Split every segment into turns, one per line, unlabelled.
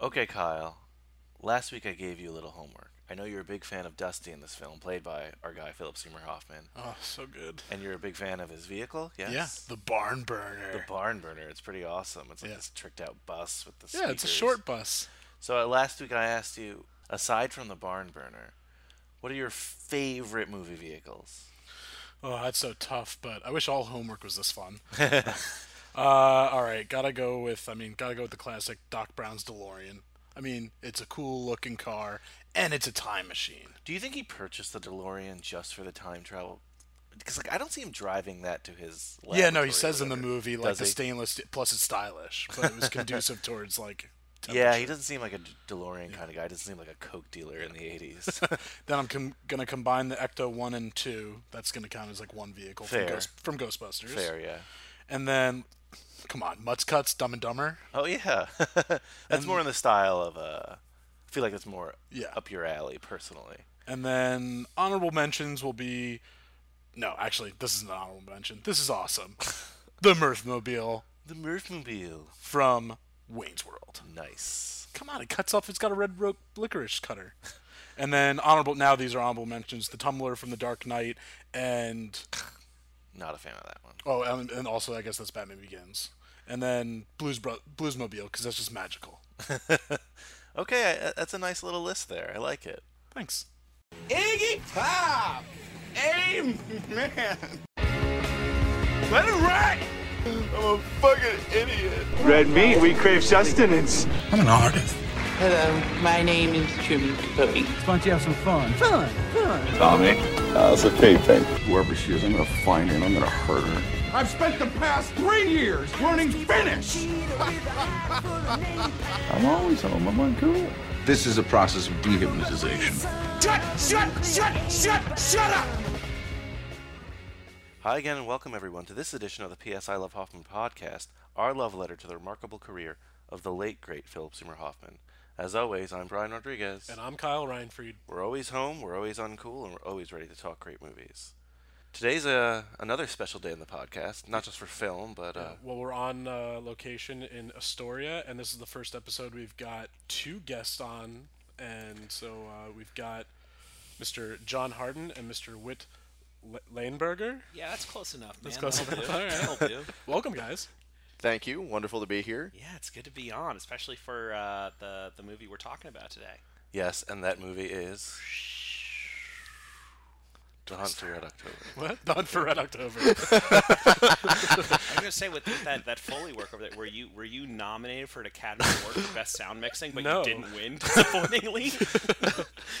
Okay, Kyle. Last week I gave you a little homework. I know you're a big fan of Dusty in this film, played by our guy Philip Seymour Hoffman,
Oh, so good.
and you're a big fan of his vehicle. Yes.
Yeah, the barn burner.
the barn burner. It's pretty awesome. It's like
Yeah.
this tricked out bus with the
yeah, it's a
speakers.
short bus.
So uh, last week I asked you, aside from the barn burner, what are your favorite movie vehicles?
Oh, that's so tough. But I wish all homework was this fun. uh, all right, gotta go with. I mean, gotta go with the classic Doc Brown's DeLorean. I mean, it's a cool looking car, and it's a time machine.
Do you think he purchased the DeLorean just for the time travel? Because like I don't see him driving that to his.
yeah, no,
laboratory or
he says in the
whatever.
movie like
Does
the
he?
stainless. Plus, it's stylish, but it was conducive towards like.
Yeah,
temperature.
he doesn't seem like a D- DeLorean kind of guy. He doesn't seem like a coke dealer in the '80s.
Then I'm com- gonna combine the Ecto one and two. That's gonna count as like one vehicle
Fair.
from, Ghost- from Ghostbusters.
Fair, yeah.
And then, come on, Mutz Cuts, Dumb and Dumber.
Oh yeah, that's more in the style of. Uh, I feel like that's more
Yeah.
up your alley, personally.
And then honorable mentions will be no, actually, this is an honorable mention. This is awesome. the Mirthmobile
The Murphmobile,
from Wayne's World.
nice.
Come on, it cuts off. It's got a red rope licorice cutter. And then honorable. Now these are honorable mentions: the tumbler from The Dark Knight, and
Not a fan of that one.
oh, and, and also I guess that's Batman Begins. And then Blues Bro- Bluesmobile because that's just magical.
Okay, I, that's a nice little list there. I like it.
Thanks.
Iggy Pop! Amen! Let it rock! I'm a fucking idiot.
Red meat, we crave sustenance.
Hello, my name is Truman Capote.
Tommy. That's Uh, a tape thing. Whoever she is, I'm gonna find her and I'm gonna hurt her.
I've spent the past three years learning Finnish.
I'm always home. I'm uncool.
This is a process of dehypnotization.
Shut, shut, shut, shut, shut up!
Hi again, and welcome everyone to this edition of the PS I Love Hoffman podcast, our love letter to the remarkable career of the late great Philip Seymour Hoffman. As always, I'm Brian Rodriguez.
And I'm Kyle Reinfried.
We're always home, we're always uncool, and we're always ready to talk great movies. Today's uh, another special day in the podcast, not just for film, but uh,
Well, we're on uh, location in Astoria, and this is the first episode we've got two guests on. And so uh, we've got Mr. John Harden and Mr. Whit L- Laneberger.
Yeah, that's close enough, man. That's
close enough. All right.
That'll do.
Welcome, guys.
Thank you. Wonderful to be here.
Yeah, it's good to be on, especially for uh, the the movie we're talking about today.
yes, and that movie is. The Hunt for Red October.
What? Not for Red October.
I'm gonna say with, with that that Foley work over there, were you were you nominated for an Academy Award for Best Sound Mixing, but
No.
you didn't win, disappointingly?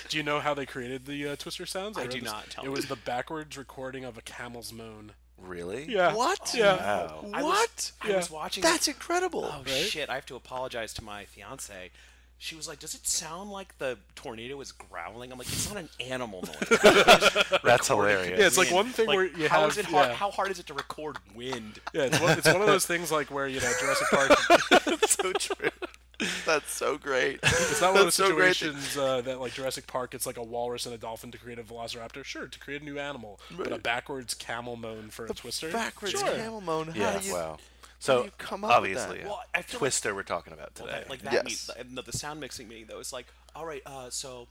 do you know how they created the uh, Twister sounds?
I
read
do
this-
not. Tell
it
me.
was the backwards recording of a camel's moan.
Really?
Yeah.
What?
Yeah.
Wow.
I was, I
Yeah.
was watching.
That's incredible.
Oh shit! I have to apologize to my fiance. She was like, "Does it sound like the tornado is growling?" I'm like, "It's not an animal noise."
That's hilarious.
Yeah, it's like
Wind.
one thing where you
how
have-
is it hard,
yeah.
how hard is it to record wind?
Yeah, it's one, it's one of those things like where, you know, Jurassic Park
so true. That's so great.
It's not one of those
That's so great that-
situations uh, that, like Jurassic Park, it's like a walrus and a dolphin to create a velociraptor. Sure, to create a new animal, but a backwards camel moan for a twister.
Backwards
sure.
camel moan. How
Yeah,
do you...
wow. So,
you come up with that?
obviously, yeah.
Well, I feel like-
Twister we're talking about today.
Well, that- like that
Yes.
meet- the- no, the sound mixing meeting though. It's like, all right, uh, so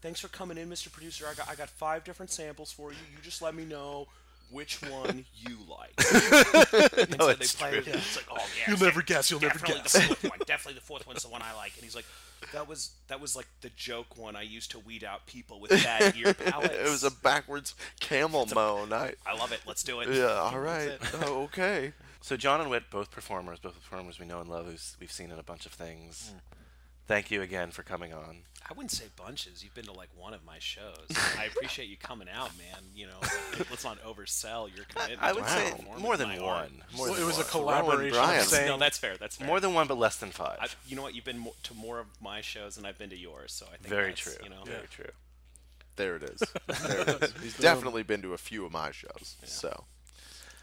thanks for coming in, Mr. Producer. I got I got five different samples for you. You just let me know which one you like. and so they play it. and It's like, oh yeah,
You'll
it's
never guess. You'll never
definitely
guess.
the fourth one. Definitely the fourth one's the one I like. And he's like, that was that was like the joke one I used to weed out people with bad ear palettes.
It was a backwards camel moan. I...
I love it. Let's do it.
Yeah, all right. Oh, okay.
So John and Whit, both performers, both performers we know and love, who we've seen in a bunch of things. Thank you again for coming on.
I wouldn't say bunches. You've been to like one of my shows. I appreciate you coming out, man. You know, let's not oversell your commitment.
I would
to
say
performing
more than
my art.
one. More
Well,
than
it was a
one.
collaboration.
Brian.
of saying,
No, that's fair. That's fair.
More than one, but less than
I,
five.
you know what? You've been mo- to more of my shows than I've been to yours, so I think
Very
that's,
true.
You know,
Very true.
There it is. There it is. He's definitely been to a few of my shows. So,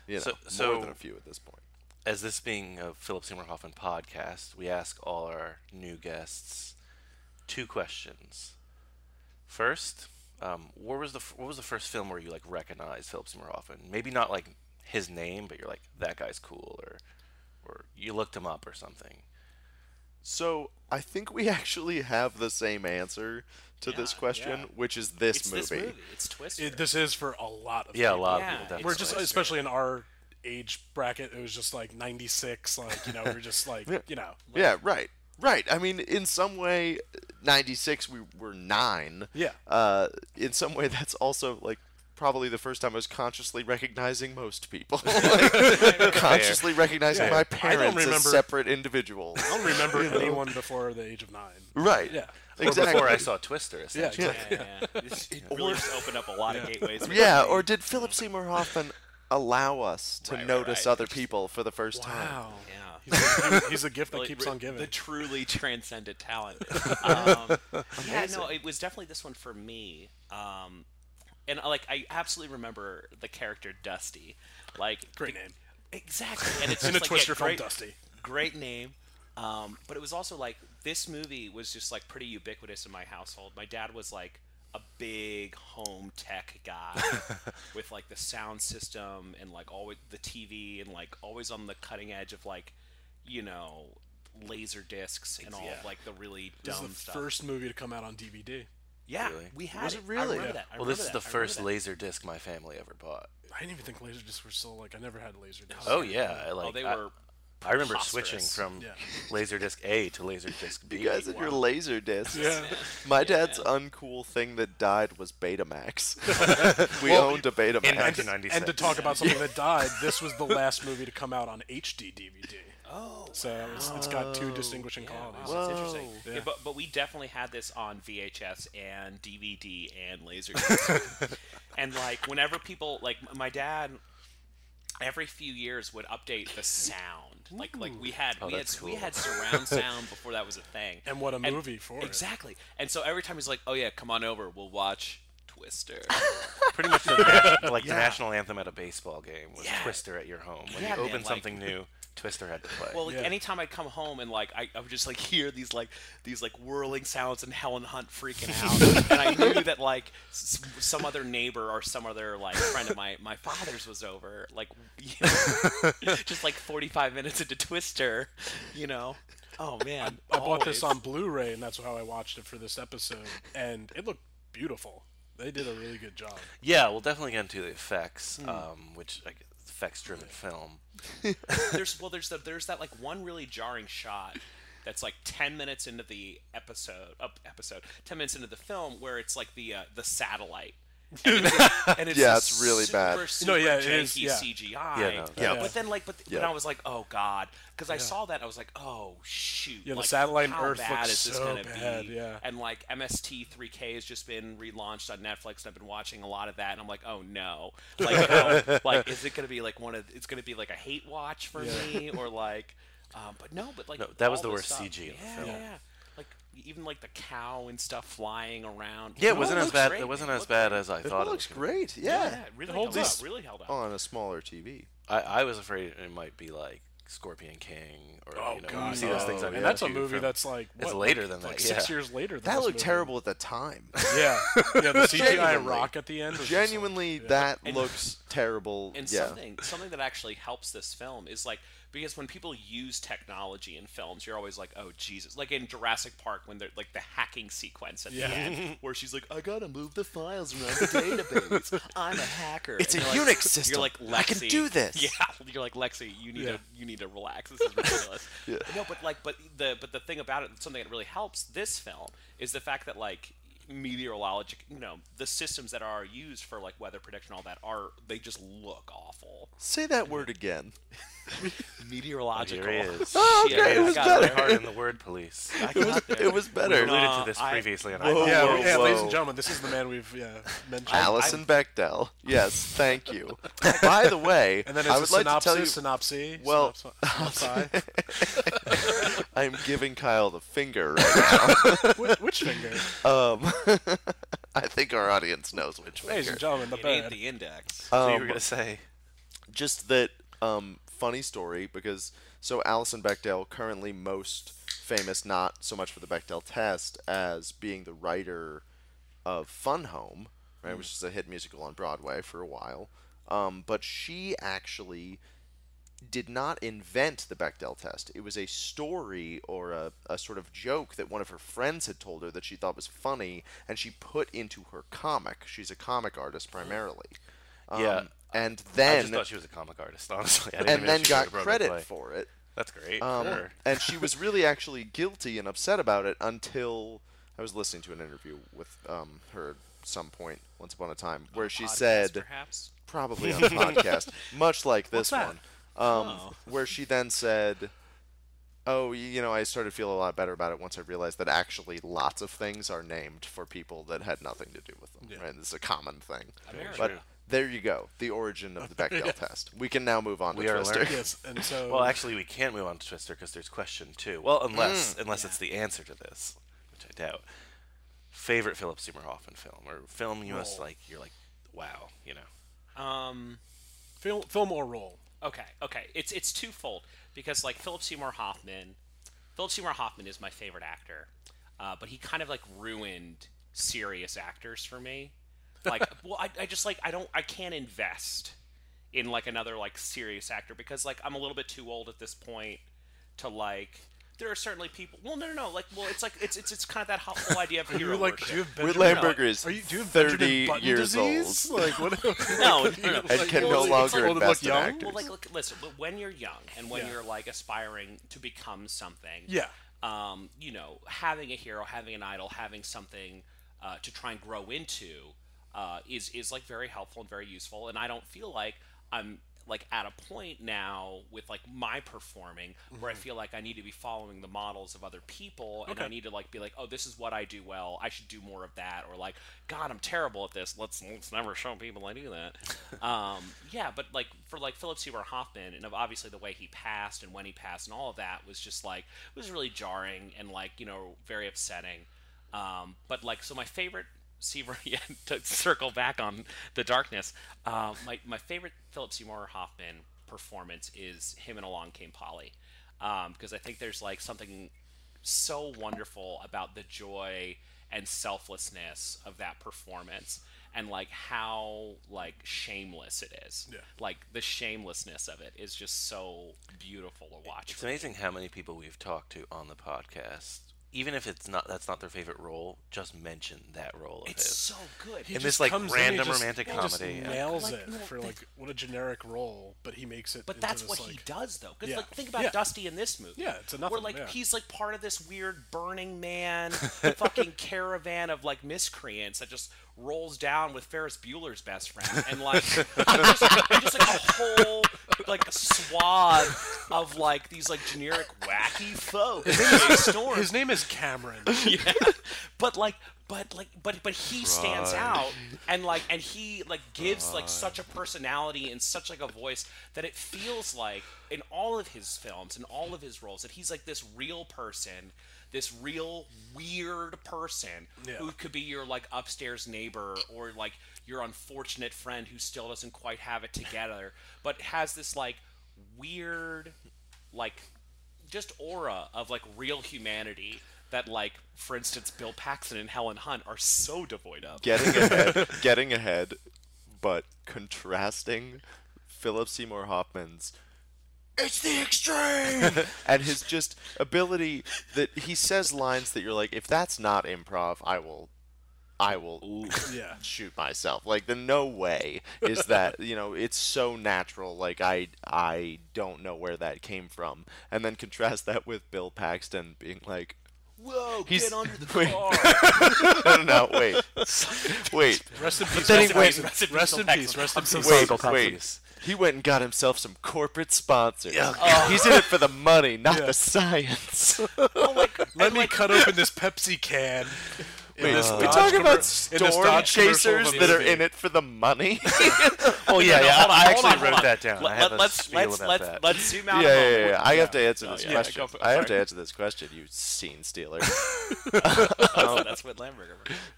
you know,
So-
more
so-
than a few at this point.
As this being a Philip Seymour Hoffman podcast, we ask all our new guests two questions. First, um, where was the f- what was the first film where you like recognized Philip Seymour Hoffman? Maybe not like his name, but you're like that guy's cool, or or you looked him up or something.
So I think we actually have the same answer to this
Yeah,
question,
yeah.
which is this,
it's
movie.
this movie. It's Twister.
It, this is for a lot of
Yeah, a
people.
lot
Yeah,
of people.
it's
We're
Definitely.
just
Twister.
especially in our age bracket. It was just like '96. Like you know, we're just like you know. like-
Yeah, right. Right. I mean, in some way, 96, we were nine.
Yeah.
Uh, in some way, that's also, like, probably the first time I was consciously recognizing most people. consciously recognizing
I
my
don't
parents
remember-
as separate individuals.
I don't remember anyone before the age of nine.
right.
Yeah.
Or
Exactly.
before I saw Twister,
Yeah,
essentially.
exactly.
yeah. It it really just opened up a lot of gateways. for
Yeah,
that
or
movie.
did Philip Seymour Hoffman allow us to
Right, right,
notice
right.
other people for the first time?
Wow.
Yeah.
He's, he's a gift that
Really,
keeps
re-
on giving.
The truly transcendent talent. Um, yeah, no, it was definitely this one for me. Um, and like, I absolutely remember the character Dusty. Like,
Great name.
exactly, and it's
In
just
a
like,
Twister
yeah,
film,
great,
Dusty.
Great name. Um, but it was also like this movie was just like pretty ubiquitous in my household. My dad was like a big home tech guy with like the sound system and like always the TV and like always on the cutting edge of like you know laser discs and all
Yeah.
of like the really
This is
dumb
the
stuff.
first movie to come out on DVD.
yeah,
Really?
we had
Was it
I
really?
remember
Yeah.
that. I
Well,
remember
this is
that.
the
I remember
first
that.
laser disc my family ever bought.
I didn't even think laserdiscs were still like I never had laserdiscs.
Oh yeah, I, like
Oh, they
I,
were.
I remember switching
preposterous.
from
Yeah.
laser disc A to laser disc B.
You guys and your laser discs.
Yeah.
My dad's uncool thing that died was Betamax. we owned a
in
Betamax.
1996.
And to talk about something that died, this was the last movie to come out on HD DVD.
Oh,
So it's, it's got two distinguishing qualities.
Wow, that's interesting.
Yeah.
Yeah, but, but we definitely had this on VHS and DVD and Laserdisc. and like whenever people like m- my dad every few years would update the sound. Like like we had we had
that's
we
cool.
had surround sound before that was a thing.
And what a movie for it.
Exactly. And so every time he's like, "Oh yeah, come on over. We'll watch Twister."
pretty much the, na- like the national anthem at a baseball game was
Yeah.
Twister at your home. When
Yeah,
you
man,
opened
like-
something new, Twister had to play.
Well, like,
Yeah.
anytime I'd come home and like I, I would just like hear these like these like whirling sounds and Helen Hunt freaking out, and I knew that like s- some other neighbor or some other like friend of my my father's was over, like you know, just like forty five minutes into Twister, you know. Oh man,
I bought this
always.
on Blu-ray, and that's how I watched it for this episode, and it looked beautiful. They did a really good job.
yeah, we'll definitely get into the effects,
Hmm.
um, which like, effects-driven film.
There's well, there's the, there's that like one really jarring shot. That's like ten minutes into the episode, up episode, ten minutes into the film, where it's like the uh, the satellite, and it's, and it's
Yeah,
this
it's really bad.
super, Super
No, yeah, it
janky
is, yeah.
CGI.
Yeah, no,
Yeah.
But then, like, but th-
Yeah.
when I was like, oh god, because I saw that, I was like, oh shoot.
Yeah, the
like,
satellite and
how
Earth
bad
looks
is this
so
gonna
bad,
be?
yeah.
And like MST3K has just been relaunched on Netflix, and I've been watching a lot of that, and I'm like, oh no, like, oh, like is it gonna be like one of? It's gonna be like a hate watch for me, or like, um, but no, but like
No, that was
all
the worst
this stuff.
CG in the
yeah,
film.
Yeah, yeah. Like even like the cow and stuff flying around.
Yeah, it
No,
wasn't as
looked
bad.
great,
it wasn't
man,
as
looked
bad
great.
as I
It
thought.
looks
it was.
great.
Yeah,
Yeah.
it really
It holds
held
up.
up. Really held up.
Oh,
On a smaller TV.
I, I was afraid it might be like Scorpion King or
Oh,
Oh,
you know, you see those things on
and that's a
YouTube
movie
from-
that's like
It's
what,
later
like-
than that,
like six
yeah.
years later. Than
That
this
looked
movie.
terrible at the time.
Yeah, yeah. The CGI
Genuinely.
rock at the end. was just like-
Genuinely, that looks terrible.
And
yeah.
something something that actually helps this film is like because when people use technology in films, you're always like, oh Jesus! Like in Jurassic Park when they're like the hacking sequence at
Yeah.
the end, where she's like, I gotta move the files around the database. I'm a hacker.
It's
And
a
you're
Unix
like-
system.
You're like Lexi.
I can do this.
Yeah. You're like Lexi. You need
Yeah.
to you need to relax. This is ridiculous. No, but like, but the but the thing about it, something that really helps this film is the fact that like meteorologic, you know, the systems that are used for like weather prediction, all that are they just look awful.
Say that word again.
Oh,
Meteorological.
Here he is.
Oh,
Shit,
okay,
I
it was
got
Very
better.
hard in the word police.
It was, it was better.
alluded
Uh,
to this
I-
previously, and
Whoa,
I Um,
Yeah,
whoa,
yeah, ladies and
whoa.
gentlemen, this is the man we've yeah mentioned.
Alison Bechdel. Yes, thank you. By the way,
and then it's
I
a
would like to
synopsis,
tell you,
synopsis.
Well-
synopsi- synopsi.
I'm giving Kyle the finger right
Wh- which finger?
now. I think our audience knows which
Ladies
finger.
and gentlemen, the
It ain't
bird.
the index.
So you were gonna say
Just that um, funny story because so Alison Bechdel currently most famous not so much for the Bechdel test as being the writer of Fun Home, right, which is a hit musical on Broadway for a while. Um, but she actually did not invent the Bechdel test. It was a story or a, a sort of joke that one of her friends had told her that she thought was funny, and she put into her comic. She's a comic artist primarily.
Yeah.
Um, and
I just
then
thought she was a comic artist, honestly. I didn't
and
even know
then
she
got
wrote a
credit
play.
for it.
That's great.
Um,
sure.
and she was really actually guilty and upset about it until I was listening to an interview with um, her at some point once upon a time where she
Podcast,
said
perhaps.
probably on a podcast, much like this one, um,
Oh.
where she then said, "Oh, y- you know, I started to feel a lot better about it once I realized that actually lots of things are named for people that had nothing to do with them. Right? This is a common thing. But there you go, the origin of the Bechdel test. We can now move on
We
to
are
Twister.
learning.
Yes, and so
Well, actually, we can't move on to Twister because there's question two. Well,
Hmm.
unless unless it's the answer to this, which I doubt. Favorite Philip Seymour Hoffman film or film you must like? You're like, wow, you know.
Um,
film, film or role.
okay, okay. It's it's twofold because like Philip Seymour Hoffman, Philip Seymour Hoffman is my favorite actor, uh, but he kind of like ruined serious actors for me. Like, well, I, I just like I don't I can't invest in like another like serious actor because like I'm a little bit too old at this point to like. There are certainly people. Well, no, no, no. Like, well, it's like it's it's it's kind of that whole idea of hero
You like
worship.
do you have
Whit
Benjamin,
Lamberger is
are you do you have Benjamin
30
Button
years
disease?
old.
Like what?
no,
like,
no, no.
And can
Well,
no
it's
longer
like-
invest in
young? Well,
actors.
Well, like, look, listen. But when you're young and when you're like aspiring to become something,
Yeah.
um, you know, having a hero, having an idol, having something uh, to try and grow into uh, is is like very helpful and very useful. And I don't feel like I'm like at a point now with like my performing where I feel like I need to be following the models of other people and I need to like be like, oh, this is what I do well. I should do more of that. Or like, God, I'm terrible at this. Let's let's never show people I do that. um, yeah, but like for like Philip Seymour Hoffman and of obviously the way he passed and when he passed and all of that was just like it was really jarring and like you know very upsetting. Um, but like so my favorite Seymour, yeah, to circle back on the darkness. Uh, my my favorite Philip Seymour Hoffman performance is him in Along Came Polly, um, because I think there's like something so wonderful about the joy and selflessness of that performance and like how like shameless it is yeah. like the shamelessness of it is just so beautiful to watch
It's amazing how many people we've talked to on the podcast, even if it's not that's not their favorite role, just mention that role of
it's
his.
so good
In this like
comes in, he
random
just-
romantic
he
comedy,
Just nails it for like what a generic role, but he makes it.
But
into
that's
this,
what
like,
he does, though. Because
Yeah.
like, think about
Yeah.
Dusty in this movie.
Yeah, it's a
Where
nothing,
like
yeah.
he's like part of this weird Burning Man fucking caravan of like miscreants that just rolls down with Ferris Bueller's best friend, and like just, just like a whole like swath of like these like generic wacky folk. Storm.
His name is Cameron.
yeah. But like but like but but he stands out and like and he like gives like such a personality and such like a voice that it feels like in all of his films and all of his roles that he's like this real person this real weird person
Yeah.
who could be your like upstairs neighbor or like your unfortunate friend who still doesn't quite have it together but has this like weird like just aura of like real humanity that like for instance bill paxton and helen hunt are so devoid of
getting ahead, getting ahead, but contrasting Philip Seymour Hoffman's it's the extreme and his just ability that he says lines that you're like if that's not improv I will I will
yeah.
shoot myself like the no way is that you know it's so natural like I I don't know where that came from and then contrast that with Bill Paxton being like
whoa
He's-
get under the
wait.
car
no no wait wait
Rest in peace.
then he
Rest in
went-
peace. Rest in peace. Rest in peace.
wait, wait. He went and got himself some corporate sponsors. He's in it for the money, not the science.
Let me cut open this Pepsi can. in this
we
Dodge
talk about
commer- in this
storm
Dodge commercial of
chasers
a
that are
movie.
in it for the money.
Oh yeah, yeah.
Hold on,
I
hold
actually
on, hold
wrote
on.
that down. I
Let-
have
let-
a
let's
spiel
let's
about
let's
that.
let's zoom
yeah,
out a
yeah,
moment.
yeah, yeah. I have to answer this
yeah,
question.
go for it.
I have to
Sorry.
answer this question, you scene stealer.
that's, that's what lamberger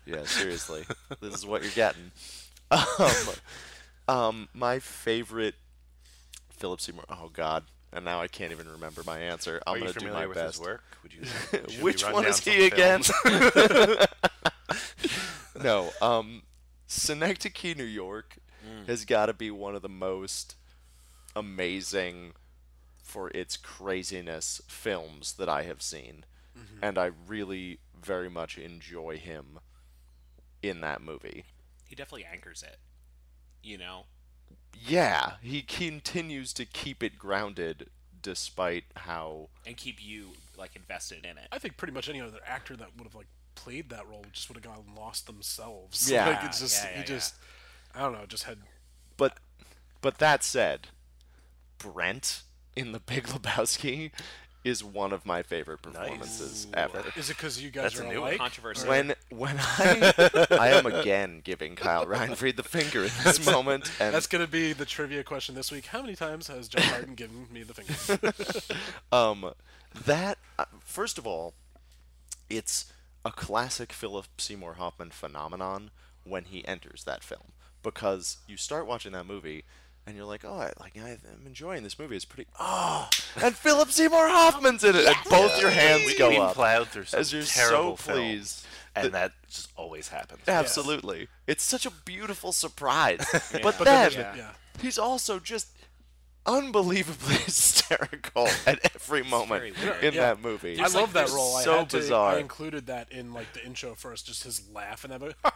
yeah, seriously. this is what you're getting. Um, um, my favorite Philip Seymour. Oh God. And now I can't even remember my answer. I'm
Are you
gonna do my
familiar with
best.
his work? Would you? should we
Which
run
one
down
is
some
he again?
films?
no, um,
Mm.
Synecdoche, New York, has got to be one of the most amazing for its craziness films that I have seen.
Mm-hmm.
And I really very much enjoy him in that movie.
He definitely anchors it. You know,
Yeah, he continues to keep it grounded despite how
and keep you like invested in it.
I think pretty much any other actor that would have like played that role just would have gone and lost themselves.
Yeah,
like it's just
yeah, yeah,
he just I don't know, just had
But but that said, Brent in The Big Lebowski is one of my favorite performances ever.
is it because you guys
That's a
are
new one.
alike?
Controversy.
When when I I am again giving Kyle Reinfried the finger in this moment, and
That's gonna be the trivia question this week. How many times has John Harden given me the finger?
um that uh, first of all, it's a classic Philip Seymour Hoffman phenomenon when he enters that film because you start watching that movie. And you're like, oh, I, like I, I'm enjoying this movie. It's pretty. Oh, and Philip Seymour Hoffman's in it, and both your hands
we,
go
we
up.
plowed through some
As you're so
terrible
pleased
films, and that just always happens.
Absolutely. It's such a beautiful surprise. But
then-
then
yeah.
he's also just unbelievably hysterical at every moment
weird.
in
Yeah.
that movie.
I love that role.
So
I had to-
bizarre.
I included that in like the intro first, just his laugh and everything.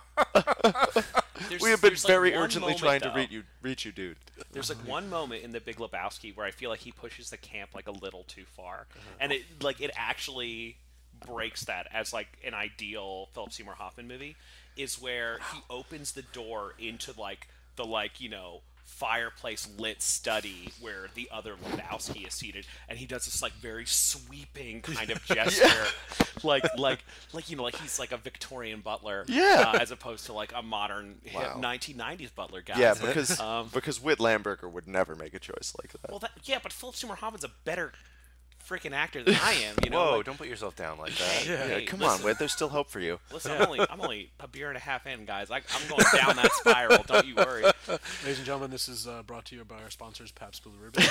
There's-
we have been
there's, like,
very
one
urgently
moment,
trying
though.
to reach you, reach you, dude.
There's
Oh,
like one moment in The Big Lebowski where I feel like he pushes the camp like a little too far,
Uh-huh.
and it like it actually breaks that as like an ideal Philip Seymour Hoffman movie is where he opens the door into like the like you know fireplace lit study where the other Lebowski is seated and he does this like very sweeping kind of gesture like like like you know like he's like a Victorian butler
Yeah.
uh, as opposed to like a modern
Wow.
1990s butler guy
Yeah, because
Um,
because Whit Lamberger would never make a choice like that.
well, that, yeah, but Philip Seymour Hoffman's a better freaking actor than I am. You know,
Whoa!
like,
Oh, don't put yourself down like that.
hey,
yeah,
hey,
come
listen,
on, Whit. There's still hope for you.
Listen, I'm only I'm only a beer and a half in, guys. I, I'm going down that spiral. Don't you worry.
Ladies and gentlemen, this is uh, brought to you by our sponsors, Pabst Blue Ribbon.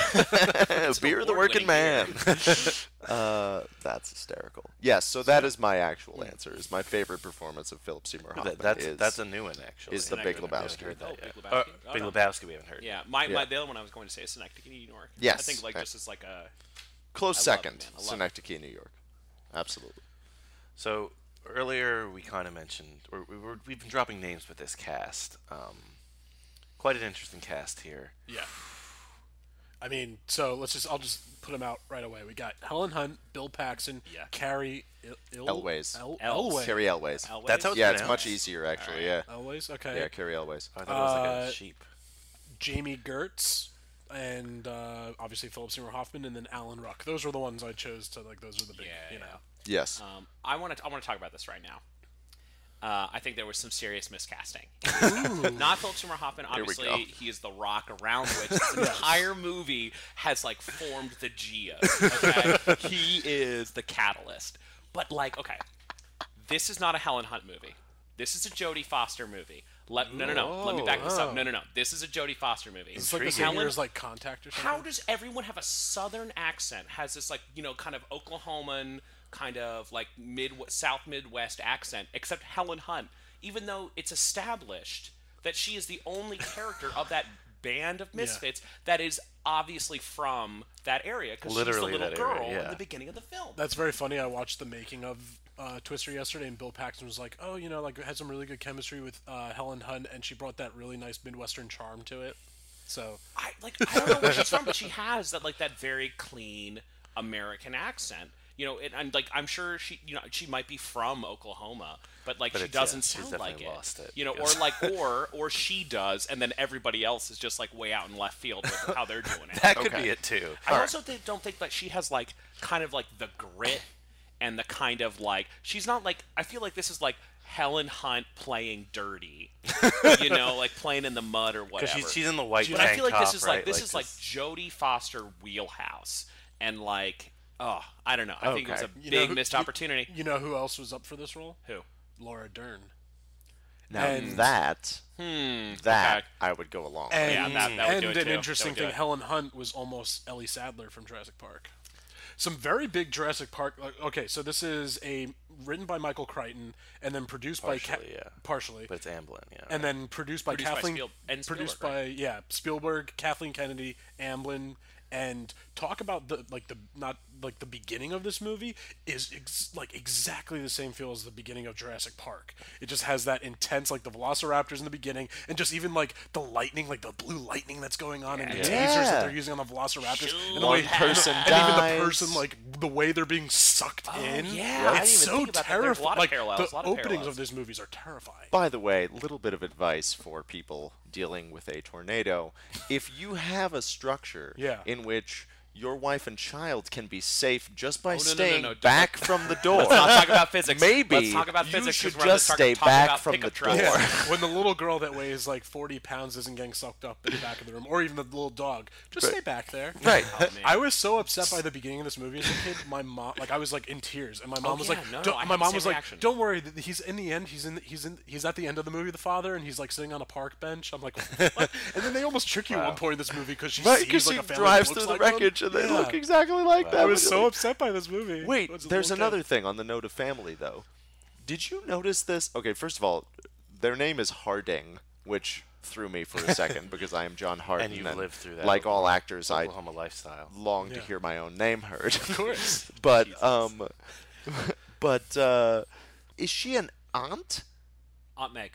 Beer the working
award-winning
man. uh, that's hysterical. Yes, so that is my actual answer. Is my favorite performance of Philip Seymour Hoffman.
That- that's
is,
that's a new one actually.
is the
Isn't
Big
that good? Yeah,
Lebowski.
We haven't heard that yet.
Oh, Big
Uh,
Lebowski? Oh,
Big
no.
Lebowski, we haven't heard.
Yeah, my,
Yeah.
my the other one I was going to say is Synecdoche, New York. I
Yes. Uh,
think like
I-
this is like a
Close
I love it,
second,
man. I love it.
Synecdoche, New York. Absolutely.
So earlier we kind of mentioned, or we were, we've been dropping names with this cast. Um, quite an interesting cast here.
Yeah. I mean, so let's just I'll just put them out right away. We got Helen Hunt, Bill Paxton,
Yeah.
Carrie Il- Il-
Elways.
El-
Els.
Elway.
Carrie Elways.
Elway.
That's how-
Yeah, it's
Pronounced?
much easier actually. Yeah.
Elways. Okay.
Yeah, Carrie Elways.
I thought it was like
Uh,
a sheep.
Jamie Gertz and uh, obviously Philip Seymour Hoffman, and then Alan Ruck. Those were the ones I chose to like. Those are the big,
Yeah,
you know.
yeah.
Yes.
Um, I want to I want to talk about this right now. Uh, I think there was some serious miscasting. Not Philip Seymour Hoffman. Obviously,
go.
he is the rock around which this entire movie has like formed the G of. Okay, he is the catalyst. But like, okay, this is not a Helen Hunt movie. This is a Jodie Foster movie. Let, no, no, no. Let me back this up. No, no, no. This is a Jodie Foster movie.
It's like the same year as like Contact or something.
How does everyone have a southern accent? Has this like you know kind of Oklahoman kind of like mid South Midwest accent? Except Helen Hunt, even though it's established that she is the only character of that band of misfits that is obviously from that area because she's the
Literally
little
that
girl
area,
in
yeah.
the beginning of the film.
That's very funny. I watched the making of uh, Twister yesterday, and Bill Paxton was like, "Oh, you know, like had some really good chemistry with uh, Helen Hunt, and she brought that really nice Midwestern charm to it." So
I like I don't know where she's from, but she has that like that very clean American accent. You know, and, and like I'm sure she, you know, she might be from Oklahoma, but like she
it's- yeah,
doesn't
she's
sound
definitely
like
lost it,
You know, or like or or she does, and then everybody else is just like way out in left field with how they're doing it.
That could be it too.
I also th- don't think that she has like kind of like the grit and the kind of like she's not like I feel like this is like Helen Hunt playing dirty, you know, like playing in the mud or whatever.
Because she's, she's in the white
But
tank
I feel like
top,
this is like
right?
this is like Jodie Foster wheelhouse, and like oh I don't know. I think it was a
Okay.
big
know who-
missed
you-
opportunity.
you know who else was up for this role?
Who?
Laura Dern.
now
and-
that that
Hmm, okay.
I would go along. with.
And,
Oh, Yeah, that- that would
and
do it
an
too. That
interesting
would do
thing,
it.
Helen Hunt was almost Ellie Sadler from Jurassic Park. Some very big Jurassic Park. like, Okay, so this is a written by Michael Crichton and then produced by
Partially,
Ca-
yeah.
partially,
but it's Amblin, yeah.
and then produced by
Produced by
Kathleen
Spiel- and
produced
Spielberg,
by yeah Spielberg, Kathleen Kennedy, Amblin, and talk about the like the not like the beginning of this movie is ex- like exactly the same feel as the beginning of Jurassic Park. It just has that intense like the velociraptors in the beginning and just even like the lightning like the blue lightning that's going on and the tasers
Yeah.
that they're using on the velociraptors and the
One
way
person
and, even
dies.
the person like the way they're being sucked in.
Oh, yeah. I didn't
It's
even
so
think about that. There's a
terrifying.
lot of
Like
parallels,
the
a lot of
openings
parallels.
of these movies are terrifying.
By the way, little bit of advice for people dealing with a tornado. If you have a structure
Yeah.
in which your wife and child can be safe just by
Oh, no, no, no,
staying
no, don't-
back from the door.
Let's not talk about physics.
Maybe
Let's talk about
you
physics 'cause
should
we're on the
just
talk-
stay
talking
back
about
from
pickup
the
trucks.
door.
when the little girl that weighs like 40 pounds isn't getting sucked up in the back of the room, or even the little dog, just stay back there.
Right.
I was so upset by the beginning of this movie as a kid. My mom, like, I was like in tears, and my
Oh,
mom was
yeah,
like,
no, no,
don't-
I had
my
the
mom
same
was like,
reaction.
"Don't worry, th- he's in the end. He's in. The, he's in. He's at the end of the movie, the father, and he's like sitting on a park bench." I'm like, what? and then they almost trick you at one point in this movie because she
Right,
sees
because
like
she
a family that
drives
looks
through the
like them.
wreckage and they
Yeah.
look exactly like that.
I was
You're
so
like,
upset by this movie.
Wait,
as a
there's
little kid.
another thing on the note of family though. Did you notice this? Okay, first of all, their name is Harding, which threw me for a second because I am John Harding.
you've lived through that
Like all actors, I
Oklahoma lifestyle.
long to
Yeah.
hear my own name heard. Of
course.
but um, but uh, is she an aunt?
Aunt Meg.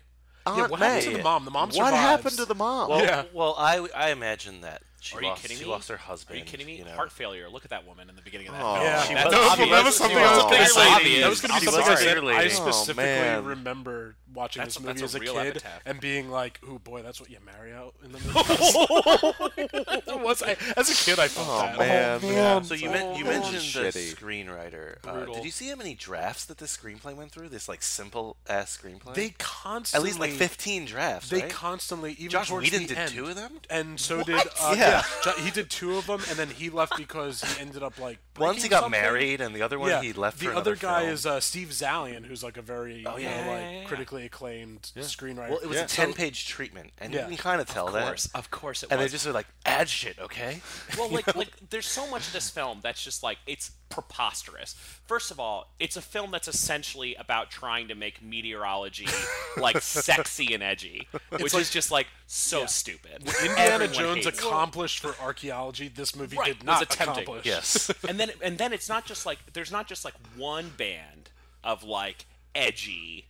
Aunt
Yeah, what
May.
happened to the mom? The mom
What
survives.
happened to the mom?
Well,
Yeah.
well, I I imagine that she
Are you
lost
kidding
she
me?
lost her
Are
husband.
you kidding me?
know.
Heart failure. Look at that woman in the beginning of that.
Aw.
film.
Yeah,
Yeah.
Oh, She
That-
was
that was
obvious.
something
She
I was
was
gonna
clearly
say.
obvious.
That was going to be
I'm
something I
sorry.
said. I
Lady.
Oh,
specifically
man.
remember watching
That's-
this movie
that's a
as a
real
kid
epitaph.
and being like, "Ooh, boy, that's what you marry out in the movie." was I, as a kid, I felt
Oh,
that.
man.
So you, men- you
Oh,
mentioned the
shitty.
screenwriter. Uh,
Brutal.
did you see how many drafts that this screenplay went through? This like simple ass screenplay.
They
at
constantly
least like 15 drafts.
They
right?
constantly even
Josh
towards
Whedon
the
did
end,
two of them?
and so did
Yeah.
uh, yeah. Jo- He did two of them, and then he left because he ended up like
Once he
breaking
got
something.
married, and the other one
Yeah,
he left
the
for
other
another
guy
film. Oh,
is uh, Steve Zalian, who's like a very you
yeah,
know, like
yeah, yeah, yeah.
critically acclaimed screenwriter.
Well, it was
Yeah.
a 10 page treatment, and
Yeah.
you can kind of tell
Of
that.
course, of course it
and they
was.
just were like, add shit, okay?
well, like, like there's so much of this film that's just like it's preposterous. First of all, it's a film that's essentially about trying to make meteorology like sexy and edgy, which is just like so stupid.
Indiana
Everyone
Jones
hates it.
accomplished for archaeology. This movie
Right,
did
was
not
attempting.
accomplish.
yes.
and then and then it's not just like there's not just like one band of like edgy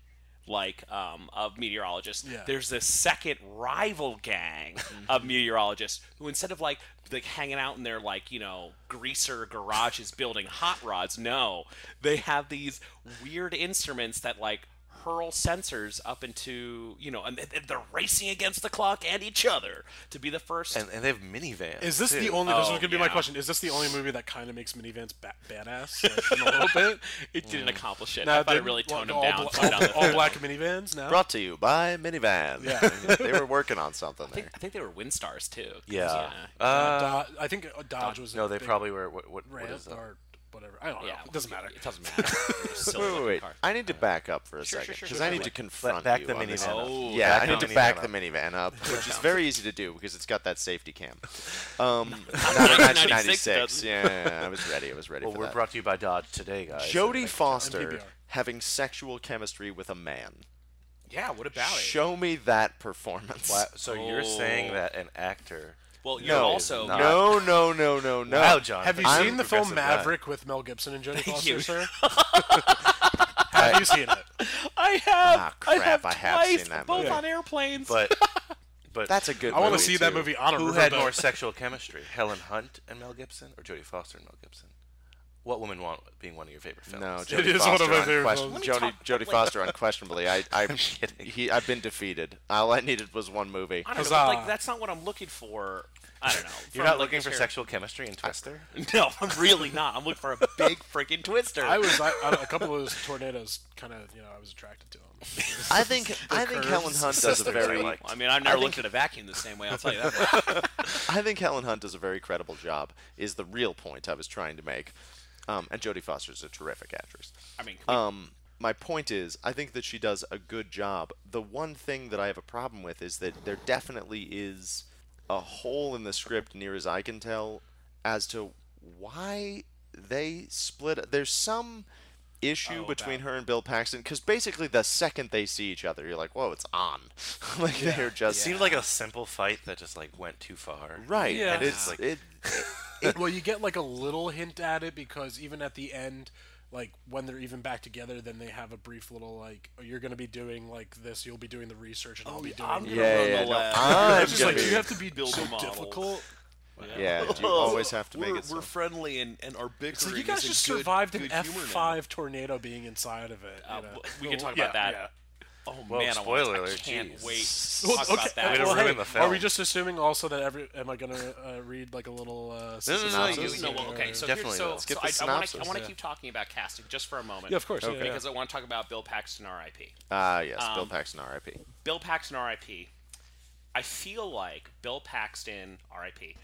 like um, of meteorologists
Yeah. Mm-hmm.
there's this second rival gang of meteorologists who instead of like like hanging out in their like you know greaser garages building hot rods no they have these weird instruments that like hurl sensors up into you know and and they're racing against the clock and each other to be the first
And, and they have minivans.
Is this the
too.
only? this
Oh,
was gonna be my
yeah.
question. Is this the only movie that kind of makes minivans ba- badass like, in a little bit?
it didn't accomplish it
Now,
i thought it
didn't-
really
well,
toned
all
him down,
bla-
toned down the
all,
film.
black minivans now.
Brought to you by Minivan.
Yeah.
they were working on something
I think,
there.
I think they were Winstars too.
Yeah.
yeah.
Uh,
Dod- I think uh, Dodge was. a
no, they
big
probably uh, were. What, what, what
rant
is that?
or whatever. I don't know.
Yeah,
It doesn't matter.
It doesn't matter. Silly
Wait, wait,
looking
wait.
car.
I need to back up for a
Sure, sure,
second
sure,
because
sure,
I need
sure.
to confront
Back
you
the
on this.
minivan up.
Oh,
yeah,
back
I need
the
to back
minivan
the
up.
minivan up, which is very easy to do because it's got that safety cam. Um, not in
1996
1996.
doesn't.
Yeah, yeah, yeah, I was ready. I was ready
Well,
for
we're
that.
brought to you by Dodge today, guys.
Jodie
Like,
Foster
NPR.
having sexual chemistry with a man.
Yeah, what about it?
Show me that performance.
why- So you're saying
Oh.
that an actor.
Well, you're
No,
also
not.
no, no, no, no, no.
Wow, John.
Have you
I'm
seen the film
progressive guy.
Maverick with Mel Gibson and Jodie Foster,
you.
sir? Have you seen it?
I have.
Ah, crap,
I have
I have
twice,
seen that
both
movie.
on airplanes.
But. But
That's a good.
I want to
movie,
see that
too.
movie on a
Who
riverboat.
had more sexual chemistry, Helen Hunt and Mel Gibson, or Jodie Foster and Mel Gibson? What woman want being one of your favorite films?
No,
It
Jodie
is one
Foster
of my favorite
unquestion-
films.
Jodie, Jodie Foster, unquestionably. I, I, am kidding. He, I've been defeated. All I needed was one movie.
I don't know,
Huzzah.
but, like that's not what I'm looking for. I don't know.
You're
from,
not
like,
looking
this
for
here.
sexual chemistry in Twister.
No, I'm really not. I'm looking for a big freaking twister.
I was I, I, a couple of those tornadoes. Kind of, you know, I was attracted to them.
I think, I think Helen Hunt does a
Sisters I
very,
liked.
I mean, I've never
I
looked at a vacuum the same way. I'll tell you that. much.
I think Helen Hunt does a very credible job. Is the real point I was trying to make. Um, and Jodie Foster's a terrific actress.
I mean,
Um, my point is, I think that she does a good job. The one thing that I have a problem with is that there definitely is a hole in the script, near as I can tell, as to why they split. There's some issue between her and Bill Paxton because basically the second they see each other, you're like, "Whoa, it's on!" like they're just
Seemed like a simple fight that just like went too far.
right.
Yeah.
And it's
Like-
it,
well, you get like a little hint at it because even at the end, like when they're even back together, then they have a brief little like, oh, "You're gonna be doing like this. You'll be doing the research, and I'll be doing."
Oh, I'm
it."
gonna
Yeah,
run
yeah,
the
no,
lab.
I'm
It's just
gonna
like,
be-
you have to be
Build
so
a model.
difficult.
Yeah, you always have to
we're,
make it.
We're
so.
friendly and, and our bickering.
It's like you guys
is in
just
good-
survived an
good
F
humor now.
five tornado being inside of it.
Uh,
you know?
well, we can talk
Yeah,
about that.
yeah.
Oh
Well,
man,
spoiler
I, want, I
alert,
can't
jeez.
wait.
Well,
Talk
okay,
about that.
We don't
well, hey,
ruin the
Are
film.
we just assuming also that every? Am I gonna uh, read like a little? Uh,
No, no, no,
No,
you,
no,
you,
no, well, okay, so
definitely.
here's, so,
though.
Skip
so
the
I, I want to
synopsis.
I want
Yeah.
to keep talking about casting just for a moment.
Yeah, of course. yeah,
Because
yeah.
I want to talk about Bill Paxton, R.I.P.
Ah, yes, Bill
Um,
Paxton, R.I.P.
Bill Paxton, R.I.P. I feel like Bill Paxton, R.I.P.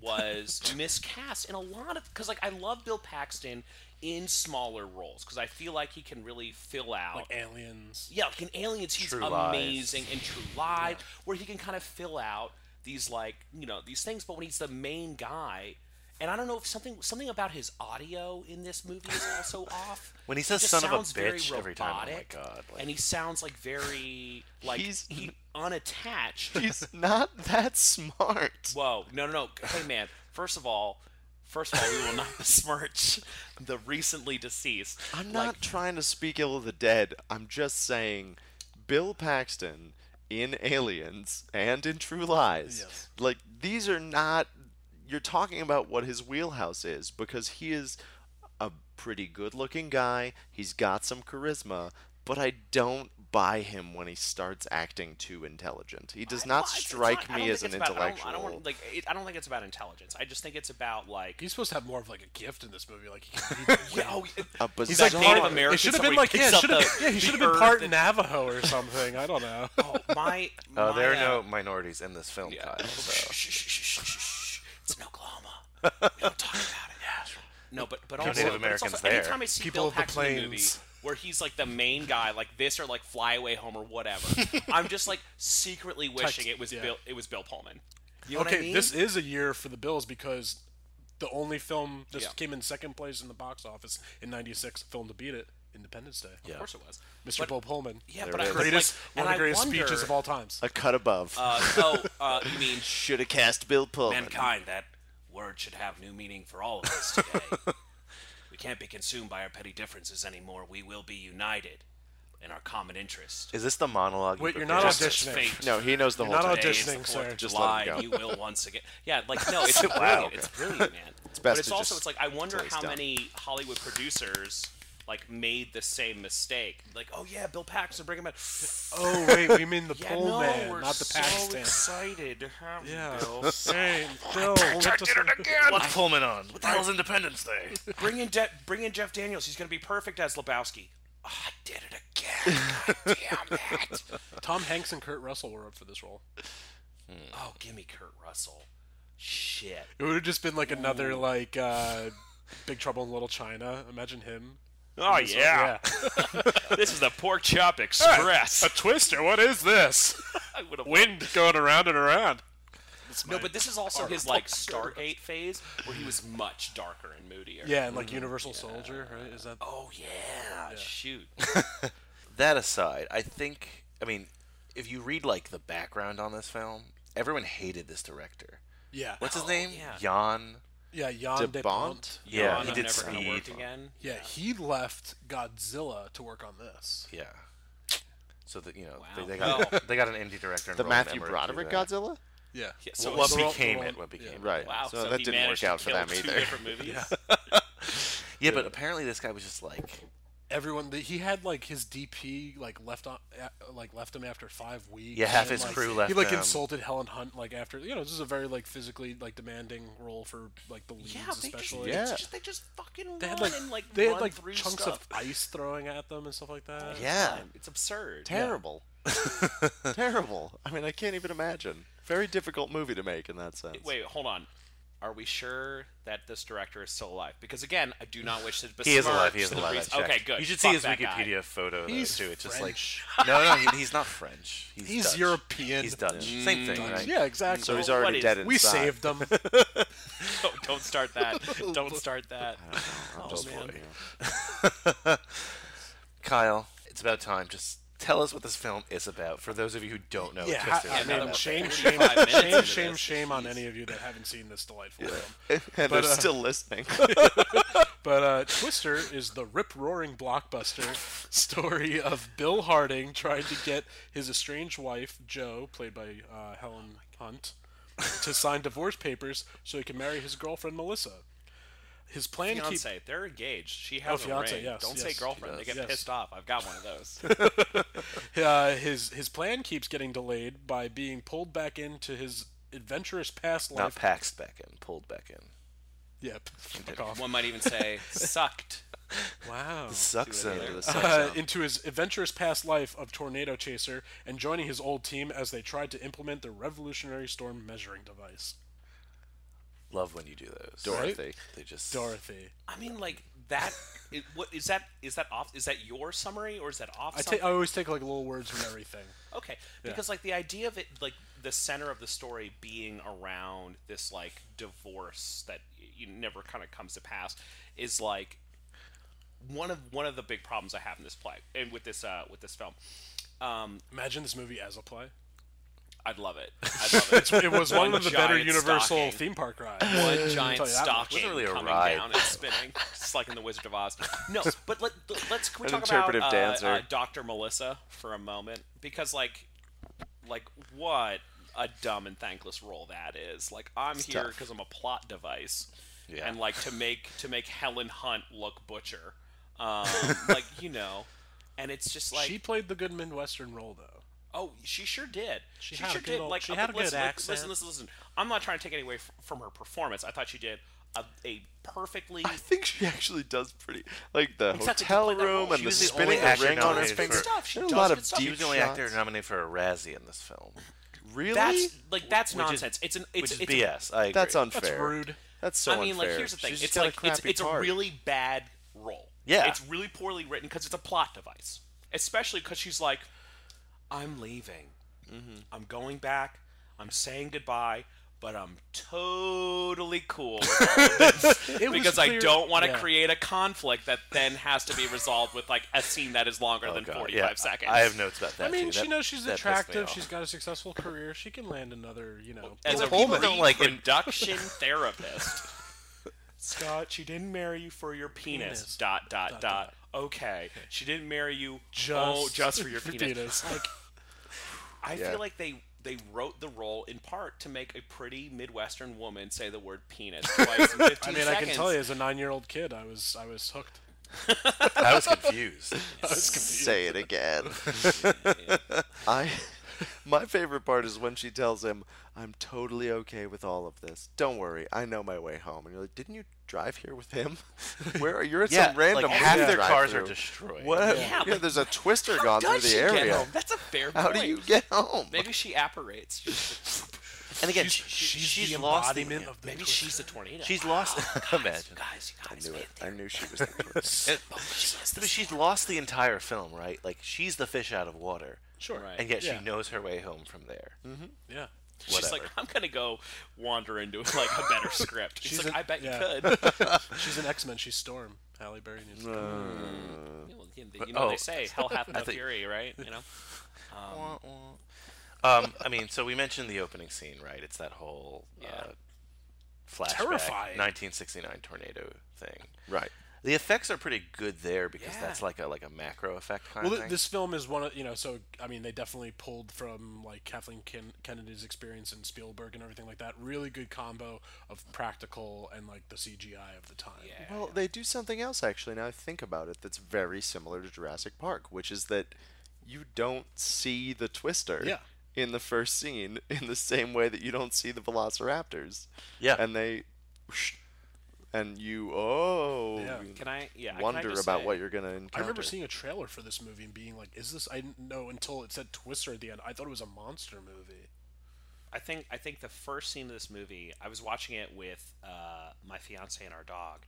was miscast in a lot of because like I love Bill Paxton in smaller roles because I feel like he can really fill out
Like aliens.
yeah, like in Aliens, he's
True Lies.
amazing and True Lies, where he can kind of fill out these like you know these things. But when he's the main guy, and I don't know if something something about his audio in this movie is also off.
When he says
just
"son of a
sounds very
bitch" every time, oh my
robotic,
God, like-
and he sounds like very like
He's-
he unattached.
He's not that smart.
Whoa, no, no, no. Hey, man. First of all, first of all, we will not besmirch the recently deceased.
I'm not trying to speak ill of the dead. I'm just saying Bill Paxton in Aliens and in True Lies. Like these are not you're talking about what his wheelhouse is because he is a pretty good-looking guy. He's got some charisma, but I don't buy him when he starts acting too intelligent. He does not
Well, it's- it's
strike
not- I don't
me
think
as an
it's about- I don't-
intellectual.
I don't, want, like, it, I don't think it's about intelligence. I just think it's about like.
He's supposed to have more of like a gift in this movie. Like he can read
Yeah, oh, it-
a
he's like
bizarre-
Native American.
It should have
somebody
been like yeah,
picks
it should
up
have been,
the-
yeah, he
the
should have been
earth
part
and-
Navajo or something. I don't know.
Oh, my, my
Uh, there are no
uh,
minorities in this film,
yeah.
Kyle. So.
Shh, shh, shh, shh, shh, shh. It's in Oklahoma. we don't talk about it. No, but but also,
Native
but it's
Americans
also
there.
anytime I see
People
Bill
of the
Paxton in a movie
plains.
where he's like the main guy, like this or like Fly Away Home or whatever, I'm just like secretly wishing it was
yeah.
Bill it was Bill Pullman. You know
okay,
what I mean?
this is a year for the Bills because the only film this
Yeah.
came in second place in the box office in '96, film to beat it, Independence Day.
of course it was.
Mr.
But-
Bill Pullman.
Yeah, but I but,
greatest
like,
one of
and
the greatest
I wonder,
speeches of all times.
a cut above.
Uh, oh, uh, you mean
Should have cast Bill
Oh
Pullman.
mankind? That word should have new meaning for all of us today. we can't be consumed by our petty differences anymore. We will be united in our common interest.
Is this the monologue? you
Wait, you're
prepared?
not
Just as
auditioning.
fate
No, he knows the
You're
whole
not
time.
today is the
auditioning,
4th
sir.
of
Just
July,
let him go.
you will once again. Yeah, like no, it's brilliant. It's brilliant, man. It's
best
but it's
to
also it's
just-
like I wonder
till he's
how
done.
many Hollywood producers like made the same mistake. Like, oh yeah, Bill Paxton, bring him in.
Oh wait, we mean the
Yeah, no,
Pullman,
we're
not the
so
Pakistan.
excited to have you,
Yeah.
Bill.
Hey, Bill, let us-
What's Pullman on? What the hell's Independence Day?
Bring in, De- bring in Jeff Daniels. He's going to be perfect as Lebowski. Oh, I did it again. God damn it.
Tom Hanks and Kurt Russell were up for this role.
Oh, give me Kurt Russell. Shit.
It would have just been like another like uh, Big Trouble in Little China. Imagine him.
Oh, yeah. This is the Pork Chop Express.
twister. What is this?
I would've
Wind going around and around.
No, but this is also his, like, Stargate phase where he was much darker and moodier.
Yeah, and like Universal Soldier, right? Is that?
Oh, yeah. Shoot.
that aside, I think I mean, if you read like the background on this film, everyone hated this director.
Yeah.
What's his name?
yeah.
Jan.
Yeah, Jan de Bont.
Yeah,
Yawn,
he
I'm
did
never gonna work
Speed.
again.
Yeah, he left Godzilla to work on this.
Yeah. So that you know
Wow.
they, they got they got an indie director. and
The
Roland
Matthew
Emmerich to do
Broderick
that.
Godzilla?
Yeah.
Yeah,
Well,
so
what
it's-
Roland-
became
Roland-
it? What became
yeah.
it?
Right.
Wow,
so,
so,
that
he
didn't
managed
work out
to
for
kill
them
two
either.
different movies.
Yeah, but apparently this guy was just like
Everyone, he had like his DP like left on, a- like left him after five weeks.
Yeah, half
and,
his
like,
crew left
He like
him.
insulted Helen Hunt like after you know this is a very like physically like demanding role for like the leads
Yeah, they just,
especially.
they
Yeah.
just they just fucking
They
run
had like,
and like
they
run
had like
through
chunks
stuff.
of ice throwing at them and stuff like that.
Yeah.
It's absurd.
Terrible. Terrible. I mean, I can't even imagine. Very difficult movie to make in that sense.
Wait, hold on. Are we sure that this director is still alive? Because again, I do not wish to besmirch
he is alive. He is
the
alive.
reason-
I checked.
Okay, good.
You should
Fuck
see his
that guy.
Wikipedia photo though,
He's
too. It's just
French.
like no, no, he, he's not French. He's,
He's
Dutch.
European.
He's Dutch. Same thing, right?
Yeah, exactly.
So he's
Well, what
already
is-
dead inside.
we saved them.
No, don't start that. Don't start that.
I'm Oh, just
man.
kidding.
Kyle, it's about time. Just tell us what this film is about for those of you who don't know.
Yeah,
Twisted
I- I
Sister.
mean,
that was
shame,
like
shame,
45 minutes
shame,
into
shame,
this.
shame on any of you that haven't seen this delightful film. But,
and they're
uh,
still listening.
But uh, Twister is the rip roaring blockbuster story of Bill Harding trying to get his estranged wife, Jo, played by uh, Helen Hunt, to sign divorce papers so he can marry his girlfriend, Melissa. His plan keeps.
Fiance, they're engaged. She has
Oh, fiancé,
a ring.
yes,
Don't
yes,
say
she
girlfriend. They
does.
get
Yes.
pissed off. I've got one of those.
uh, his his plan keeps getting delayed by being pulled back into his adventurous past
not
life.
paxed back in, pulled back in.
yep. Fuck off.
one might even say sucked.
Wow.
Sucks into the sex
Uh,
zone.
into his adventurous past life of tornado chaser and joining his old team as they tried to implement the revolutionary storm measuring device.
Love when you do those.
Dorothy.
They just
Dorothy,
I mean, like that. It, what is that? Is that off? Is that your summary or is that off?
I
something?
take I always take like little words from everything.
Okay, because like the idea of it, like the center of the story being around this like divorce that y- you never kind of comes to pass is like one of one of the big problems I have in this play and with this uh with this film. Um,
Imagine this movie as a play.
I'd love it. I'd love it.
It was one of the better
giant
Universal
stocking.
theme park rides.
One
tell
giant
you that much.
stocking
Wasn't really a
coming
ride.
down and spinning, just like in the Wizard of Oz. No, but let, let's can we
An
talk
interpretive
about uh,
dancer.
uh, Dr. Melissa for a moment because like like what a dumb and thankless role that is. Like I'm here
tough.
because I'm a plot device,
Yeah.
and like to make to make Helen Hunt look butcher, um, like you know, and it's just like
she played the good Midwestern role though.
Oh, she sure did. She,
had a
sure
good
did.
old-
like
she
uh,
had a
listen,
good
like,
accent.
Listen, listen, listen. I'm not trying to take any away f- from her performance. I thought she did a, a perfectly.
I think she actually does pretty like the
Exactly, to
hotel
play that
room
role.
and
She
the
was the only
spinning
actor
ring on his
nominated
finger.
for-
Stuff, she
There are
does
a lot
good
of
stuff.
She
deep
was the only
shots.
actor nominated for a Razzie in this film,
Really?
That's like that's
Which is-
nonsense. it's an it's,
which is
it's a-
BS. I agree.
That's unfair.
That's rude.
That's so
I mean,
unfair.
like here's the thing.
She's
it's
got
like
a
it's
crappy
it's a
part.
really bad role.
Yeah.
it's really poorly written because it's a plot device. Especially because she's like, I'm leaving. I'm going back. I'm saying goodbye. But I'm totally cool with all of this
It was
because I
clear-
don't want to
Yeah.
create a conflict that then has to be resolved with like a scene that is longer
Oh,
than
God,
45
yeah,
seconds.
I have notes about that.
I mean,
too.
she
That-
knows she's
that pissed me
attractive.
off.
She's got a successful career. She can land another, you know.
As a
Well, eh, people don't like in-
production therapist. Scott, she didn't marry you for your penis.
Penis.
Dot, dot dot
dot.
Okay, she didn't marry you just,
Just-
oh,
just for your
for
penis.
penis.
Like, I
Yeah.
feel like they they wrote the role in part to make a pretty Midwestern woman say the word penis twice in 15
I mean, I
seconds.
can tell you, as a nine-year-old kid, I was I was hooked.
I was confused.
Say it again. I my favorite part is when she tells him, "I'm totally okay with all of this. Don't worry, I know my way home." And you're like, "Didn't you drive here with him? Where are you at
yeah,
some random
like half
movie
their cars are
drive-thru?
destroyed.
What?
Yeah,
Yeah,
like,
there's a twister
How
gone through
does
the
she get
area.
home? That's a fair
How
point.
do you get home?
Maybe she apparates. She's-
And again,
She's-
she- she-
she's
she's
the
lost the-
embodiment of the
Maybe
Twister.
she's a tornado.
She's
Wow,
lost. Imagine.
you guys, you guys,
I knew
man,
it. I knew she was the twister.
It- but she's lost the entire film, right? Like she's the fish out of water,
Sure.
Right.
and yet she
Yeah. Mm-hmm.
knows her way home from there.
Yeah.
She's like,
Whatever.
I'm gonna go wander into like a better script. She's,
She's
like,
a-
I bet
yeah.
you could.
She's an X Men. She's Storm. Halle Berry needs
Uh,
to
Yeah, well, you know, you know
oh.
they say hell hath no
thought-
fury, right? You know,
Um, I mean, so we mentioned the opening scene, right? It's that whole uh,
Yeah.
flashback,
Terrifying.
1969 tornado thing.
right.
The effects are pretty good there because
Yeah.
that's like a like a macro effect kind
Well,
of
th-
thing.
this film is one of you know. So I mean, they definitely pulled from like Kathleen Ken- Kennedy's experience in Spielberg and everything like that. Really good combo of practical and like the CGI of the time.
Yeah.
Well, they do something else actually. Now I think about it, that's very similar to Jurassic Park, which is that you don't see the Twister
Yeah.
in the first scene in the same way that you don't see the Velociraptors.
Yeah.
and they, and you oh
Yeah.
you
can I? Yeah, can I
wonder
just
about
say-
what you're gonna encounter.
I remember seeing a trailer for this movie and being like, "Is this?" I didn't know until it said Twister at the end. I thought it was a monster movie.
I think I think the first scene of this movie, I was watching it with uh, my fiance and our dog,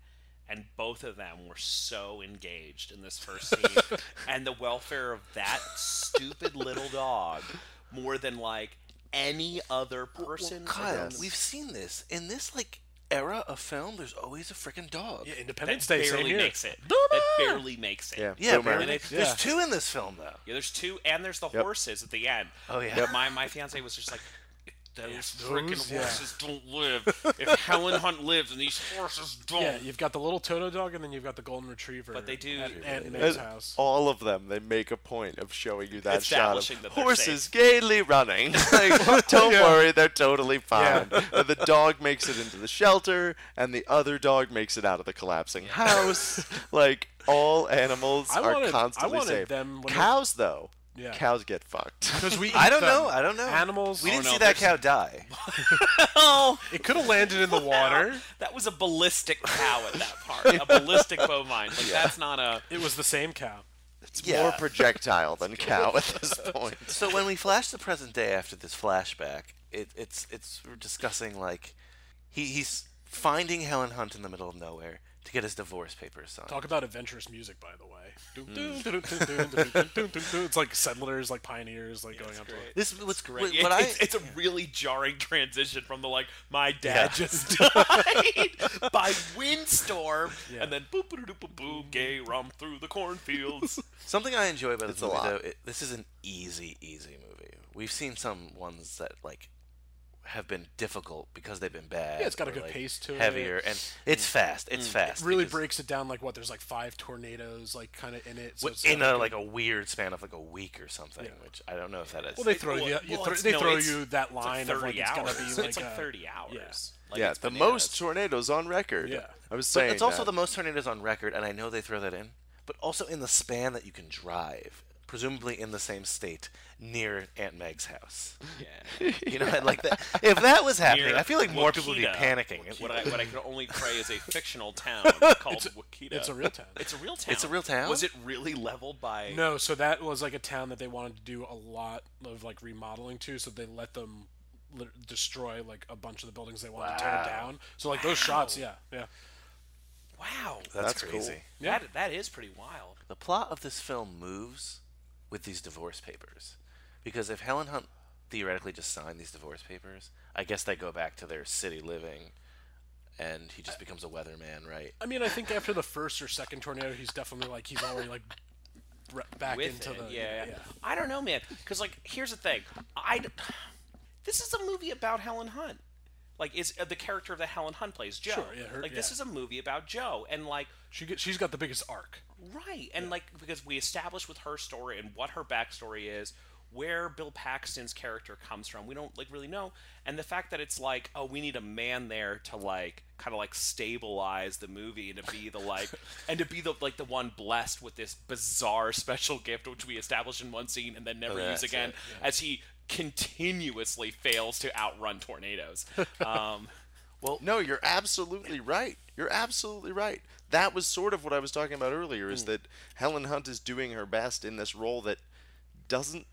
and both of them were so engaged in this first scene and the welfare of that stupid little dog more than like any other person.
Kyle,
in the-
um, we've seen this in this like era of film, there's always a freaking dog.
Yeah,
Yeah,
Independence
that
Day, same
barely
here.
makes it. That barely makes it.
Yeah.
man,
Boomer.
they-
Yeah.
There's two in this film though.
Yeah, there's two, and there's the horses at the end.
Oh, yeah.
But My my fiance was just like, those freaking
those, yeah.
horses don't live. If Helen Hunt lives and these horses don't,
Yeah, you've got the little Toto dog, and then you've got the golden retriever.
But they do-
at Aunt May's
As-
house.
all of them, they make a point of showing you that shot
Establishing
of
that they're
horses gaily running. like, don't worry, they're totally fine. And the dog makes it into the shelter, and the other dog makes it out of the collapsing house. like all animals
I
are
wanted- I
constantly
wanted
safe.
them when they-
cows, though,
Yeah.
cows get fucked.
Because we,
I
eat
don't
them.
know. I don't know.
Animals.
We didn't
Oh, no,
see that cow
there's-
die.
It could have landed in the water.
that was a ballistic cow at that part. a ballistic bovine. Like that's not a.
It was the same cow.
it's
Yeah.
more projectile than cow at this point.
So when we flash the present day after this flashback, it, it's it's we're discussing like he, he's finding Helen Hunt in the middle of nowhere to get his divorce papers signed.
Talk about adventurous music, by the way. Doo-
Hmm.
doo- doo- doo- doo- doo- doo- doo- doo- doo- doo. It's like settlers, like pioneers, like going out to.
this is what's great. What,
It-
what I
it's, it's a really jarring transition from the like my dad
Yeah.
just died by windstorm and then boop boop boop boop boop gay rum through the cornfields.
something I enjoy about this
a
movie
lot.
though, it, this is an easy easy movie. We've seen some ones that like have been difficult because they've been bad.
Yeah, it's got a
or,
good
like,
pace to it. Mm.
heavier, and it's fast. It's fast.
Really
because-
breaks it down like what? There's like five tornadoes, like kind of in it. So
w-
it's
in
not
a like a weird span of like a week or something, which I don't know if that is.
Well, they throw
Well,
you. you
well,
throw,
it's-
they
no,
throw
it's-
you that
It's like
line of like
30
it's
hours.
gonna be like,
it's like
a-
30 hours.
yeah.
Like,
yeah,
it's
the
bananas.
most tornadoes on record.
Yeah.
I was
But
saying
it's also
that.
the most tornadoes on record, and I know they throw that in, but also in the span that you can drive, presumably in the same state near Aunt Meg's house. Yeah. You know, and like that. If that was happening,
Near
I feel like more people would be
Wakita.
panicking.
What I, what I can only pray is a fictional town called Wakita.
It's a real town.
It's a real town.
It's a real town?
Was it really leveled by?
No, so that was like a town that they wanted to do a lot of like remodeling to, so they let them lit- destroy like a bunch of the buildings they wanted to tear down. So like those shots, yeah, yeah.
Wow.
that's,
That's cool.
crazy.
That that is pretty wild.
The plot of this film moves with these divorce papers, because if Helen Hunt theoretically just signed these divorce papers, I guess they go back to their city living, and he just becomes a weatherman, right?
I mean, I think after the first or second tornado, he's definitely like he's already like re- back
With
into
it,
the
yeah. I don't know, man. Because like, here's the thing. I d- this is a movie about Helen Hunt. Like, is uh, the character that Helen Hunt plays Joe?
Sure, yeah, her-
like, this
yeah.
is a movie about Joe, and like,
She get, she's got the biggest arc.
Right, and like because we established with her story and what her backstory is, where Bill Paxton's character comes from, we don't like really know, and the fact that it's like, oh, we need a man there to like kind of like stabilize the movie and to be the like and to be the like the one blessed with this bizarre special gift which we establish in one scene and then
Oh,
never use
that's
again
it,
as he continuously fails to outrun tornadoes. Um,
No, you're absolutely right. You're absolutely right. That was sort of what I was talking about earlier
Hmm.
is that Helen Hunt is doing her best in this role that doesn't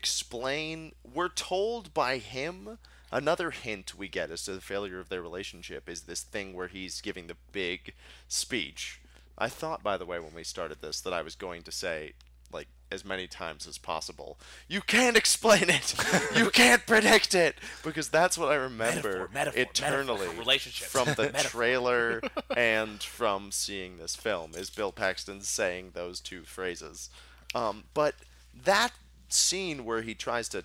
explain. We're told by him. Another hint we get as to the failure of their relationship is this thing where he's giving the big speech. I thought, by the way, when we started this, that I was going to say, like, as many times as possible, you can't explain it! you can't predict it! Because that's what I remember
metaphor, metaphor,
eternally
relationships.
from the trailer and from seeing this film is Bill Paxton saying those two phrases. Um, but that scene where he tries to,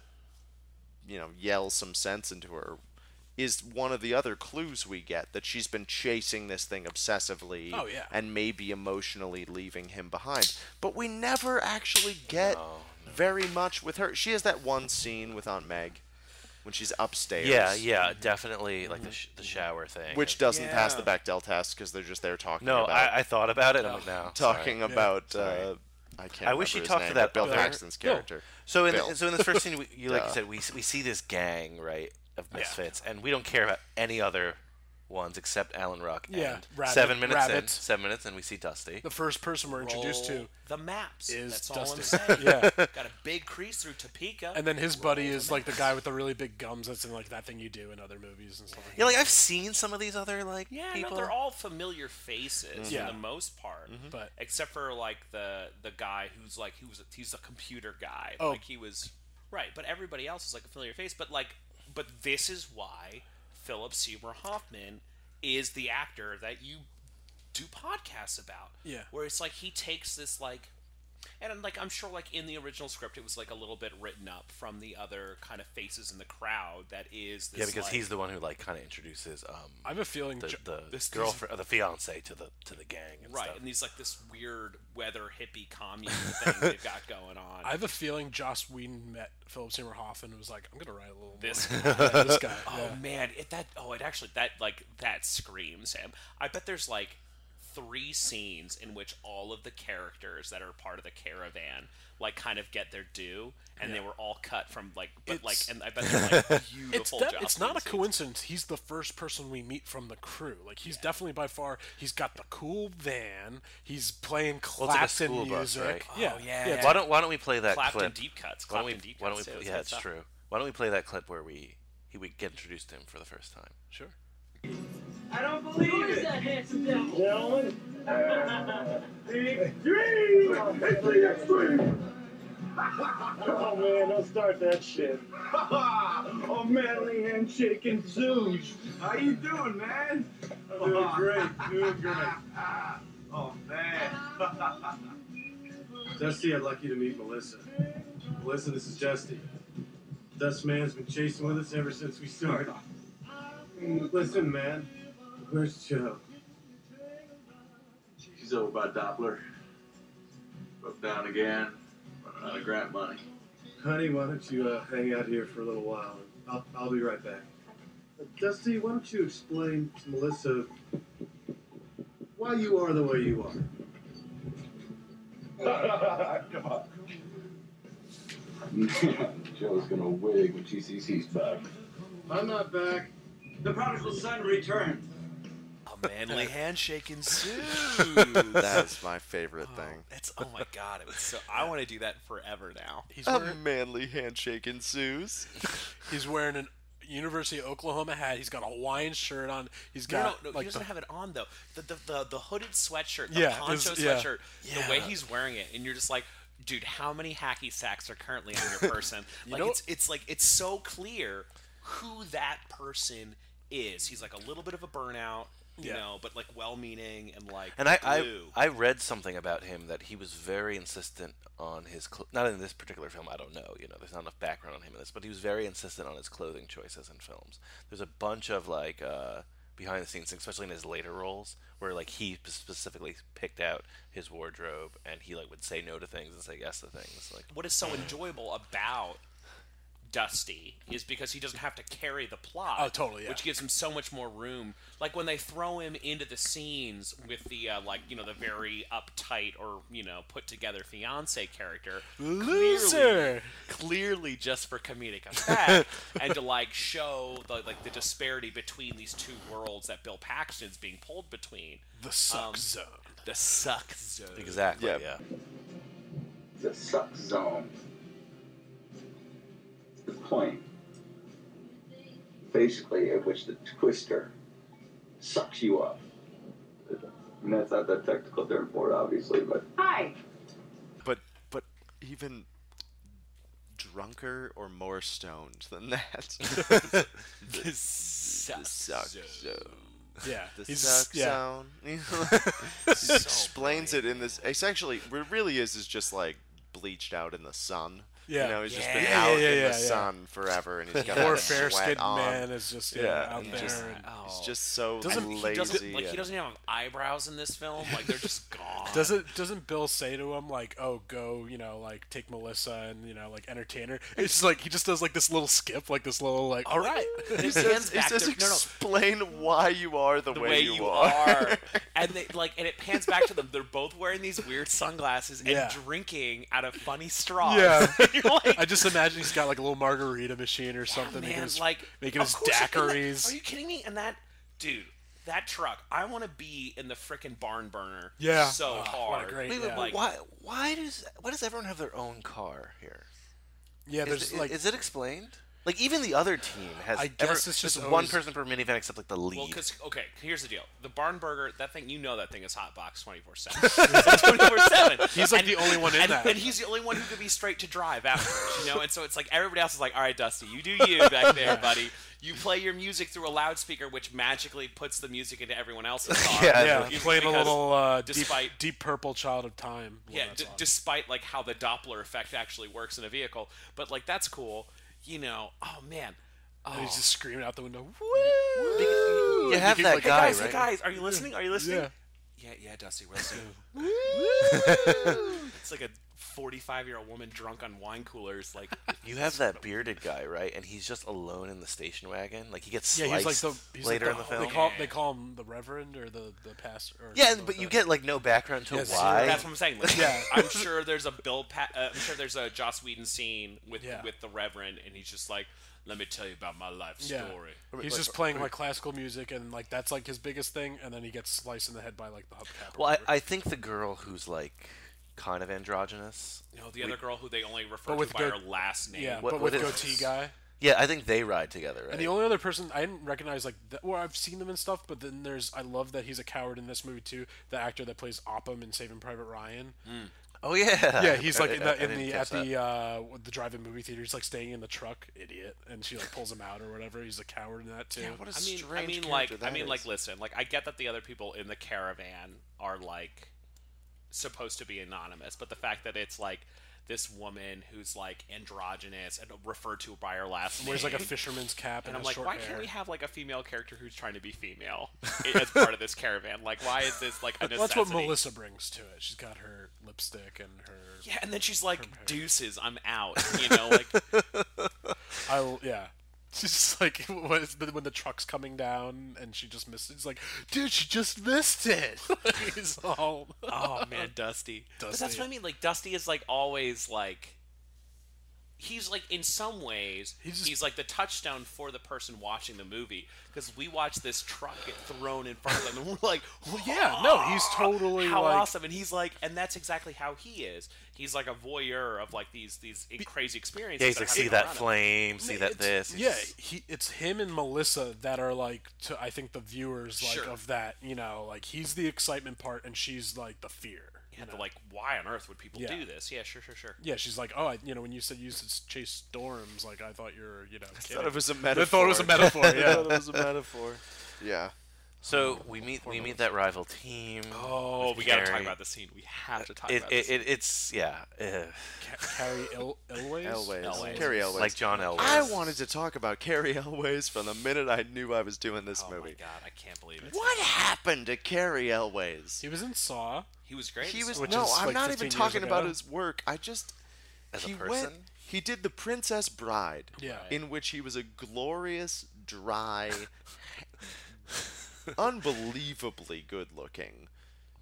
you know, yell some sense into her is one of the other clues we get that she's been chasing this thing obsessively
Oh, yeah.
and maybe emotionally leaving him behind. But we never actually get very much with her. She has that one scene with Aunt Meg when she's upstairs
Yeah, yeah, definitely like the, sh- the shower thing.
which
and-
doesn't pass the Bechdel test because they're just there talking
No,
about
I, I thought about it. and I'm like, no. sorry.
talking about. Uh, I can't.
I wish
remember
he
his
talked to
name,
that
but Bill
other-
Paxton's character.
So in
Bill.
so in this first scene, we, you like
Duh.
you said, we s- we see this gang right of misfits, and we don't care about any other ones except Alan Rock.
Yeah,
and
Rabbit-
seven minutes in,
Rabbit.
seven minutes, and we see Dusty.
The first person we're introduced
Roll
to,
the maps.
is
That's all I'm
Dustin.
saying.
Yeah.
Got a big crease through Topeka.
and then his buddy is like the guy with the really big gums. That's in like that thing you do in other movies and stuff. Like that.
Yeah, like I've seen some of these other like
Yeah,
people. Mm-hmm.
no, they're all familiar faces
Yeah.
for the most part,
But-
except for like the the guy who's like he was he's a computer guy.
Oh.
Like he was right, but everybody else is like a familiar face. But like, but this is why Philip Seymour Hoffman is the actor that you do podcasts about.
Yeah.
Where it's like he takes this like and I'm like I'm sure like in the original script it was like a little bit written up from the other kind of faces in the crowd that is this
Yeah, because
like,
he's the one who like kind of introduces um
I have a feeling
the,
Jo-
the
this-
girlfriend or the fiance to the to the gang and
right
stuff.
and he's like this weird weather hippie commune thing they've got going on.
I have a feeling Joss Whedon met Philip Seymour Hoffman and was like, "I'm gonna write a little
This-
more. Yeah, this guy."
Oh
yeah.
man, it, that oh it actually that like that screams him. I bet there's like three scenes in which all of the characters that are part of the caravan like kind of get their due, and they were all cut from like but like
It's-
and I bet they're like
It's
beautiful.
that,
Joss
it's not
Whedon
a
scenes.
coincidence. He's the first person we meet from the crew. Like he's definitely by far. He's got the cool van. He's playing
Well, it's like a
Clapton
school bus,
music.
right?
Yeah,
Oh, yeah,
it's
Why don't Why don't we play that
Clapton
clip?
deep cuts.
Why don't we?
Clapton deep
Why don't we?
cuts, too,
pl-
it's
Yeah,
good
it's
stuff.
true. Why don't we play that clip where we he we get introduced to him for the first time?
Sure.
I don't believe
Who is
it.
that handsome devil?
Gentlemen, the dream is the extreme. oh man, don't start that shit. oh manly handshake and zooge. How you doing, man? Doing great, doing great. oh man. Dusty, I'd like you to meet Melissa. Melissa, this is Dusty. Dust man's been chasing with us ever since we started. Listen, man, where's Joe?
She's over by Doppler. Broke down again. Running out of grant money.
Honey, why don't you uh, hang out here for a little while? I'll, I'll be right back. Uh, Dusty, why don't you explain to Melissa why you are the way you are?
Joe's gonna wig when she sees he's back.
I'm not back. The prodigal son returned.
A oh, manly handshake and zoo.
That's my favorite thing.
That's oh my god! It was so I want to do that forever now.
He's
A
wearing,
manly handshake ensues.
he's wearing an University of Oklahoma hat. He's got a Hawaiian shirt on. He's
No,
got
no, no
like
he doesn't
the-
have it on though. The the, the, the hooded sweatshirt, the
Yeah, it
poncho
is- yeah.
sweatshirt,
Yeah.
the way he's wearing it, and you're just like, dude, how many hacky sacks are currently on your person? like
know-
it's it's like it's so clear who that person is. He's like a little bit of a burnout, you
Yeah.
know, but like well-meaning and like
And I, I
blue.
I read something about him that he was very insistent on his cl- not in this particular film. I don't know. You know, there's not enough background on him in this, but he was very insistent on his clothing choices in films. There's a bunch of like uh, behind the scenes, things, especially in his later roles, where like he specifically picked out his wardrobe and he like would say no to things and say yes to things. Like
what is so enjoyable about Dusty is because he doesn't have to carry the plot.
Oh, totally, yeah.
Which gives him so much more room. Like when they throw him into the scenes with the uh, like you know the very uptight or you know put together fiance character,
loser.
clearly just for comedic effect and to like show the, like the disparity between these two worlds that Bill Paxton's being pulled between.
The suck
Um,
zone.
The suck zone.
exactly,
Yeah.
yeah.
The suck zone. The point, basically, at which the twister sucks you up. I mean, that's not the technical term for it, obviously, but
But but even drunker or more stoned than that.
The suck,
the suck
zone.
zone.
Yeah,
The
he's
suck
yeah.
zone. He explains it in this. It's actually what it really is is just like bleached out in the sun.
Yeah.
You know, he's just
Yeah.
been
Yeah,
out
yeah,
in
yeah,
the
yeah.
sun forever, and he's got
Poor
that
fair
sweat
skinned
on.
man is just yeah,
Yeah,
out
he
there.
just-
uh,
and
Oh.
He's just so
Doesn't-
lazy.
He doesn't like
and-
he doesn't even have eyebrows in this film. Like they're just gone.
doesn't doesn't Bill say to him like, "Oh, go, you know, like take Melissa and you know, like entertain her"? It's just like he just does like this little skip, like this little like, "All right,
He
He
pans
says, he
back
says
to, no, no,
explain why you are the,
the
way, you, are.
are. and they like, and it pans back to them. They're both wearing these weird sunglasses and
Yeah.
drinking out of funny straws.
Yeah.
And you're like, "Oh,
I just imagine he's got like a little margarita machine or something, making
man,
his
like
making
of
his
course I can-
daiquiris.
Are you kidding me? And that dude, that truck. I want to be in the frickin' barn burner.
Yeah.
so
Oh, what a
hard.
great-
Wait,
Yeah.
wait,
Like-
why why does why does everyone have their own car here?
yeah,
Is
there's
it-
like
is it explained? Like even the other team has.
I
ever-
guess it's just
one
always-
person per minivan except like the lead.
Well, because okay, here's the deal: the barn burger, that thing, you know, that thing is hot box twenty four seven, twenty four seven.
He's, like, the only one in
and,
that.
and he's the only one who could be straight to drive afterwards, you know. And so it's like everybody else is like, "All right, Dusty, you do you back there, buddy. You play your music through a loudspeaker, which magically puts the music into everyone else's car.
Yeah,
Yeah,
Because-
played a little uh, deep,
despite-
deep purple child of time. when
yeah,
that's
d-
on.
despite like how the Doppler effect actually works in a vehicle, but like that's cool, you know. Oh man, oh.
And he's just screaming out the window.
you have
keep
that
like,
Hey
guy,
guys,
right?
hey guys, are you listening? Are you listening?
Yeah.
Yeah, yeah, Dusty, we're listening. it's like a 45 year old woman drunk on wine coolers. Like,
You have that bearded guy, right? And he's just alone in the station wagon. Like he gets
Yeah,
sliced
he's like the he's
later
like
in the film.
They call they call him the Reverend or the the pastor. Or
yeah,
something
but
like
you
that.
get like no background to
Yes,
why.
that's what I'm saying. Like,
Yeah.
I'm sure there's a Bill. Pa- uh, I'm sure there's a Joss Whedon scene with
Yeah.
with the Reverend, and he's just like, "Let me tell you about my life
Yeah.
story."
He's just playing like classical music, and like that's like his biggest thing. And then he gets sliced in the head by like the hubcap. or
Well,
whatever.
I, I think the girl who's like kind of androgynous.
No, the other girl who they only refer
But
to
with
by
good-
her last name.
yeah,
what-
but
what is
with goatee
this?
guy.
Yeah, I think they ride together, right?
And the only other person I didn't recognize, like, that, well, I've seen them and stuff, but then there's I love that he's a coward in this movie too. The actor that plays Oppum in Saving Private Ryan.
oh yeah.
Yeah, he's like in
I- I- I
the, in
didn't
the
catch
at
that.
the uh, with the drive-in movie theater. He's like staying in the truck, idiot, and she like pulls him out or whatever. He's a coward in that too.
Yeah, what a
I mean,
strange
I mean, like,
character
I
that
mean,
is.
like, listen, like, I get that the other people in the caravan are like supposed to be anonymous, but the fact that it's like this woman who's like androgynous and referred to by her last name,
Wears like a fisherman's cap and,
and I'm
has
like,
short
why
hair.
can't we have like a female character who's trying to be female as part of this caravan? Like, why is this like a
Well,
necessity?
that's what Melissa brings to it. She's got her lipstick and her.
Yeah, and then she's like, "Deuces, I'm out." You know, like,
I will- yeah. She's just like what is the, when the truck's coming down and she just missed. it. It's like, dude, she just missed it. He's all.
oh man, Dusty. But that's
Dusty.
what I mean. Like, Dusty is like always like. He's like in some ways
He's
he's,
just-
like the touchdown for the person watching the movie because we watch this truck get thrown in front of them and we're like, well,
Yeah, no, he's totally
how
like.
awesome! And he's like, and that's exactly how he is. He's like a voyeur of like these these crazy
Yeah,
experiences.
he's
that
like
are
see
happening
that
around him."
flame, see that
It's-
this. He's
Yeah,
just-
he, it's him and Melissa that are like to I think the viewers like
Sure.
of that. You know, like he's the excitement part and she's like the fear. you
And
know?
they're like, why on earth would people
Yeah.
do this? Yeah, sure, sure, sure.
Yeah, she's like, oh, I, you know, when you said you used to chase storms, like I thought you were, you know, kidding.
thought it was a
I
metaphor.
thought it was a metaphor. Yeah.
it was a metaphor. Yeah.
So we meet we meet that rival team.
Oh,
with
we got to talk
Carrie.
about this scene. We have to talk
It,
about this.
it, it it's yeah, ugh.
Ca- Carrie El- Elways.
Elways.
Elways.
Carrie Elways.
like John Elway.
I wanted to talk about Carrie Elways from the minute I knew I was doing this
oh my
movie.
god, I can't believe it.
What happened to Carrie Elways?
He was in Saw.
He was great.
He
in
was
Saw.
Which
no.
is,
I'm
like,
not even
15 years
talking about
ago.
his work. I just
As a
he went.
person?
He did the Princess Bride.
Yeah.
In which he was a glorious, dry, unbelievably good-looking.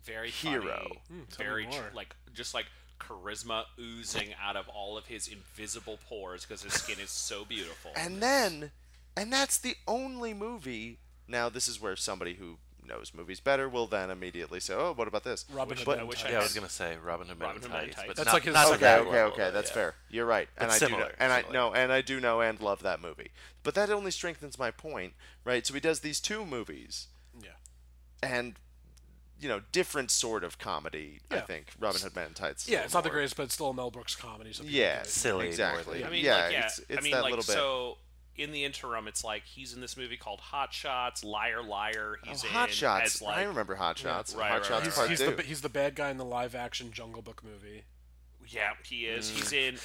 very
hero.
funny,
Hmm, tell me
very tr-
more.
like just like charisma oozing out of all of his invisible pores because his skin is so beautiful.
And then, and that's the only movie. Now, this is where somebody who knows movies better will then immediately say, "Oh, what about this?"
Robin
Which-
Hood.
I
Men in
wish I
Tights.
Yeah, I was gonna say Robin Hood Men
Robin
in
Hood Men in
Tights,
Tights.
but
That's
not-
like his
not
second
okay,
that
okay,
level,
okay. That's
yeah.
fair. You're right, and
But
I do know,
similar,
and I
similar.
know, and I do know and love that movie. But that only strengthens my point, right? So he does these two movies,
Yeah.
and you know, different sort of comedy. I
Yeah.
think Robin Hood Men in Tights. is a
Yeah, it's
little
not the
more-
greatest, but it's still a Mel Brooks comedy. So people
Yeah,
get it.
Silly more
exactly.
than-
I mean,
yeah,
like, yeah.
it's, it's
I mean,
that
like,
little bit.
so in the interim, it's like he's in this movie called Hot Shots, Liar Liar. He's
oh,
in
Hot Shots.
As, like,
I remember Hot Shots.
right,
Hot
right,
Shots
right,
Part
He's
Two.
the he's the bad guy in the live action Jungle Book movie.
Yeah, he is. He's
Mm.
in.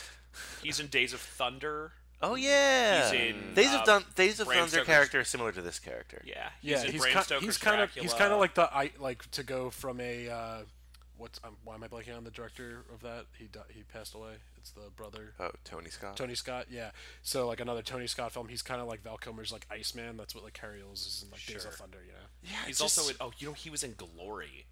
He's in Days of Thunder.
Oh yeah.
He's in,
Days
uh,
of Dun- Days of
Bram
Thunder
Stoker's-
character is similar to this character.
Yeah, he's
Yeah,
in
he's
Bram
kind
Stoker's
he's kind of he's kind
Dracula.
of like the I like to go from a uh, what's um, why am I blanking on the director of that? He di- he passed away. It's the brother
Oh, Tony Scott.
Tony Scott. Yeah, so like another Tony Scott film. He's kind of like Val Kilmer's like Iceman. That's what like Carrie Ells is in like Days of Thunder. You know.
He's also in. Oh, you know, he was in Glory.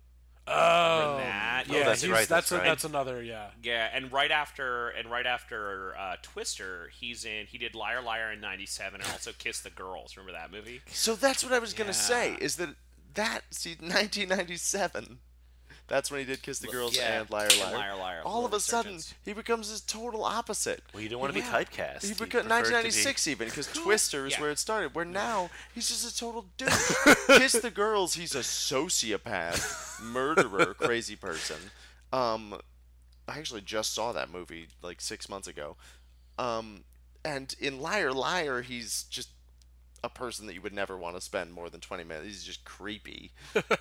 Oh,
that.
yeah,
that's
he's,
right,
That's
that's
a-
right.
that's another. Yeah,
Yeah, and right after and right after uh, Twister, he's in. He did Liar Liar in '97, and also Kiss the Girls. Remember that movie?
So that's what I was gonna
Yeah.
say. Is that that see 1997? That's when he did Kiss the Girls
yeah,
and Liar
and
Liar.
Liar Liar,
All
Lord
of a
of the
sudden,
Serpents.
he becomes his total opposite.
Well, you don't want to be
Yeah.
typecast.
He
You
beca-
prefer to be-
1996 even, because Twister is
Yeah.
where it started. Where now he's just a total dude. Kiss the Girls, he's a sociopath, murderer, crazy person. Um, I actually just saw that movie like six months ago. Um, and in Liar Liar, he's just a person that you would never want to spend more than 20 minutes. He's just creepy,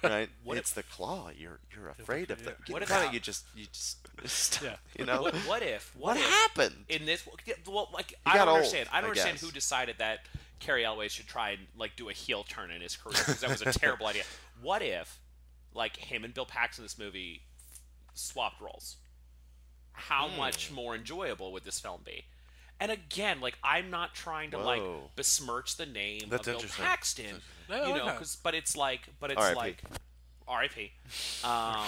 right? it's the claw. You're you're afraid of the.
What
What
if-
kind of you just you just yeah. you know
What, what if?
what,
if
happened?
In this, well, like I
got
don't
old,
understand. I don't
I
understand
guess.
who decided that Carrie Elway should try and like do a heel turn in his career because that was a terrible idea. What if, like him and Bill Paxton in this movie, swapped roles? How much more enjoyable would this film be? And again, like I'm not trying to
Whoa.
like besmirch the name
That's
of Bill
interesting.
Paxton,
No, I
you
like
know,
that.
'cause- but it's like, but it's
R.I.P..
like, R.I.P. Um,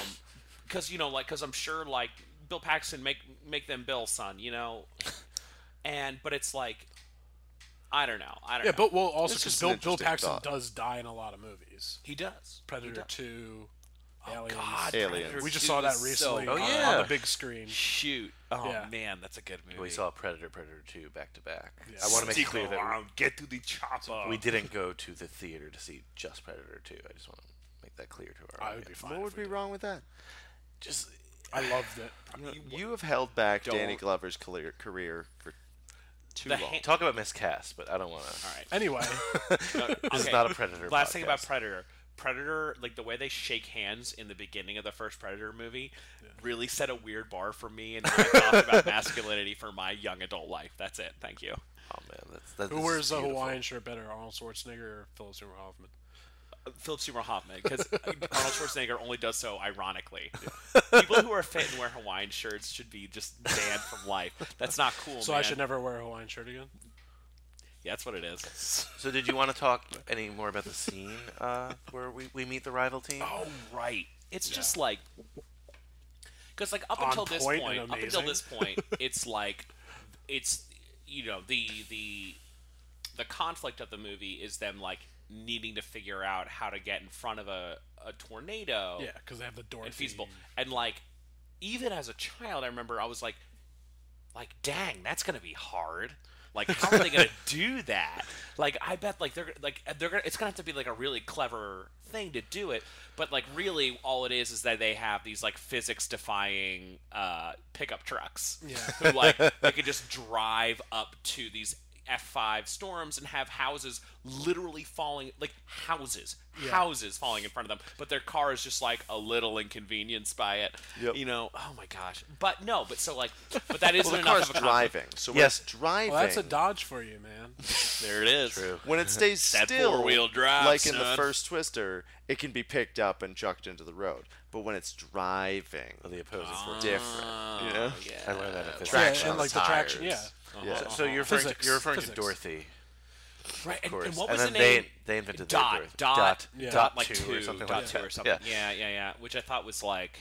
because you know, like, because I'm sure, like, Bill Paxton make make them Bill, son, you know, and but it's like, I don't know, I don't
Yeah,
know.
but well, also
That's
because
just an
Bill, Bill
interesting
Paxton
thought.
does die in a lot of movies.
he does
Predator
does.
Two, Aliens.
God,
Aliens.
Predator
We just
two
saw that
was
recently
So
Oh,
on, on
yeah.
the big screen.
shoot, oh
Yeah.
man, that's a good movie.
We saw Predator, Predator 2 back to back.
Yeah.
I want to make it clear that we-
get to the chopper.
we, didn't go to the theater to see just Predator 2. I just want to make that clear to our
I would be
audience.
fine.
What would
if we
be
did.
wrong with that?
Just
I loved it.
You have held back Danny
Don't-
Glover's career, career for too
The
long.
hand-
talk about miscast, but I don't want to.
Anyway,
This is not a Predator
Last thing about
podcast.
Predator. Predator, like the way they shake hands in the beginning of the first Predator movie, really set a weird bar for me and my thoughts about masculinity for my young adult life. That's it. Thank you.
Oh man, that's, that,
who
this is
wears a
beautiful.
Hawaiian shirt better, Arnold Schwarzenegger or Philip Seymour Hoffman?
Philip Seymour Hoffman, because Arnold Schwarzenegger only does so ironically. People who are fit and wear Hawaiian shirts should be just banned from life. That's not cool.
So I
man.
should never wear a Hawaiian shirt again.
Yeah, that's what it is.
So did you want to talk any more about the scene uh, where we, we meet the rival team?
Oh right. It's just like because like up
On
until this
point
point,
and
up until
amazing.
this point, it's like it's you know the the the conflict of the movie is them like needing to figure out how to get in front of a a tornado
Yeah, Mm. because they have the door.
Oh. and feasible and like even as a child, I remember I was like like dang that's gonna be hard like how are they gonna do that like i bet like they're like they're gonna it's gonna have to be like a really clever thing to do it but like really all it is is that they have these like physics defying uh pickup trucks yeah. who like they could just drive up to these f5 storms and have houses literally falling like houses houses falling in front of them but their car is just like a little inconvenienced by it
Yep.
you know oh my gosh but no but so like but that is
well, the
enough
car's
of a conflict.
driving, so when
Yes.
it's driving,
Well, that's a dodge for you, man.
There it is.
when it stays
That
still,
four-wheel drive,
like in the
son.
first Twister, it can be picked up and chucked into the road. But when it's driving,
Or the opposing
Ah,
force.
it's different. You know,
I learned that at this.
Traction
yeah, and
on
like
the
the traction. Yeah,
tires. yeah.
Uh-huh.
So you're referring, to,
Physics,
you're referring to
physics.
Dorothy,
Right.
of
And,
course.
and what was
then
the name?
They, they invented
dot,
the Dorothy.
dot, dot,
Yeah.
like
two, or something
dot
like
two
that.
or something.
Yeah.
Yeah. yeah, yeah, Which I thought was like,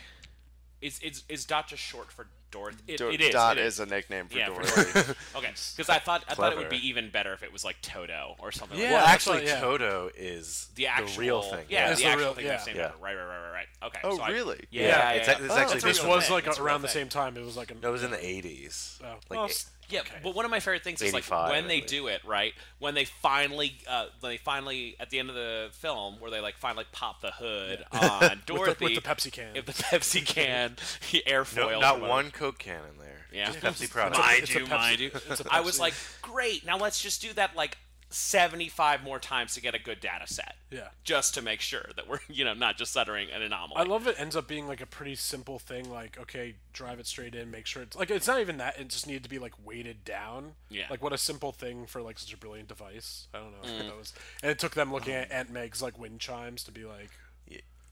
is is is dot just short for Dorothy? It,
Dor-
it is.
Dot
it
is a nickname for
yeah,
Dorothy.
for Dorothy. okay, because I thought I thought it would
Clever.
be even better if it was like Toto or something.
Yeah,
like
Well,
that.
that's
actually,
what- yeah.
Toto is
the actual
real thing.
Yeah,
That's
the,
the
actual
real-
thing.
yeah.
that's named
Yeah.
after. Right, right, right, right, right. Okay.
Oh,
so I-
really?
Yeah,
Yeah,
yeah,
it's
yeah.
ac- it's actually
it
It's a
was
real
like
It's a real
around the
thing.
same time. It was like an.
No, it was in the 80s.
Oh.
Like,
Well,
it-
s-
Yeah, but one of my favorite things is like
85,
when
I
they
believe.
do it, right? When they finally, uh, when they finally at the end of the film, where they like finally pop the hood on
with
Dorothy
the, with the Pepsi can.
if the Pepsi can, the airfoil.
no-
or
not
whatever.
one Coke can in there.
Yeah.
Just Pepsi product.
Mind
It's a
you,
Pepsi-
mind you.
it's a
I was
Pepsi.
like, great. Now let's just do that like 75 more times to get a good data set.
Yeah.
Just to make sure that we're, you know, not just uttering an anomaly.
I love it. Ends up being like a pretty simple thing. Like, okay, drive it straight in. Make sure it's like it's not even that. It just needed to be like weighted down.
Yeah.
Like what a simple thing for like such a brilliant device. I don't know.
Mm.
That was, and it took them looking at Aunt Meg's like wind chimes to be like,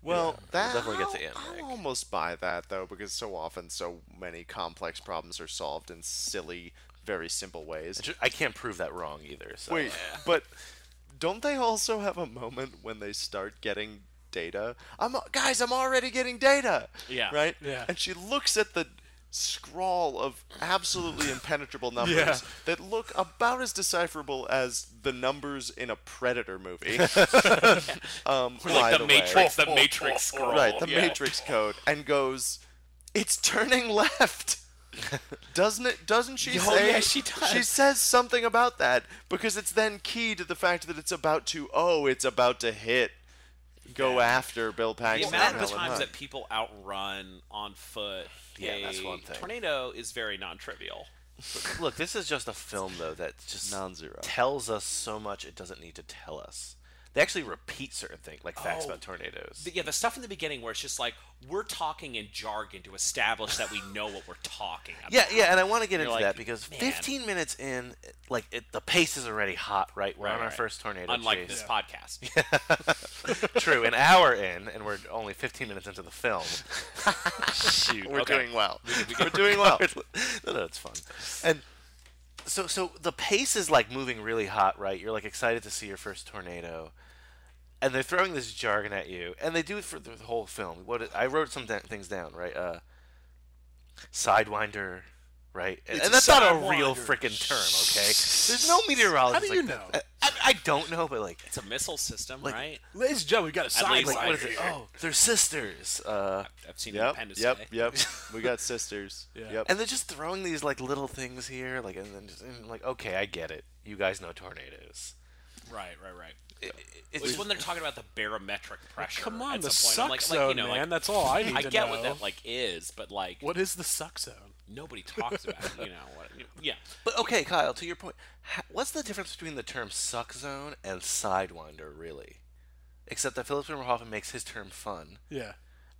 Well, that
definitely get
I'll-
to Ant
I'll
Mag.
almost buy that though, because so often so many complex problems are solved in silly, very simple ways.
Ju- I oh, can't prove that wrong either. So.
Wait, but don't they also have a moment when they start getting data? I'm guys, I'm already getting data.
Yeah.
Right.
Yeah.
And she looks at the scrawl of absolutely impenetrable numbers
Yeah.
that look about as decipherable as the numbers in a Predator movie. um,
like
by
the
way.
Matrix,
Oh,
the Matrix scroll.
Right, the
Oh, yeah.
Matrix code, and goes, "It's turning left." doesn't it? Doesn't she
Oh,
say?
yeah, she does.
says something about that because it's then key to the fact that it's about to. Oh, it's about to hit. Go after Bill
The
Paxton.
amount
and
of
Helen
times that
Hunt.
people outrun on foot.
Yeah,
a
that's one thing.
Tornado is very non-trivial.
Look, this is just a film though that just
Non-zero.
tells us so much it doesn't need to tell us. They actually repeat certain things, like facts
Oh.
about tornadoes.
The- yeah, the stuff in the beginning where it's just like we're talking in jargon to establish that we know what we're talking about.
yeah, yeah, and I want to get into
like,
that because
"Man."
15 minutes in, it- like it, the pace is already hot. Right, we're
Right,
on our
right.
first tornado.
Unlike
chase.
this podcast.
True, an hour in, and we're only 15 minutes into the film. Shoot,
We're
okay.
doing well. We're doing well.
no, no, it's fun. And so, so the pace is like moving really hot, right? You're like excited to see your first tornado, and they're throwing this jargon at you, and they do it for the whole film. What it, I wrote some da- things down, right? Uh, sidewinder, right? And,
It's
and
a
that's not a real
sidewinder.
freaking term, okay? There's no meteorologist.
How do you
like
know?
that. I, I don't know, but like
It's a missile system, right?
Ladies and gentlemen, we got a
At
side
least
like,
I
what is it?
agree.
Oh, they're sisters. Uh,
I've seen
Yep,
Independence
yep,
Day.
yep. We got sisters. Yep.
and they're just throwing these like little things here, like and then just and, like okay, I get it. You guys know tornadoes.
Right, right, right.
It, it's
It's when they're talking about the barometric pressure.
Come on,
at
the
some point.
suck
I'm like,
zone,
like, you know, like,
man. That's all I need
I
to
get
know.
what that like is, but like
what is the suck zone?
nobody talks about it. You know what? Yeah,
but okay, Kyle, Uh, to your point, ha- what's the difference between the term suck zone and sidewinder really? Except that Philip Seymour Hoffman makes his term fun,
Yeah.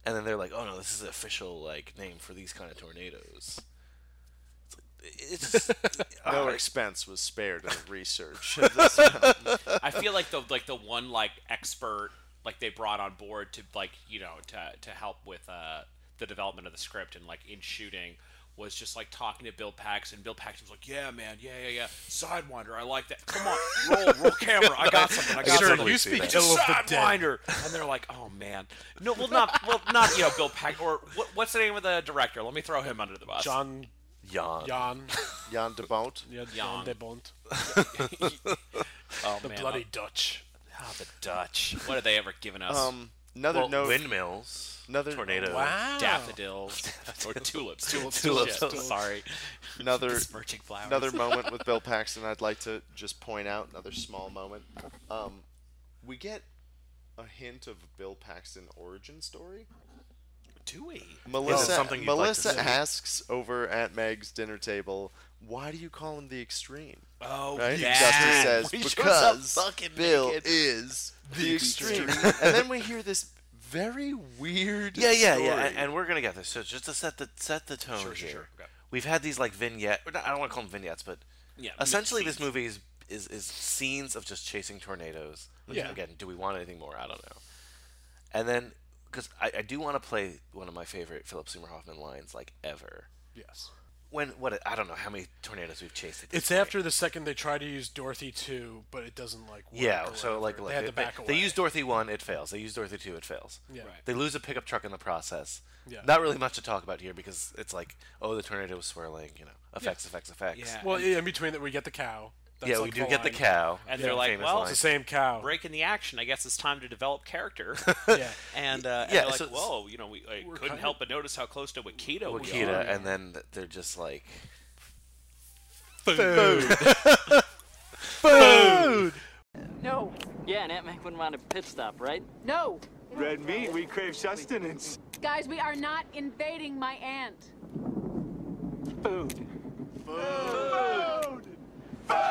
and then they're like, oh no, this is the official like name for these kind of tornadoes. It's, like, it's just-
No expense was spared in the research. of this.
I feel like the like the one like expert like they brought on board to like you know to to help with uh the development of the script and like in shooting was just like talking to Bill Paxton. Bill Paxton was like, "Yeah, man, yeah, yeah, yeah, Sidewinder, I like that. Come on, roll, roll camera. I got something. I got
Sir,
something."
you speak
It's a
ill of the dead.
Sidewinder, and they're like, "Oh man, no, well not, well not, you know, Bill Paxton or what, what's the name of the director? Let me throw him under the bus."
John
Jan.
Jan
Jan de Bont.
yeah,
Jan.
Jan de Bont.
oh,
The
man,
bloody Dutch.
oh, the Dutch. What have they ever given us?
Um, another
Well,
note.
windmills,
another-
tornadoes.
Wow.
daffodils or tulips. Tulips.
Tulips.
shit. Sorry.
Another
Smirching flowers.
another moment with Bill Paxton. I'd like to just point out another small moment. Um, we get a hint of Bill Paxton origin story.
Do we?
Melissa
something you'd like to
Melissa
see?
asks over at Meg's dinner table, "Why do you call him the extreme?"
Oh,
Right?
that.
Justice says
He shows up
because
fucking
Bill
naked."
is the extreme, and then we hear this very weird.
Yeah, yeah,
story.
yeah, and, and we're gonna get this. So just to set the set the tone
Sure, sure,
here,
sure. Okay.
we've had these like vignette. Or not, I don't want to call them vignettes, but
Yeah,
essentially
scenes.
this movie is, is is scenes of just chasing tornadoes. Which
Yeah.
Again, do we want anything more? I don't know. And then because I, I do want to play one of my favorite Philip Seymour Hoffman lines like ever.
Yes.
When what I don't know how many tornadoes we've chased. At this
It's
point.
after the second they try to use Dorothy 2, but it doesn't like work.
Yeah,
or
so like,
whatever.
like
they had to back away.
they use Dorothy one, it fails. They use Dorothy two, it fails.
Yeah.
Right.
They lose a pickup truck in the process.
Yeah.
Not really much to talk about here because it's like, oh, the tornado was swirling, you know, effects, effects, effects.
Yeah.
Well, yeah, in between that we get the cow. That's
yeah, we
like
do get the
line.
cow.
And
the
they're like,
famous
well,
It's
line.
the same cow.
Breaking the action, I guess it's time to develop character.
Yeah.
and, uh,
Yeah,
and they're like,
so-
whoa, you know, we I couldn't
kind
help but notice how close to Wakita, we
Wakita,
are.
and then th- they're just like,
No. Yeah, and Aunt Meg wouldn't want a pit stop, right?
No.
Red meat, we crave sustenance.
Guys, we are not invading my aunt.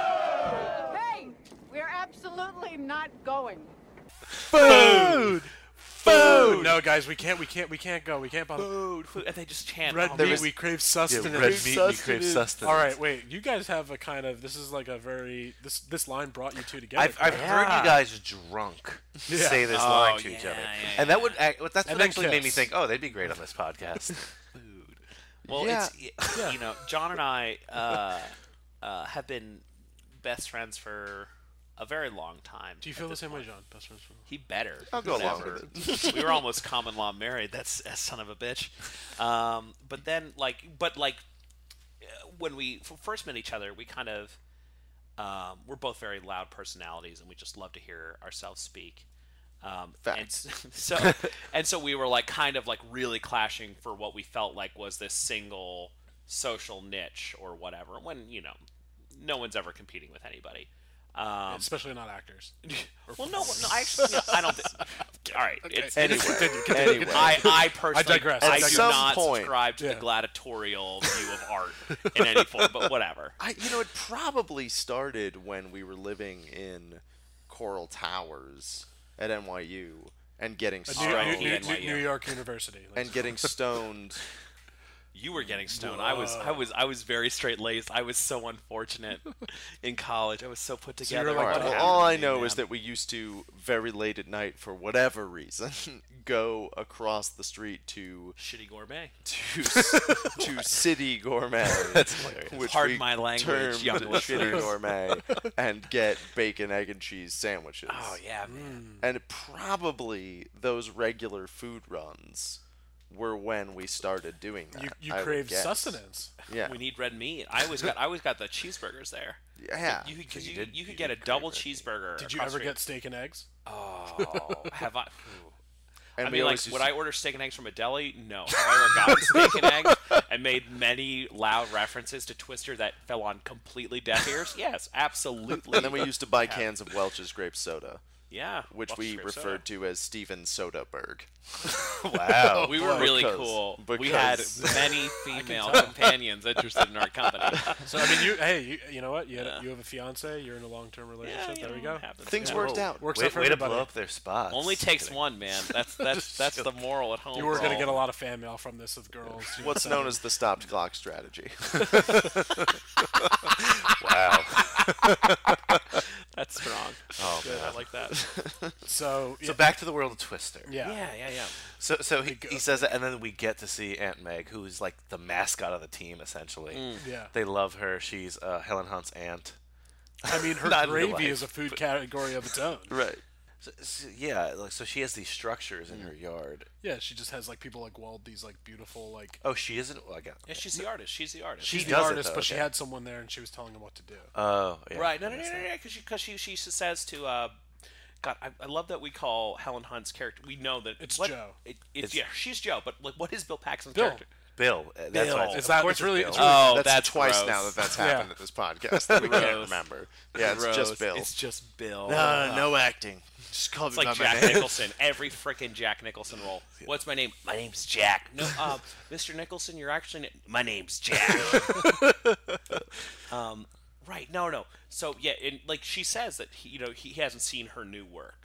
Hey, we're absolutely not going.
Food. No, guys, we can't. We can't. We can't go. We can't bother.
Food, food, and they just chant.
Red
oh,
meat.
man.
we crave
yeah,
sustenance.
red meat, we crave sustenance.
All right, wait. You guys have a kind of this is like a very this this line brought you two together.
I've, I've heard you guys drunk
Yeah.
say this
Oh,
line to each
yeah,
other,
yeah,
and that would act, well, that's
And
what
then
actually made me
kiss.
think, oh, they'd be great on this podcast.
Well,
Yeah.
it's you know, John and I uh, uh, have been best friends for a very long time.
Do you
at
feel the
this
same way,
point.
John? Best friends forever.
He better.
I'll go
because
along with
we were almost common law married. That's a son of a bitch. Um, but then, like, but like, uh, when we f- first met each other, we kind of um, we're both very loud personalities, and we just love to hear ourselves speak. Um, and
Facts.
s- so, and so we were like kind of like really clashing for what we felt like was this single social niche or whatever. When you know, no one's ever competing with anybody. Um,
Especially not actors. Or
well, no, no, I actually, no, I don't. Think, all right, it's,
Anyway, anyway.
I, I personally, I,
digress, I
do
digress.
not
At some point.
subscribe to
Yeah.
the gladiatorial view of art in any form, but whatever.
I, you know, it probably started when we were living in Coral Towers at NYU and getting
New,
stoned
York-
New, New,
NYU.
New York University. Like,
and getting stoned.
You were getting stoned. I was, I was, I was very straight laced. I was so unfortunate in college. I was so put
you were like
together.
All
What
right. Well,
happened
all
to
I
me,
know
man?
is that we used to very late at night, for whatever reason, go across the street to
shitty gourmet.
to, s- to City Gourmet, which
Pardon
we
my language,
termed
young
Shitty Gourmet, and get bacon, egg, and cheese sandwiches.
Oh yeah, man.
And probably those regular food runs were when we started doing that.
you you
I would
crave
guess.
sustenance.
Yeah.
We need red meat. I always got, I always got the cheeseburgers there.
yeah.
You could,
So
cause you, you,
did-
could
you
get a
did crave
double
red meat.
cheeseburger.
Did you
across
ever
the
get steak and eggs?
Oh, have I? ooh.
And
I
we
mean, like,
always
would
used
I order steak and eggs from a deli? No. Have I ever gotten steak and eggs and made many loud references to Twister that fell on completely deaf ears? Yes, absolutely.
And then we used to buy cans of Welch's grape soda,
yeah,
which
Welch's
we
grape soda.
referred to as Steven Soderbergh. wow.
We were really
Oh, Because-
cool. we had
because-
many female companions interested in our company.
So I mean, you hey, you, you know what? You had a, you have a fiance. You're in a long term
Yeah,
relationship.
you
there we
know,
go.
it happens.
Things
Yeah.
worked out.
Works out
Wait,
for
way to
everybody.
blow up their spots.
Only
Oh, Just
takes
kidding.
one, man. That's that's that's the moral at home.
You were
going
gonna get a lot of fan mail from this of girls. you know
What's
I'm
known
saying?
as the stopped clock strategy.
Wow.
That's strong.
Oh,
Good, I
man.
like that.
so. Yeah,
So back to the world of Twister.
yeah.
Yeah, yeah, yeah.
So so he, he says that, and then we get to see Aunt Meg, who is like the mascot of the team essentially.
Mm.
yeah.
They love her. She's uh, Helen Hunt's aunt.
I mean, her
Not in real
gravy
life,
is a food category of its own.
right.
So, so- yeah, like so she has these structures in her yard.
Yeah, she just has like people like weld these like beautiful like.
Oh, she isn't. Well, I got.
Yeah, she's the artist. She's the artist.
She
She's the
does it,
artist,
though,
but she
okay.
had someone there, and she was telling him what to do.
Oh, yeah.
Right. No, no,
I
no,
missed
no,
that.
no. Because because she she s- says to uh, God, I, I love that we call Helen Hunt's character. We know that
It's
what-
Joe.
It, it's,
It's-
yeah, she's Joe. But like, what is Bill Paxton's
Bill.
character?
Bill. uh, That's
Bill.
What I said.
It's
Of
not-
course
it's really- it's really-
Oh,
that's,
that's,
twice
gross.
now that that's
Yeah.
happened at this podcast that we can't
Gross.
remember. Yeah, it's
Gross.
just Bill.
It's just Bill.
no acting. Just call
It's like Jack Nicholson. Every freaking Jack Nicholson role. What's my name? My name's Jack. No, uh, Mr. Nicholson, you're actually na- my name's Jack. um, right? No, no. So yeah, and like she says that he, you know he hasn't seen her new work.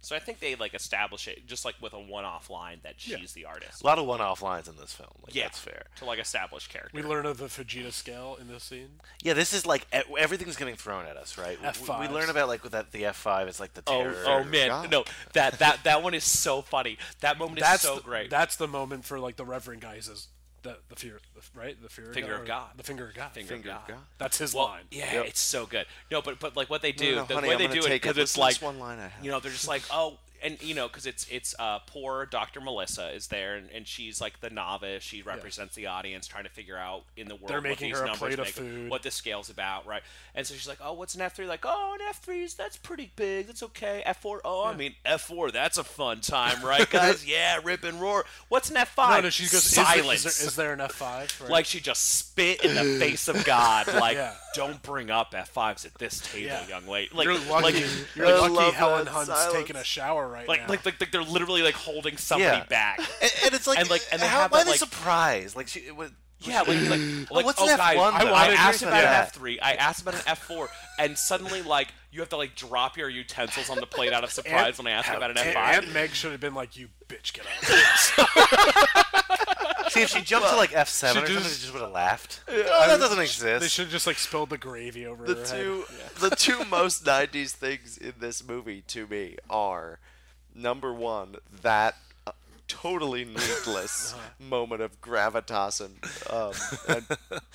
So I think they like establish it just like with a one-off line that she's the artist.
A lot of one-off lines in this film. Like,
yeah,
that's fair.
To like establish character.
Oh.
We learn of the Fujita scale in this scene.
Yeah, this is like e- everything's getting thrown at us, right? We-
F5s.
We, learn about like with that the F five. It's like the
Oh,
terror.
oh man,
God.
no, that that that one is so funny. That moment is
That's
so
the,
great.
That's the moment for like the Reverend guy. He says the the fear, right? The fear
Finger
God,
of
or
God.
The finger of God.
Finger of God.
That's his
Well,
line.
yeah, it's so good. No, but but like what they do,
No, no,
the
honey,
way
I'm
they
gonna
do it,
take
because
it.
it's
Listen to
like
this one line I have.
you know, they're just like, oh, and you know, because it's it's uh, poor Dr. Melissa is there, and, and she's like the novice. She represents the audience, trying to figure out in the world
They're
what
making
these
her a
numbers
plate of
make-
food.
what the scale's about, right? And so she's like, oh, what's an F three? Like, oh, an F three is that's pretty big. That's okay. F four, oh, I mean F four, that's a fun time, right, guys? yeah, rip and roar. What's an F
No,
five?
no, she goes. "Is there-
silence.
Is there, is there an F five? Right?
Like she just spit in the face of God. Like,
Yeah.
don't bring up F5s at this table,
Yeah.
young lady. Like,
you're lucky.
like,
you're
I
lucky.
love
Helen
that
Hunt's
silence.
taking a shower right
like,
now.
like, like, like they're literally like holding somebody
Yeah.
back.
And, and it's like
And, like, and they
how,
have
why
that,
the
like-
surprise? Like she it was.
Yeah, like, like, like
what's
oh,
an F1
guys,
though?
I,
I wanna
asked
hear
about an
that.
F3, I asked about an F4, and suddenly, like, you have to, like, drop your utensils on the plate out of surprise when I ask about an
Aunt,
F5.
Aunt Meg should have been like, "You bitch, get out!" of here."
See if she jumped to like F seven or something, she just would have laughed. oh, that doesn't exist.
They should have just like spilled the gravy over
the
her head.
two the two most 90s things in this movie to me are number one that uh, totally needless moment of gravitas and um, and,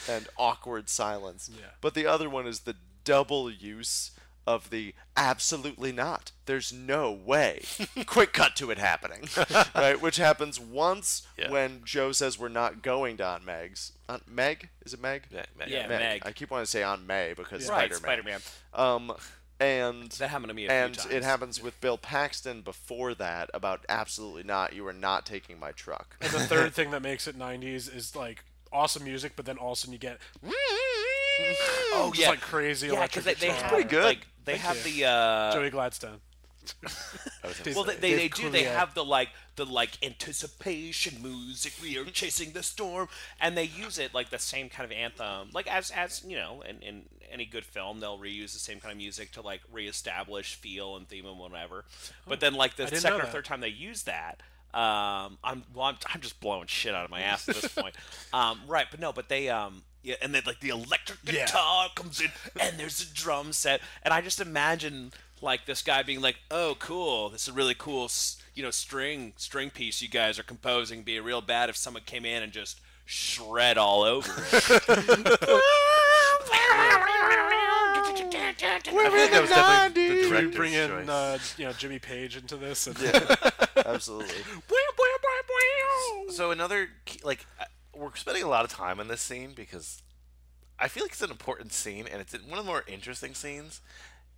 and awkward silence
Yeah.
but the other one is the double use of the absolutely not. There's no way. Quick cut to it happening, right? Which happens once
Yeah.
when Joe says we're not going to Aunt Meg's. Aunt Meg? Is it Meg?
Yeah, Meg.
Yeah, Meg.
I keep wanting to say Aunt May because
Yeah. Right,
Spider-Man. Um, and
That happened to me a few
and it
times.
happens with Bill Paxton before that about absolutely not. You are not taking my truck.
And the third thing that makes it 90s is like awesome music, but then all of a sudden you get
Oh
just
yeah,
like crazy
Yeah,
electric
because they, they
guitar.
have
pretty good.
Like, they have the uh,
Joey Gladstone.
well, they,
Dave
they, they do. They
Coulier.
have the like the like anticipation music. We are chasing the storm, and they use it like the same kind of anthem, like as as you know, in, in any good film, they'll reuse the same kind of music to like reestablish feel and theme and whatever. But then like the
didn't
second
know
or
that.
third time they use that. Um, I'm well, I'm, I'm just blowing shit out of my ass at this point. Um, right, but no, but they um, yeah, and then like the electric
Yeah.
guitar comes in, and there's a drum set, and I just imagine like this guy being like, "Oh, cool, this is a really cool, s- you know, string string piece you guys are composing. It'd be real bad if someone came in and just shred all over it."
I
think that was definitely the
Can you
director's
bring in
choice.
uh, you know Jimmy Page into this? And
Absolutely.
So another key- like I- we're spending a lot of time on this scene because I feel like it's an important scene and it's one of the more interesting scenes.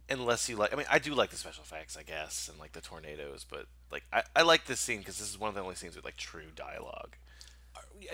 Unless you like, I mean, I do like the special effects, I guess, and like the tornadoes, but like I, I like this scene because this is one of the only scenes with like true dialogue.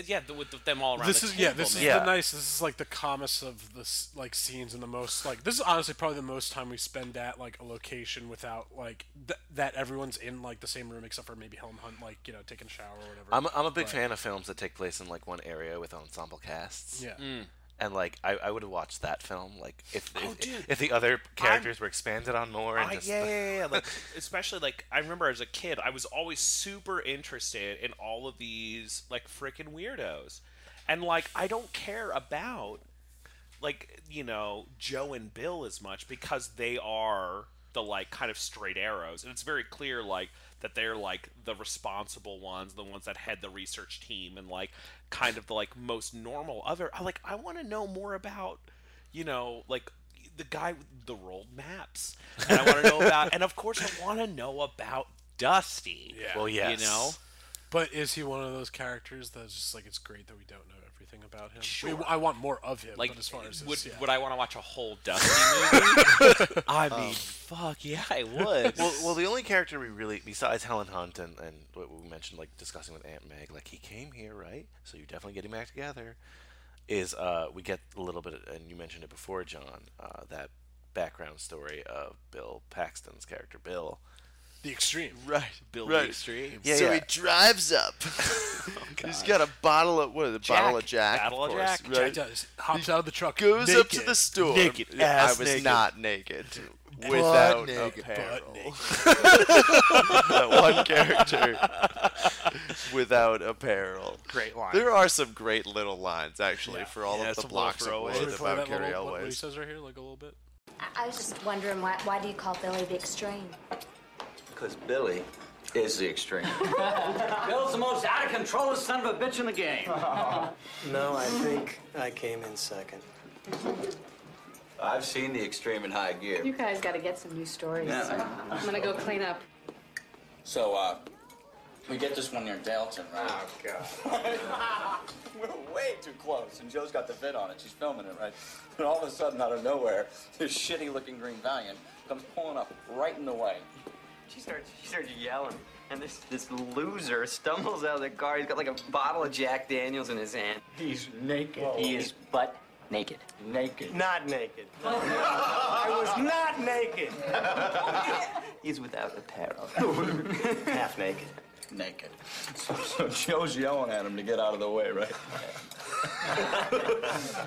yeah, the, with them all around.
this
the
is yeah.
table,
This is
man.
Yeah.
the nice. This is like the calmest of the s- like scenes and the most like. This is honestly probably the most time we spend at like a location without like th- that everyone's in like the same room except for maybe Helen Hunt like you know taking a shower or whatever.
I'm a, I'm a big
But-
fan of films that take place in like one area with ensemble casts.
Yeah.
Mm.
And like I, I would have watched that film like if
Oh,
if,
dude.
if the other characters were expanded on more and
I,
just
Oh, yeah, yeah, yeah, yeah. Like, especially like I remember as a kid, I was always super interested in all of these like freaking weirdos, and like I don't care about like you know Joe and Bill as much because they are the like kind of straight arrows, and it's very clear like that they're like the responsible ones, the ones that head the research team, and like kind of the like most normal other. I like I want to know more about you know like the guy with the rolled maps, and I want to know about, and of course I want to know about Dusty.
Yeah.
well yes
You know,
But is he one of those characters that's just like it's great that we don't know everything about him?
Sure.
We- I want more of him.
like
but as far as
would,
this, yeah.
would I want to watch a whole Dusty movie? I mean, fuck yeah, I would.
well, well, the only character we really, besides Helen Hunt and, and what we mentioned, like discussing with Aunt Meg, like he came here, right? So you're definitely getting back together. Is uh, we get a little bit, of- and you mentioned it before, John, uh, that background story of Bill Paxton's character, Bill.
the extreme.
Right.
Bill
right.
Extreme.
Yeah,
so
yeah.
he drives up. He's got a bottle of what? is it, A bottle of Jack.
Bottle of
of course,
Jack.
Right?
Jack does, hops out of the truck.
goes up to
naked.
the store.
Naked.
Yeah,
ass
I was
naked.
not naked. Without
naked, butt
apparel.
naked.
that one character without apparel.
Great line.
There are some great little lines actually for all
Yeah,
of the
some little
blocks of
throwaways.
wood
Should we
that
play that
Valkyrie
little, what, what he
always.
says right here, like a little bit.
I was just wondering why, why do you call Billy the extreme?
Because Billy is the extreme.
Bill's the most out of control son of a bitch in the game.
No, I think I came in second.
I've seen the extreme in high gear.
You guys gotta get some new stories.
Yeah.
I'm gonna go clean up.
So, uh, we get this one near Dalton, right? Oh, God. We're way too close, and Joe's got the vid on it. She's filming it, right? And all of a sudden, out of nowhere, this shitty looking green Valiant comes pulling up right in the way.
She starts, she starts yelling, and this this loser stumbles out of the car. He's got like a bottle of Jack Daniels in his hand. He's naked. He is butt naked. Naked. Not naked. I was not naked. He's without apparel. Half naked.
Naked. So, so Joe's yelling at him to get out of the way, right?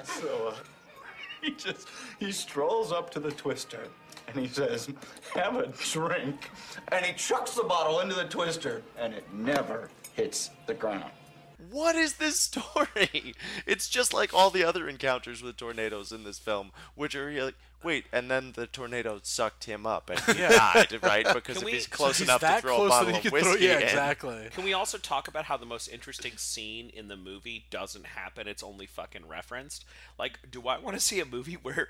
so uh, he just he strolls up to the twister and he says, "Have a drink," and he chucks the bottle into the twister, and it never hits the ground.
What is this story? It's just like all the other encounters with tornadoes in this film, which are like, wait, and then the tornado sucked him up and he
Yeah.
died, right? Because
Can
if
we-
he's
so
close
he's
enough to
that
throw a
close that
bottle
he
of
can
whiskey
throw- yeah,
in.
exactly.
Can we also talk about how the most interesting scene in the movie doesn't happen? It's only fucking referenced. Like, do I want to see a movie where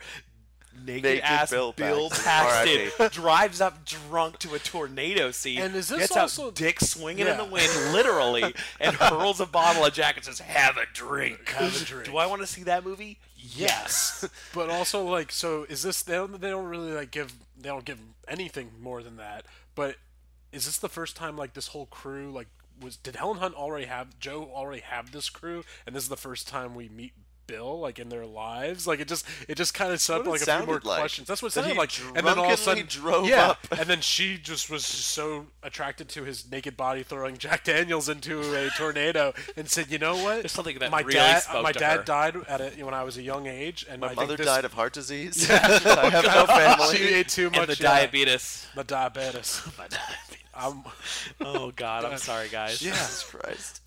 Naked,
Naked
ass
Bill
Bill,
Paxton.
Paxton
R.I.P.
drives up drunk to a tornado scene.
And is this
gets
also-
out dick swinging in
Yeah.
the wind, literally, and hurls a bottle at Jack and says, "Have a drink."
Have a drink.
Do I want to see that movie?
Yes, but also like so is this they don't, they don't really like give they don't give anything more than that. But is this the first time like this whole crew like was did Helen Hunt already have Joe already have this crew and this is the first time we meet Bill like in their lives like it just it just kind of set up
what
like
it
a few more
sounded like.
questions. That's what it
That
sounded
he
like. And then all of a
drunkenly
sudden
drove
yeah,
up.
and then she just was just so attracted to his naked body throwing Jack Daniels into a tornado and said, "You know what? There's
something that
my
really
dad
spoke
my
to
dad
her."
died at a, when I was a young age, and
My
I
mother
think this,
died of heart disease.
Yeah.
I have no family.
She ate too
And
much.
the
yeah.
diabetes.
The diabetes. my
diabetes.
I'm,
Oh God, I'm sorry, guys.
Yeah.
Jesus Christ.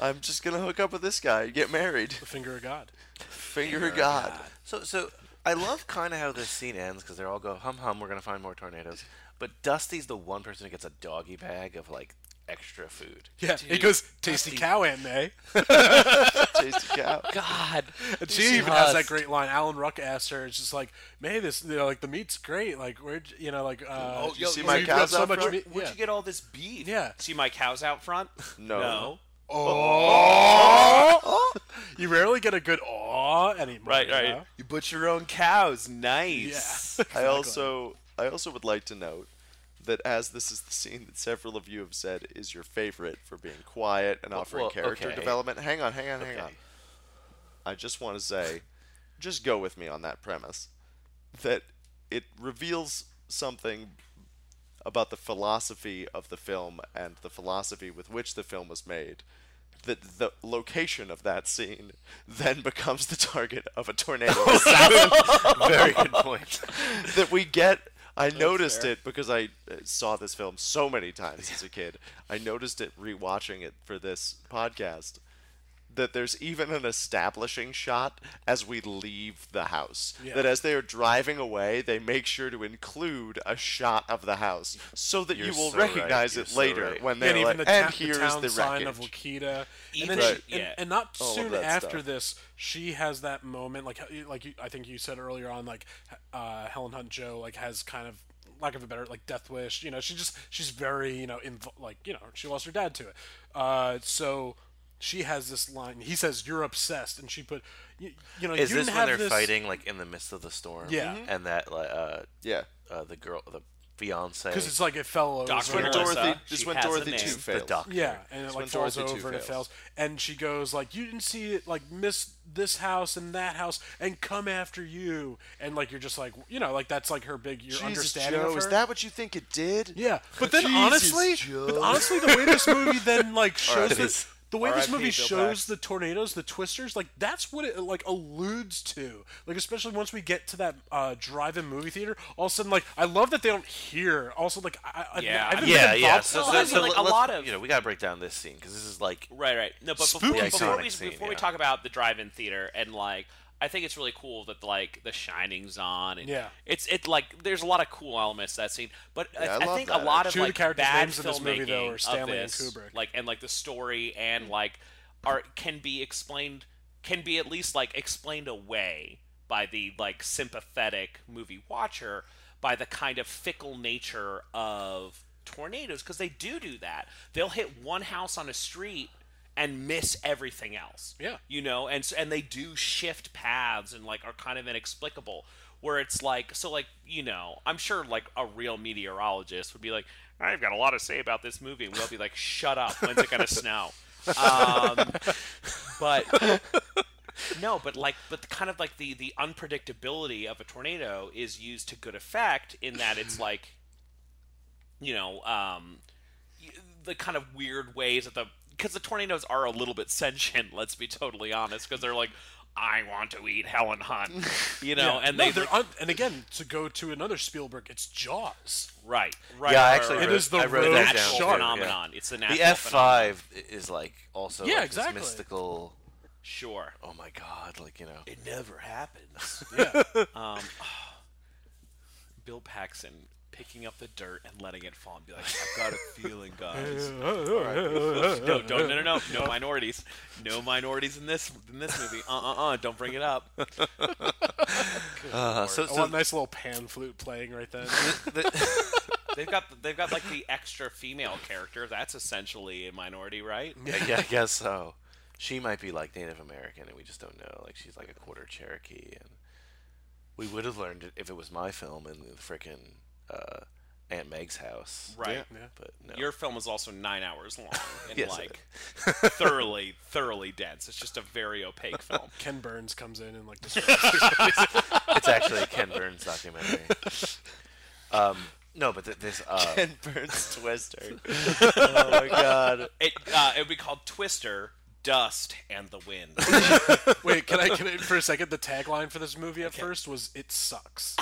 I'm just gonna hook up with this guy and get married.
the finger of God.
Finger of God.
So, so I love kind of how this scene ends because they all go hum hum. We're gonna find more tornadoes, but Dusty's the one person who gets a doggy bag of like extra food.
Yeah, it goes tasty cow, Aunt May.
Tasty cow.
God,
And she even has that great line. Alan Ruck asked her, "It's just like, May, this you know, like the meat's great. Like, where you know, like, uh,
Oh, you see
you've
my
got
cows
so
out
much
front?
meat.
Where'd
yeah.
you get all this beef?
Yeah.
See my cows out front?
No.
No.
Oh.
You rarely get a good aw anymore.
Right,
you
right.
know?
You butcher your own cows. Nice.
I also I also would like to note that as this is the scene that several of you have said is your favorite for being quiet and offering
well,
character
okay.
development. Hang on, hang on, hang
Okay.
on. I just want to say, just go with me on that premise. That it reveals something about the philosophy of the film and the philosophy with which the film was made. That the location of that scene then becomes the target of a tornado assassin
Very good point.
that we get. I noticed it because I uh, saw this film so many times as a kid. I noticed it rewatching it for this podcast that there's even an establishing shot as we leave the house.
Yeah.
That as they are driving away, they make sure to include a shot of the house so that
You're
you will
so right.
recognize
You're
it
so
later
right.
when
Yeah,
they're
and even
like,
the,
and
ta- the
here's
town
the
sign of
wreckage."
Wakita, and, then
Even
she-
Right.
and,
yeah.
and not
All of
soon
that
after
stuff.
this, she has that moment, like h- like you, I think you said earlier on, like uh, Helen Hunt Joe, like has kind of lack of a better like death wish. You know, she just she's very you know inv- like you know she lost her dad to it, uh, so. She has this line. He says, "You're obsessed," and she put, you, you know,
Is
you
this
didn't
when they're
have this...
fighting like in the midst of the storm?
Yeah. Mhm.
and that like uh,
Yeah.
uh, the girl, the fiance,
Because it's like it fell over.
Doctor
When
Melissa,
Dorothy,
she
this when
has a
Dorothy
name.
two
The
the
fails.
doctor.
Yeah, and it
It's
like
when
falls
Dorothy too
over and it
fails.
fails. And she goes like, "You didn't see it like miss this house and that house and come after you." And like you're just like, you know, like that's like her big your
Jesus,
understanding
Joe,
of her.
is that what you think it did?
yeah, but then
Jesus,
honestly, but
Joe.
honestly, the way this movie then like shows
R.I.P.
this. The way this
R.I.P.
movie
Bill
shows
Paxton.
the tornadoes, the twisters, like that's what it like alludes to. Like especially once we get to that uh, drive-in movie theater, all of a sudden, like I love that they don't hear. Also, like I, I,
Yeah.
I haven't been
yeah,
involved-
yeah. So,
Well,
so,
I mean,
so
like, a
let's-
lot of-
you know, we gotta break down this scene because this is like oh
Right, right. No, but before,
Spooky
before
iconic
we
scene,
before we
yeah.
talk about the drive-in theater and like, I think it's really cool that like The Shining's on. And
Yeah.
It's it like there's a lot of cool elements to that scene, but
Yeah, I
I, I
love
think
that,
a lot
Two of the
of like
characters'
bad
names in
filmmaking
this movie, though, are
of
Stanley and
this,
Kubrick.
like and like the story and like are can be explained can be at least like explained away by the like sympathetic movie watcher by the kind of fickle nature of tornadoes because they do do that. They'll hit one house on a street and miss everything else.
Yeah.
You know, and s- and they do shift paths and like are kind of inexplicable where it's like so like, you know, I'm sure like a real meteorologist would be like, I've got a lot to say about this movie and we'll be like, Shut up, when's it gonna snow? Um, but no, but like but the kind of like the the unpredictability of a tornado is used to good effect in that it's like you know, um, y- the kind of weird ways that the because the tornadoes are a little bit sentient. Let's be totally honest, because they're like, I want to eat Helen Hunt, you know, and
No,
they
they're
like-
un- and again to go to another Spielberg, it's Jaws.
right, right.
yeah, I
right,
actually
right,
It
wrote,
is the
I wrote
road
that down
natural
too,
shark.
phenomenon. It's the
Yeah. The
natural
F uh,
phenomenon.
five is like also
Yeah,
like
exactly.
this mystical.
Sure,
Oh my god! Like you know,
it never happens.
Yeah,
um, Bill Paxton picking up the dirt and letting it fall and be like, I've got a feeling, guys. no, don't, no, no, no, no minorities, no minorities in this in this movie. Uh, uh, uh. Don't bring it up.
Uh, so-
I
so-
want a nice little pan flute playing right then.
they've got they've got like the extra female character. That's essentially a minority, right?
I, gue- I guess so. She might be like Native American, and we just don't know. Like she's like a quarter Cherokee, and we would have learned it if it was my film in the frickin' uh, Aunt Meg's house.
Right.
But no.
Your film is also nine hours long and
Yes,
like
it
thoroughly, thoroughly dense. It's just a very opaque film.
Ken Burns comes in and like this.
it's actually a Ken Burns documentary. Um, no, but th- this uh,
Ken Burns Twister. Oh my God.
It uh, it would be called Twister, Dust, and the Wind.
Wait, can I, can I for a second? The tagline for this movie at first was "It sucks."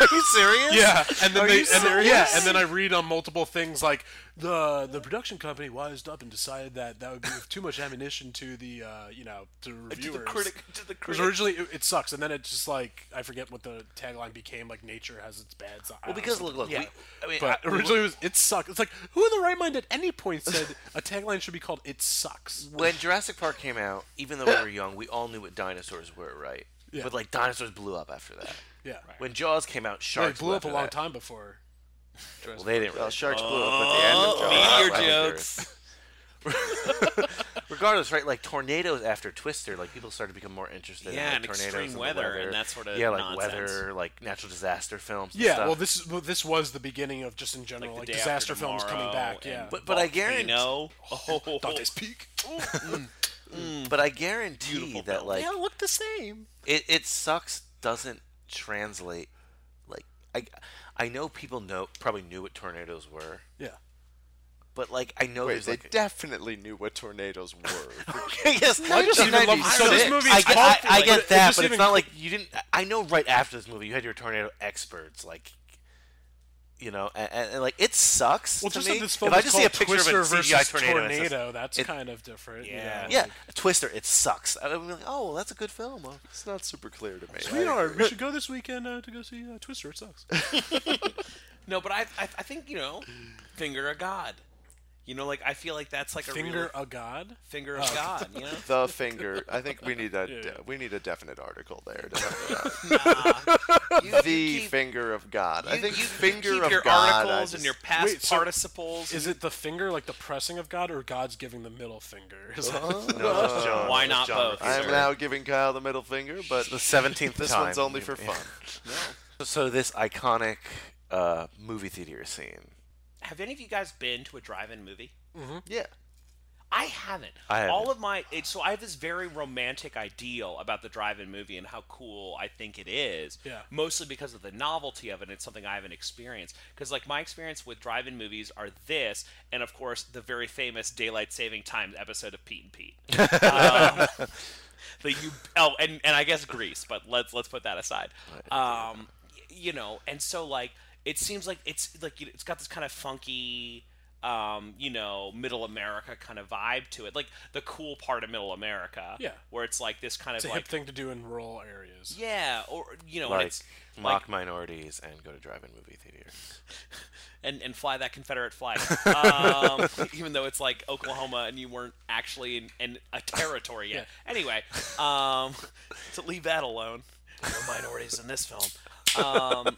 Are you serious?
Yeah, and then
Are
they,
you
and then-
serious?
yeah, and then I read on multiple things like the the production company wised up and decided that that would give too much ammunition to the uh, you know to reviewers.
critic- to the
It was
critics.
originally it, it sucks, and then it just like I forget what the tagline became. Like nature has its bad side.
Well, because, look, look, we- I mean,
but
I- we-
originally it was it sucks. It's like who in the right mind at any point said a tagline should be called "It sucks"?
when Jurassic Park came out, even though we were young, we all knew what dinosaurs were, right?
Yeah.
But like dinosaurs blew up after that.
Yeah.
When Jaws came out,
No, it
sharks
blew up a
after
long
that.
time before.
Well, they didn't.
Well,
Really.
sharks blew up at the end
Oh,
of Jaws.
meteor
I think they're-
Regardless, right? Like tornadoes after Twister, like people started to become more interested in
Yeah,
like,
and
tornadoes
extreme
and the
weather
weather
and that sort of
yeah, like
nonsense.
weather, like natural disaster films. and
Yeah,
stuff.
well, this is well, this was the beginning of just in general like,
The Day After
disaster films coming
Tomorrow
back.
and
Yeah,
But- but I guarantee-
Volcano. Oh,
Dante's Peak.
but I guarantee that like
look the same.
it, it sucks doesn't translate. Like I, I know people know probably knew what tornadoes were,
Yeah.
but like I know
Wait,
there's
they
like
definitely knew what tornadoes were.
yes,
I just even love-
1996.
so this movie is
I get,
called
I,
for,
I
like,
get
it- it
that,
just
but it's
even-
not like you didn't. I know right after this movie, you had your tornado experts like. You know, and, and, and, like it sucks.
Well,
to
just
me.
that this film
if I
is
just see a
called
picture
Twister
of a
versus
CGI tornado, and it says-
Tornado, that's
it-
kind of different, you know,
yeah,
like-
Twister, it sucks. I would be like, oh, well, that's a good film. Well,
it's not super clear to me.
Sweetheart, we should go this weekend uh, to go see uh, Twister. It sucks.
No, but I, I, I think you know, finger of God. You know, like I feel like that's like a
Finger
really,
of God.
finger of
Oh.
God. You know,
The finger. I think we need a
Yeah.
de- we need a definite article there. To talk about.
You-
the
you keep-
finger of God. I
you-
think
you
finger
keep
of
your
God. I
articles and
just-
your past Wait, so- participles.
Is it the finger, like the pressing of God, or God's giving the middle finger? Is that-
Uh,
Why not both?
I am now giving Kyle the middle finger, but
the seventeenth.
This one's only for fun.
So this iconic uh, movie theater scene.
Have any of you guys been to a drive-in movie?
Yeah.
I haven't.
I haven't.
All of my it, so I have this very romantic ideal about the drive-in movie and how cool I think it is.
Yeah.
Mostly because of the novelty of it. It's something I haven't experienced because like my experience with drive-in movies are this, and of course the very famous daylight saving time episode of Pete and Pete. um, the you oh and and I guess Greece, but let's let's put that aside. Um, y- you know, and so like it seems like it's like you know, it's got this kind of funky um, you know, middle America kind of vibe to it. Like the cool part of middle America.
Yeah.
Where it's like this kind
It's a
of like
hip thing to do in rural areas.
Yeah, or you know, and
like
it's
mock minorities and go to drive-in movie theaters.
and, and fly that Confederate flag. Um, even though it's like Oklahoma and you weren't actually in, in a territory yet. Anyway, um, to leave that alone. No minorities in this film. Um,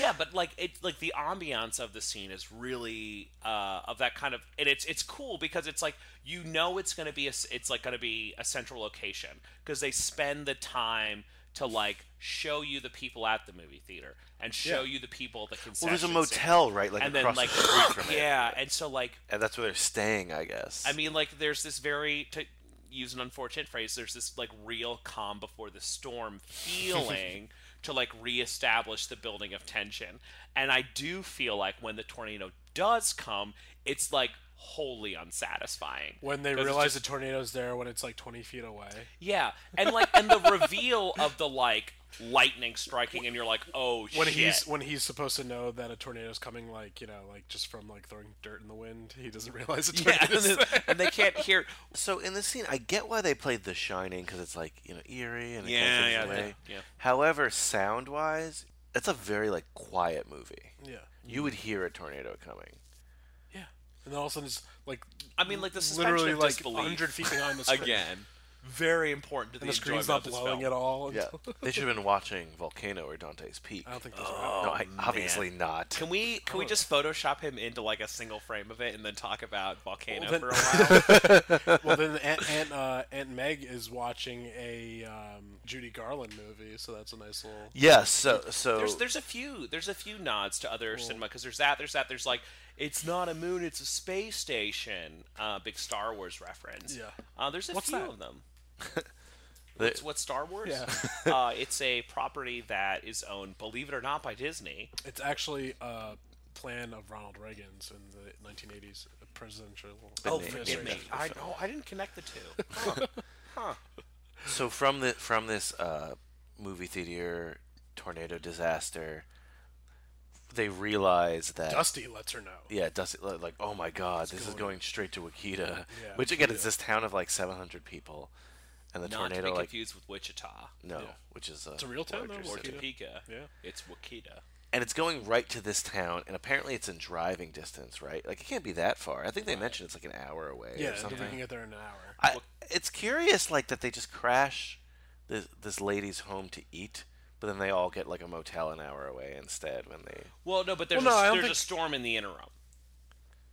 yeah, but like it, like the ambiance of the scene is really uh, of that kind of, and it's it's cool because it's like you know it's gonna be a, s- it's like gonna be a central location because they spend the time to like show you the people at the movie theater and show
Yeah.
you the people at the
Well, there's a
concession
motel,
stand.
right, like,
and
across
then like
the street from it.
yeah, and so like
And that's where they're staying, I guess.
I mean, like, there's this very to use an unfortunate phrase. There's this like real calm before the storm feeling to like reestablish the building of tension. And I do feel like when the tornado does come, it's like wholly unsatisfying
When they
'Cause it's
realize the tornado's there, when it's like 20 feet away.
yeah, and like and the reveal of the like lightning striking, and you're like, oh
when
shit.
he's when he's supposed to know that a tornado's coming, like you know, like just from like throwing dirt in the wind, he doesn't realize a
Yeah,
tornado's
and
there.
they- and they can't hear.
So in this scene, I get why they played The Shining because it's like you know eerie and it
Yeah,
takes
yeah,
away.
yeah, yeah.
However, sound-wise, it's a very like quiet movie.
Yeah.
You would hear a tornado coming.
And then all of a sudden, it's like
I mean, like the suspension
literally
of
like
disbelief.
100 feet behind the screen.
again. very important to
And
the,
the screen's
enjoyment
not
of this
blowing
film.
at
all.
Yeah. they should have been watching Volcano or Dante's Peak.
I don't think
those
those are
oh,
out.
No, I,
Man.
obviously not.
Can we can
Oh.
we just Photoshop him into like a single frame of it and then talk about volcano
Well,
for
then-
a while?
well, then Aunt Aunt, uh, Aunt Meg is watching a um, Judy Garland movie, so that's a nice little.
Yes, so- so-
Oh.
there's there's a few there's a few nods to other cinema because there's that there's that there's like it's not a moon it's a space station uh, big Star Wars reference
Yeah.
uh, there's a
What's
few
that?
of them
The-
It's what Star Wars?
Yeah.
uh, it's a property that is owned, believe it or not, by Disney.
It's actually a plan of Ronald Reagan's in the 1980s presidential.
oh,
administration.
forgive me. I know. I didn't connect the two. Huh. Huh.
So from the from this uh, movie theater tornado disaster, they realize that
Dusty lets her know.
Yeah, Dusty li- like, oh my god, this is going straight to Wakita,
Yeah,
which again
Wakita.
is this town of like 700 people, and the
not to
tornado
be
like
confused with Wichita.
no, which is uh, a
it's a real town
larger
though, or
city.
Topeka. Yeah, it's Wakita.
and it's going right to this town, and apparently it's in driving distance, right? Like it can't be that far. I think they mentioned it's like an hour away
Yeah,
or
we
something.
can get there in an hour.
I, it's curious, like that they just crash this this lady's home to eat, but then they all get like a motel an hour away instead when they.
Well, no, but there's
Well, no, I
a,
don't
there's a
think-
storm in the interim.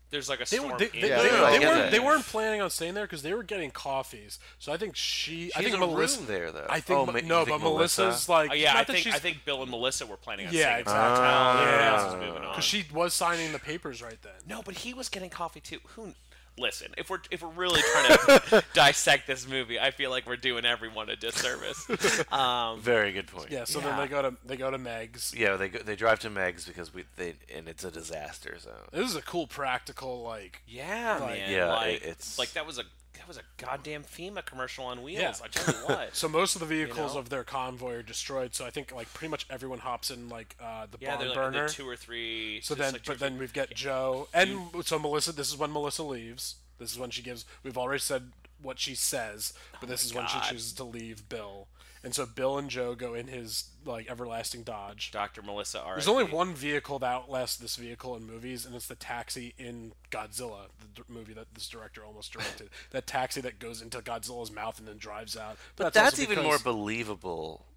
There's like a
They,
storm.
were, they,
in
they, they-
the
Yeah, I
they
get
weren't,
that.
they weren't planning on staying there because they were getting coffees. So I think she. I
She
think
has a
Melissa
room there, though.
I think
Oh,
Ma-
Ma- you
no,
think
but Melissa's
Melissa?
like.
Oh, yeah,
not
I
that
think
she's-
I think Bill and Melissa were planning on
Yeah,
staying
exactly.
downtown. Everyone
Yeah.
Ah.
else was moving on.
Because she was signing the papers right then.
No, but he was getting coffee too. Who? kn- Listen, if we're if we're really trying to dissect this movie, I feel like we're doing everyone a disservice. Um,
Very good point.
Yeah. So then they go to they go to Meg's.
Yeah, they go, they drive to Meg's because we they and it's a disaster zone.
This is a cool practical like.
Yeah,
like-
man.
Yeah,
like,
it- it's-
like that was a that was a goddamn FEMA commercial on wheels.
Yeah.
I tell you what.
So most of the
You
vehicles
know?
of their convoy are destroyed. So I think like pretty much everyone hops in like uh, the
yeah,
barn
they're like
burner.
the two or three.
so
just
then,
like two or
but then we've got Joe and so Melissa. This is when Melissa leaves. This is when she gives. We've already said what she says, but this
my
is when she
God.
chooses to leave Bill. And so Bill and Joe go in his like everlasting Dodge.
Dr. Melissa R.
There's only one vehicle that outlasts this vehicle in movies, and it's the taxi in Godzilla, the d- movie that this director almost directed. that taxi that goes into Godzilla's mouth and then drives out.
But
also
that's, even
because-
more believable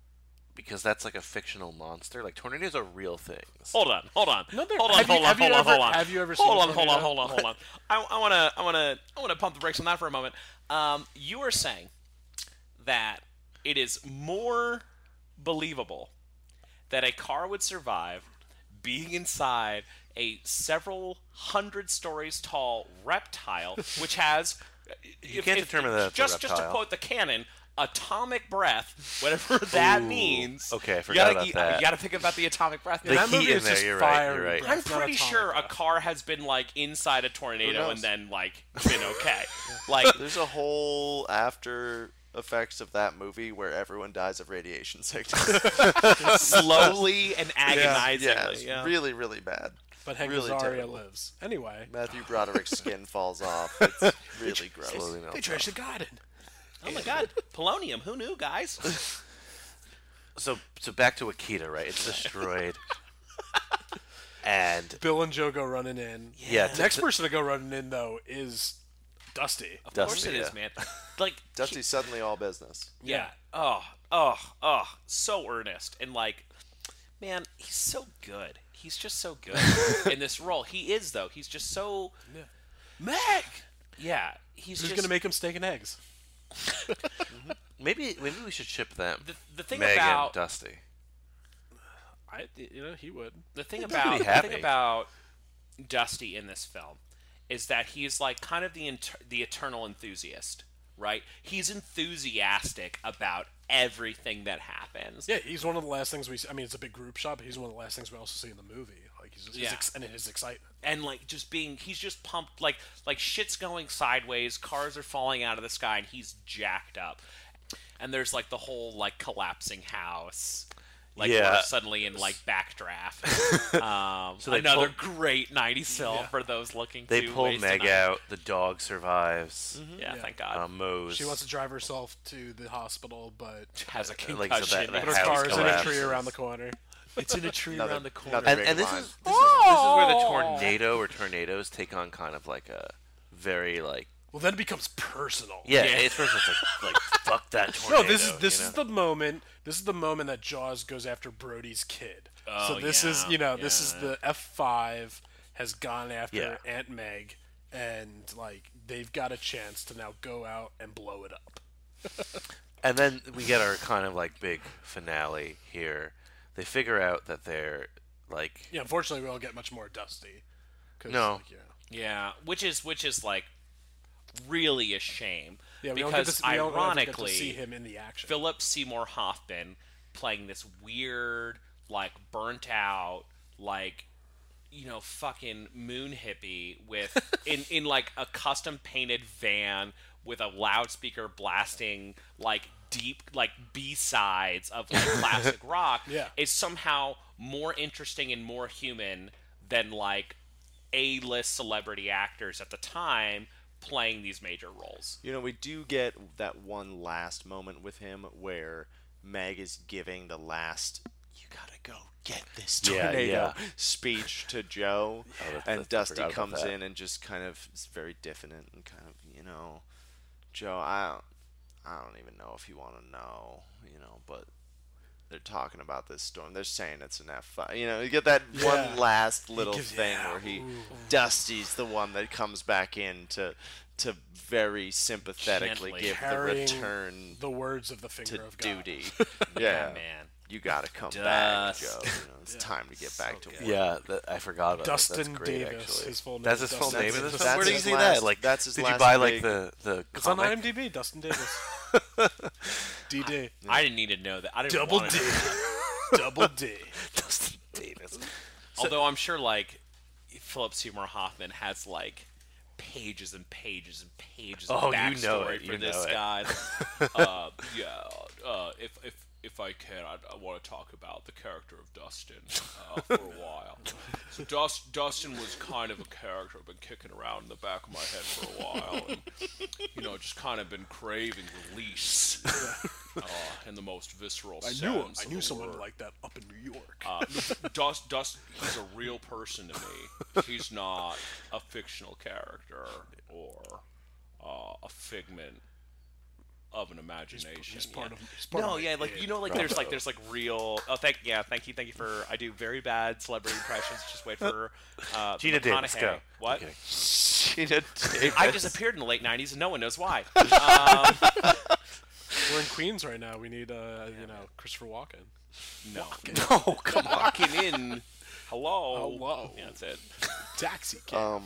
because that's like a fictional monster. Like tornadoes are real things.
Hold on, hold on,
No, they're-
hold on,
have you-
hold on,
have you
hold on,
ever-
hold on.
have you ever
hold
seen
on, hold on,
Tornado?
hold on, hold on. I, I wanna, I wanna, I wanna pump the brakes on that for a moment. Um, you are saying that it is more believable that a car would survive being inside a several hundred stories tall reptile, which has
You can't determine that it's a
just just to
reptile.
quote the canon. Atomic breath, whatever that
Ooh,
means.
okay, I
You
forgot
gotta-
about that.
You gotta think about the atomic breath.
The heat in there, you're right, you're right.
I'm
It's not
pretty
atomic
sure a car has been like inside a tornado and
knows?
then like been okay. like
there's a whole after effects of that movie where everyone dies of radiation sickness
Slowly and agonizingly,
Yeah, it's
yeah.
really, really bad.
But Hank
really
Azaria
terrible.
lives. Anyway.
Matthew Broderick's skin falls off. It's really gross.
They trashed the garden.
oh my god, polonium. Who knew, guys?
So so back to Akita, right? It's destroyed. and
Bill and Joe go running in.
Yeah, to-
Next
to-
person to go running in though is Dusty.
Of course it is, man. Like
Dusty's suddenly all business.
Yeah. Oh, oh, oh, so earnest and like, man, he's so good. He's just so good in this role. He is though. He's just so. Meg. Yeah, he's
Who's
just
gonna make him steak and eggs?
maybe maybe we should ship them.
The, the thing
Meg
about-
and Dusty.
I, you know, he would.
The thing
He'd be
about the
happy.
thing about Dusty in this film is that he's like kind of the inter- the eternal enthusiast, right? He's enthusiastic about everything that happens.
Yeah, he's one of the last things we. See. I mean, it's a big group shot, but he's one of the last things we also see in the movie. Like he's just, his
Yeah.
ex- and his excitement.
and like just being he's just pumped like like shit's going sideways cars are falling out of the sky and he's jacked up and there's like the whole like collapsing house like we're
Yeah.
suddenly in like backdraft um
So they
another
pull-
great 90s film
Yeah.
for those looking
They
to
pull
waste a
Meg
night.
out. The dog survives.
Mm-hmm.
Yeah, Yeah. thank God.
Uh, Mose.
She wants to drive herself to the hospital, but
Has a
Uh, Like, so that- concussion. that
but her
house
car is in a tree
collapses.
around the corner.
It's in a tree
Another- around the corner. another
and,
great
and this,
line.
is, this is this is where the tornado or tornadoes take on kind of like a very like
Well, then it becomes personal.
Yeah, it's personal. It's like, like fuck that
No,
tornado.
this is this
you
is
know?
the moment. This is the moment that Jaws goes after Brody's kid.
Oh,
so this is
yeah,
you know this is
yeah.
the F five has gone after
Yeah.
Aunt Meg, and like they've got a chance to now go out and blow it up.
And then we get our kind of like big finale here. They figure out that they're like
Yeah, unfortunately, we don't get much more Dusty. 'cause,
no,
like,
Yeah, which is which is like really a shame.
Yeah, we don't get to
because
s- we don't ever get to
ironically,
see him in the action.
Philip Seymour Hoffman playing this weird, like burnt out, like you know, fucking moon hippie with in in like a custom painted van with a loudspeaker blasting like deep like B sides of like classic rock
Yeah.
is somehow more interesting and more human than like a-list celebrity actors at the time playing these major roles.
You know, we do get that one last moment with him where Meg is giving the last "You gotta go get this
Yeah,
tornado"
yeah.
speech to Joe,
Oh, that's-
and
that's- I
Dusty
forgot about
comes
that.
in and just kind of is very diffident and kind of you know, Joe, I don't, I don't even know if you want to know, you know, but they're talking about this storm. They're saying it's an F five. You know, you get that
Yeah.
one last
He
little
gives-
thing
yeah,
where he
ooh.
Dusty's the one that comes back in to to very sympathetically
Gently.
give the
Carrying
return
the words of the finger
to
of God.
duty.
Yeah,
yeah,
man.
You gotta come back, Joe.
Dust.
You know, it's time to get back to work.
Yeah, that, I forgot about that. That's
Dustin
great,
Davis,
actually.
his full name
That's
is
his full
Dustin
name in
Davis.
this.
That's
Where did you
his
see
last-
that? Like,
that's his
did you
last
buy like
big-
the the
It's on
comic?
IMDb. Dustin Davis. DD.
I didn't need to know that. I didn't
Double
want
D.
to know that.
Double D.
Dustin Davis.
Although I'm sure like Philip Seymour Hoffman has like pages and pages and pages of
Oh, you know
backstory
it,
for
you
this
know it.
guy. uh, yeah, uh, if if if I can, I, I want to talk about the character of Dustin uh, for a while. So Dust, Dustin was kind of a character I've been kicking around in the back of my head for a while, and you know, just kind of been craving release uh, in the most visceral
I
sense.
knew him. I
of
knew
the
someone
word.
like that up in New York.
Uh, Dust, Dust, he's a real person to me. He's not a fictional character or uh, a figment of an imagination.
he's part
yeah.
of- he's part of
no,
my
yeah, like you
id.
know, like there's like there's like real. Oh, thank yeah, thank you, thank you for. I do very bad celebrity impressions. Just wait for uh,
Gina Davis,
McConaughey.
go.
What?
Okay.
Gina Davis.
I disappeared in the late '90s and no one knows why. Um,
We're in Queens right now. We need, uh, you know, Christopher Walken.
no,
no, come
on. Walking in. Hello.
Hello.
Yeah, that's it.
Taxi cab.
Um,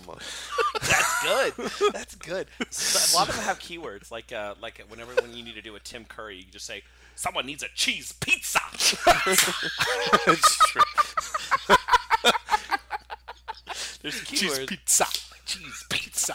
That's good. That's good. So a lot of them have keywords like uh, like whenever when you need to do a Tim Curry, you just say someone needs a cheese pizza.
it's true.
There's
Cheese
keywords.
pizza. Cheese pizza.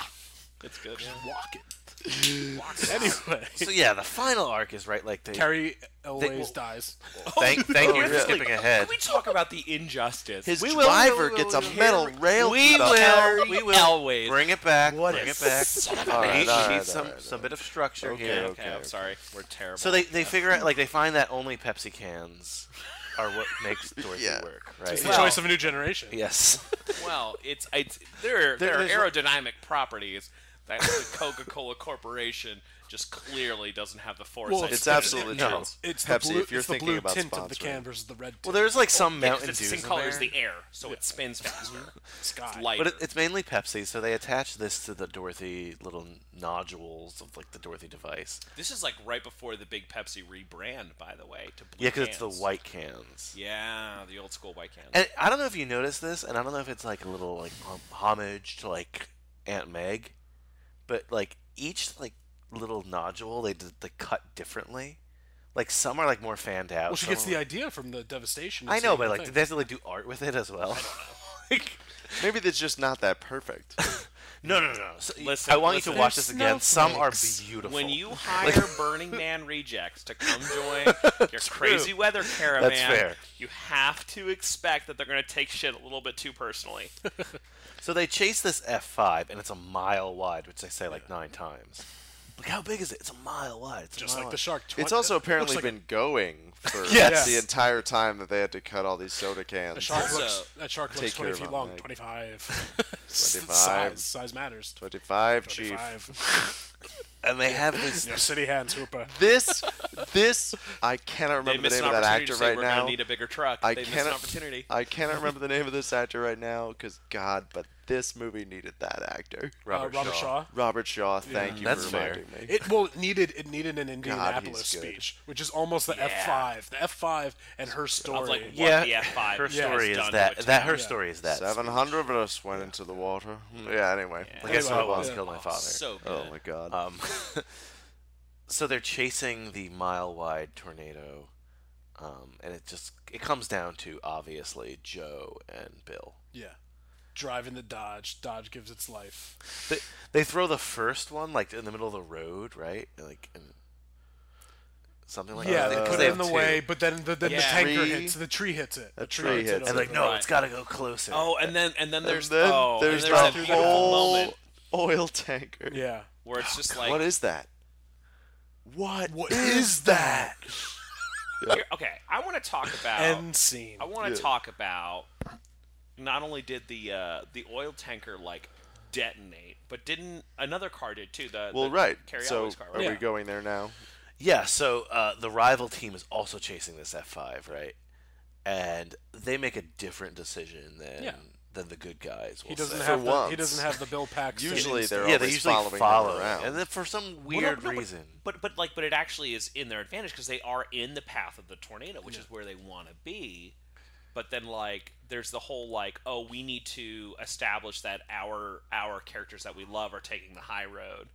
That's good.
Walken. Anyway.
So yeah, the final arc is right. Like they
Carrie Elways
well,
dies.
Thank,
Oh,
thank you for
Seriously,
skipping ahead.
Can we talk about the injustice?
his
We will,
driver
we will,
gets
we
a
will.
metal rail.
we
through the
will.
heart.
We will.
always.
Bring it back.
What
bring
a
it back.
son of a
All right,
bitch.
all right, all
Need
right,
some-
all right.
some
bit of structure
Okay,
here.
Okay,
okay,
I'm
okay.
sorry. We're terrible.
So they, they figure out like they find that only Pepsi cans are what makes Dorothy
Yeah.
work,
It's
right?
the
Well-
choice of a new generation.
Yes.
well, it's it's there are,
There-
there are
there's-
aerodynamic properties that the Coca-Cola Corporation just clearly doesn't have the foresight.
Well,
to
It's
put into
absolutely
their
true.
kids.
It's
Pepsi,
the blue,
if you're
it's the
thinking
blue
about
tint of the
sponsoring.
can versus the red tint.
Well, there's like some
Yeah, 'cause
Mountain
Oh, it's the
Dews
same
in
color as
there.
the air, so it spins faster.
sky.
Light.
But it, it's mainly Pepsi, so they attach this to the Dorothy little nodules of like the Dorothy device.
This is like right before the big Pepsi rebrand, by the way. To blue
Yeah, because it's the
cans.
white cans.
Yeah, the old school white cans.
And I don't know if you noticed this, and I don't know if it's like a little like hom- homage to like Aunt Meg, but like each like little nodule they did they cut differently. Like some are like more fanned out.
Well, she
some
gets
are,
the idea from the devastation.
I
and
know,
seeing
but
the
like
thing.
did they have to like do art with it as well? like,
Maybe that's just not that perfect.
no, no, no. no. So,
Listen,
I want you
listen.
to watch this
They're
again. Some are
snowflakes.
beautiful.
when you
Like-
hire Burning Man rejects to come join your crazy weather caravan,
fair.
you have to expect that they're going to take shit a little bit too personally.
So they chase this F5, and it's a mile wide, which they say like nine times. Look how big is it? It's a mile wide. It's a
just
mile
Oh.
like
wide.
the shark.
It's
twi-
also
it looks
apparently
like
been going for
Yes.
the entire time that they had to cut all these soda
a
cans.
shark
Also-
looks, that shark looks
Take care
twenty
of
feet
Aunt
long,
Meg.
twenty five.
25.
Size, size matters.
25,
Chief.
and they have this.
Your city hands, Hooper.
This, this, I cannot remember the
missed
name
an
of that
opportunity to
actor
say,
right
"We're gonna
now.
need a bigger truck."
I
They missed an
cannot,
opportunity.
I cannot remember the name of this actor right now because God, but this movie needed that actor.
Uh,
Robert Robert Shaw. Shaw?
Robert Shaw. Thank
Yeah.
you
That's
for
fair.
reminding me.
It well it needed it needed an Indianapolis
he's good.
speech, which is almost the
Yeah.
F five. The F five and her story.
Her
Yeah.
story is that. That her story is that.
Seven hundred of us went into the water. Mm, Yeah. Anyway,
I guess
Anyway,
what it was
yeah.
killed my father.
Oh my God.
Um, so they're chasing the mile-wide tornado, um, and it just it comes down to obviously Joe and Bill.
Yeah. Driving the Dodge. Dodge gives its life.
They, they throw the first one like in the middle of the road, right? Like and something like "Oh, that.
yeah, they
'Cause
put
they
it in
have
the
two.
way, but then the, then
A
the tanker
tree-
hits the Uh, tree hits it. The tree,
tree
hits it.
hits it.
over
Like,
the
no,
road.
it's gotta go closer.
Oh, and then and then there's
And then
oh, and
there's
there's
that
that beautiful
whole
moment
oil tanker.
Yeah.
where it's just like
what is that?
what
is that?
Here- okay, I want to talk about
End scene.
I want to
Yeah.
talk about not only did the uh, the oil tanker like detonate, but didn't another car did too. uh, The
Well,
the
right.
Carry
So
Always car.
are
right?
we going there now?
Yeah, so uh, the rival team is also chasing this F5, right? And they make a different decision than
Yeah.
than the good guys. Will
He doesn't
say.
have For the- he once. doesn't have the Bill Paxton
Usually they're
yeah, they
always
usually
following him
follow,
around.
and then for some
Well,
weird
no, no, but-
reason,
But, but like but it actually is in their advantage because they are in the path of the tornado, which is where they want to be. But then like there's the whole like oh we need to establish that our our characters that we love are taking the high road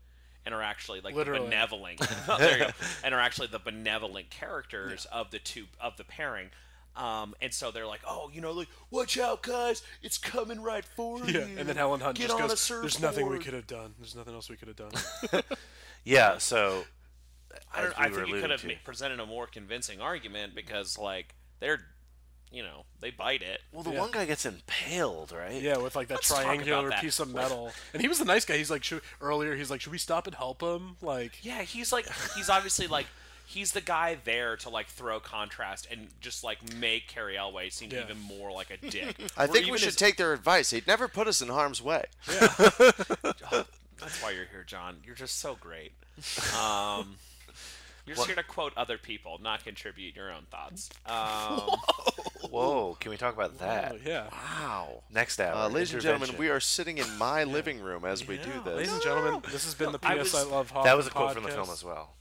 and are actually like
Literally.
the benevolent there you go. and are actually the benevolent characters of the two of the pairing. Um, and so they're like, oh, you know, like, watch out, guys, it's coming right for
Yeah,
you.
and then Helen Hunt
Get
just
on a
goes, "There's nothing we
surfboard."
could have done. There's nothing else we could have done."
yeah. So
I
as we
don't. I
were
think you
alluding
could have
to-
ma- presented a more convincing argument because, like, they're, you know, they bite it.
Well, the one guy gets impaled, right?
Yeah, with like that
Let's talk about
triangular
that.
piece of metal. And he was the nice guy. He's like, should, earlier, he's like, should we stop and help him? Like,
Yeah, he's like, he's obviously like, he's the guy there to like throw contrast and just like make Carrie Elway seem
Yeah.
even more like a dick.
I
Or
think
even
we should
his-
take their advice. He'd never put us in harm's way.
That's why you're here, John. You're just so great. Um, you're just
What-
here to quote other people, not contribute your own thoughts. Um,
Whoa! Can we talk about that?
yeah.
Wow.
Next hour,
Uh, ladies and gentlemen,
intervention.
we are sitting in my living room as we do this.
Ladies and gentlemen, this has been the PS I, Love Hoffman
That was a quote from the film
podcast.
as well.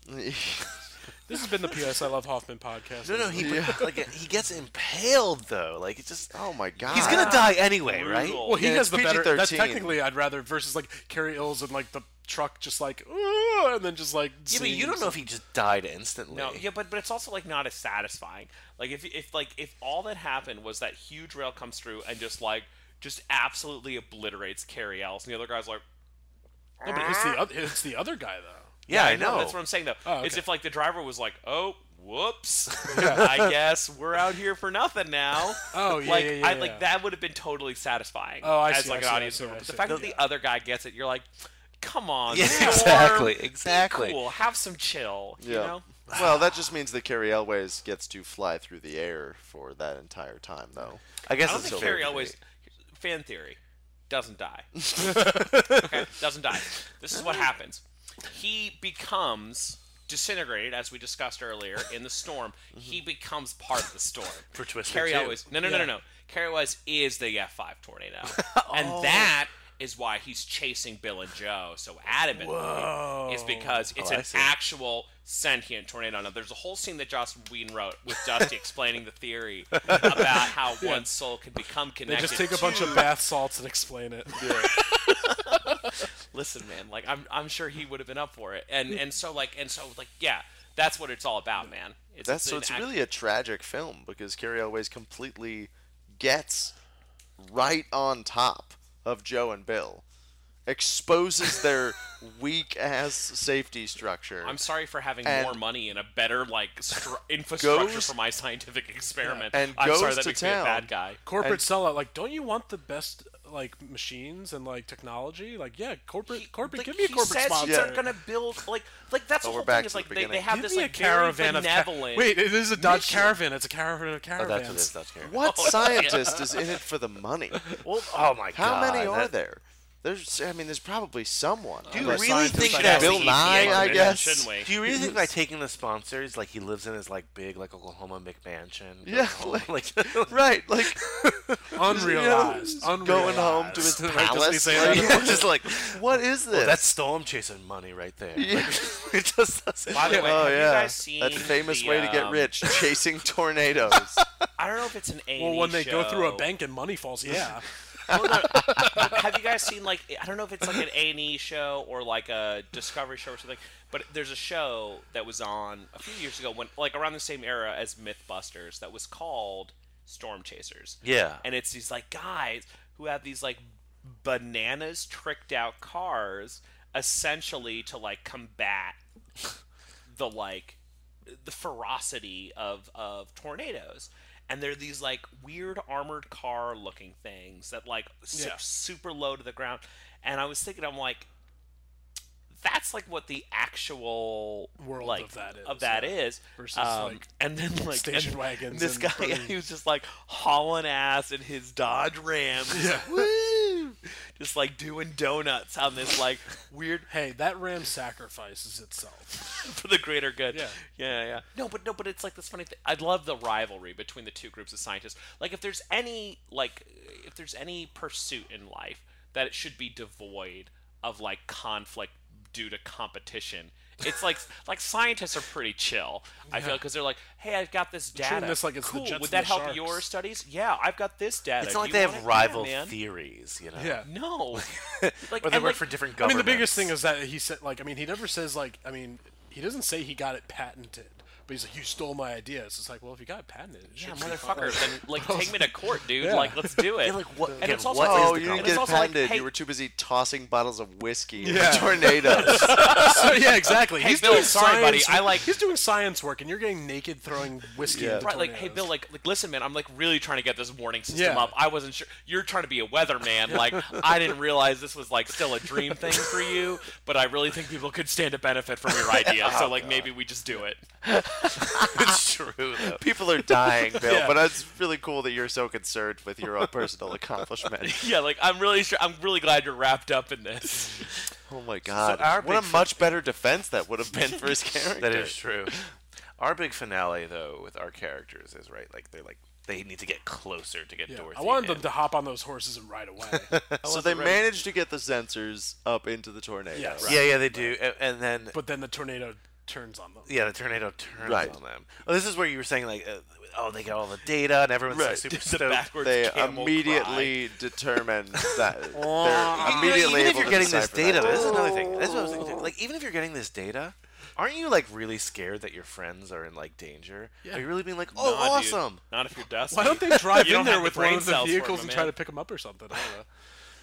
This has been the PS I Love Hoffman podcast.
No, no, he like he gets impaled though. Like it just
oh my god,
he's gonna die anyway, right?
Well, he has the better. That's
PG-13.
technically, I'd rather versus like Carrie Ills and like the truck just like, "Ooh," and then just like.
Yeah, but you don't know if he just died instantly.
No, yeah, but but it's also like not as satisfying. Like if if like if all that happened was that huge rail comes through and just like just absolutely obliterates Carrie Ells, and the other guy's like,
No, but it's the other. It's the other guy though.
Yeah, I know.
That's what I'm saying though.
Oh,
It's
okay.
if like the driver was like, oh. Whoops! I guess we're out here for nothing now.
Oh, yeah,
like
yeah, yeah,
I
yeah.
like that would have been totally satisfying.
Oh, I
as
see, I
like an
see, I
audience
see,
member.
I
But the
see.
fact that the other guy gets it, you're like, come on,
Yeah,
Storm,
exactly,
be
exactly.
Cool, have some chill. You know,
Well, that just means that Carrie Elways gets to fly through the air for that entire time, though.
I guess
I don't
it's
think
fair
Carrie
to
always fan theory doesn't die. okay, doesn't die. This is what happens. He becomes disintegrated, as we discussed earlier in the storm. He becomes part of the storm.
Mm-hmm. For Twister
Carrie
too.
always. No, no, no,
Yeah.
no, no. Carrie always is the F five tornado, and
Oh.
that is why he's chasing Bill and Joe so adamantly. Is because it's
Oh, I
an
see.
actual sentient tornado. Now, there's a whole scene that Joss Whedon wrote with Dusty explaining the theory about how
Yeah.
one soul can become
They
connected.
just take a bunch
to-
of bath salts and explain it.
Listen, man, like I'm, I'm sure he would have been up for it, and and so like and so like yeah, that's what it's all about, man. It's,
That's so
an
it's
act-
really a tragic film because Carrie Elways completely gets right on top of Joe and Bill, exposes their weak ass safety structure.
I'm sorry for having
and-
more money and a better like stru- infrastructure
Goes-
for my scientific experiment.
and
I'm
goes
sorry that
to
makes
town.
me a bad guy.
Corporate
And-
sellout. Like, don't you want the best like machines and like technology. Like yeah, corporate corporate.
Like,
give me a
he
corporate
says
sponsor.
They're gonna build like like that's
Oh,
the
we're
whole
back
thing. Is
to the
like they, they
beginning.
have
Give
this
me a
like
caravan
very
of ca-
benevolent.
Wait, it is a Dodge
mission.
Caravan. It's a caravan of caravans.
Oh, what What scientist is in it for the money?
Oh, Well, oh my
How many
God,
are
that-
there? There's, I mean, there's probably someone.
Do you
Unless
really think
scientists-
that
E
Bill Nye, I guess.
Do you really think by taking the sponsors, like he lives in his like big like Oklahoma McMansion?
Yeah,
Oklahoma, like,
right, like
unrealized,
you know, going home to his
unrealized.
palace,
Doesn't he say
like-
that?
Yeah.
just like,
what is
Well,
this?
that's storm chasing money right there.
Yeah.
Like, it just doesn't.
By the way,
oh
have you
yeah,
guys seen
that famous
the,
way to get
um,
rich, chasing tornadoes.
I don't know if it's an A.
Well, when they go through a
show.
bank and money falls. Yeah.
Well, no, have you guys seen like I don't know if it's like an A and E show or like a Discovery show or something, but there's a show that was on a few years ago when like around the same era as MythBusters that was called Storm Chasers.
Yeah.
and it's these like guys who have these like bananas tricked out cars, essentially to like combat the like the ferocity of of tornadoes and they're these like weird armored car looking things that like sit
Yeah.
super low to the ground and i was thinking i'm like that's like what the actual
World
like,
of that is,
of that
yeah.
is.
Versus,
Um,
like,
and then like
station
and
wagons
this
and
guy
birds.
he was just like hauling ass in his dodge ram yeah. Woo! just like doing donuts on this like weird
hey that ram sacrifices itself
for the greater good.
Yeah.
yeah, yeah. No, but no, but it's like this funny thing. I love the rivalry between the two groups of scientists. Like, if there's any like, if there's any pursuit in life that it should be devoid of like conflict due to competition. It's like like scientists are pretty chill. I feel
Yeah.
because they're like, hey, I've got this
They're treating
data.
this like it's the
cool.
Jets
Would
and
that
the
help
Sharks.
your studies? Yeah, I've got this data.
It's not like
Do
they
you
have
want it? Yeah,
rival
man.
theories, you know.
Yeah.
No. like,
or they work
and, like-
for different
I mean,
governments.
the biggest thing is that he said, like, I mean, he never says, like, I mean, he doesn't say he got it patented, but he's like, you stole my idea. It's just like, well, if you got it patented, it
Yeah,
should be
motherfucker.
fine.
Then like take me to court, dude.
Yeah.
Like let's do it.
Yeah, like, what-
And
again,
it's also
what
like-
is
oh,
the
you didn't
and
get
it's
it
also like,
patented.
hey-
You were too busy tossing bottles of whiskey
Yeah.
into tornadoes.
so, yeah, exactly.
Hey,
he's
Bill,
doing
sorry, buddy.
science-
I, like-
He's doing science work, and you're getting naked throwing whiskey.
Right,
into
like, hey, Bill, like, like, listen, man, I'm like really trying to get this warning system
Yeah.
up. I wasn't sure. You're trying to be a weatherman. Like, I didn't realize this was like still a dream thing for you, but I really think people could stand to benefit from your idea. so,
Oh,
like,
God.
maybe we just do it.
it's true. Though.
People are dying, Bill,
Yeah.
but it's really cool that you're so concerned with your own personal accomplishment.
yeah, like, I'm really sure. I'm really glad you're wrapped up in this.
Oh my God!
our
what a
big-
much better defense that would have been for his character.
That is true. Our big finale, though, with our characters is right. Like they're like they need to get closer to get
Yeah,
Dorothy.
I wanted them
in.
to hop on those horses and ride away.
So they managed to get the sensors up into the tornado.
Yes.
Yeah, yeah, they do, and, and then
but then the tornado turns on them.
yeah, the tornado turns
Right.
on them. Oh, this is where you were saying like, uh, oh, they get all the data and everyone's like
Right.
super
The
stoked.
they immediately determine that
You
they're
know,
immediately
even if
able
you're
to
getting this
decipher
data,
that.
this is another thing. That's what I was thinking. too. Like, even if you're getting this data, aren't you like really scared that your friends are in like danger? Are you really being like, oh,
Nah, dude.
awesome?
Not if you're dusty.
Why don't they drive
You
in
don't
there
have
with
brain
one of the
cells for
vehicles
it,
and
man.
try to pick them up or something? I don't know.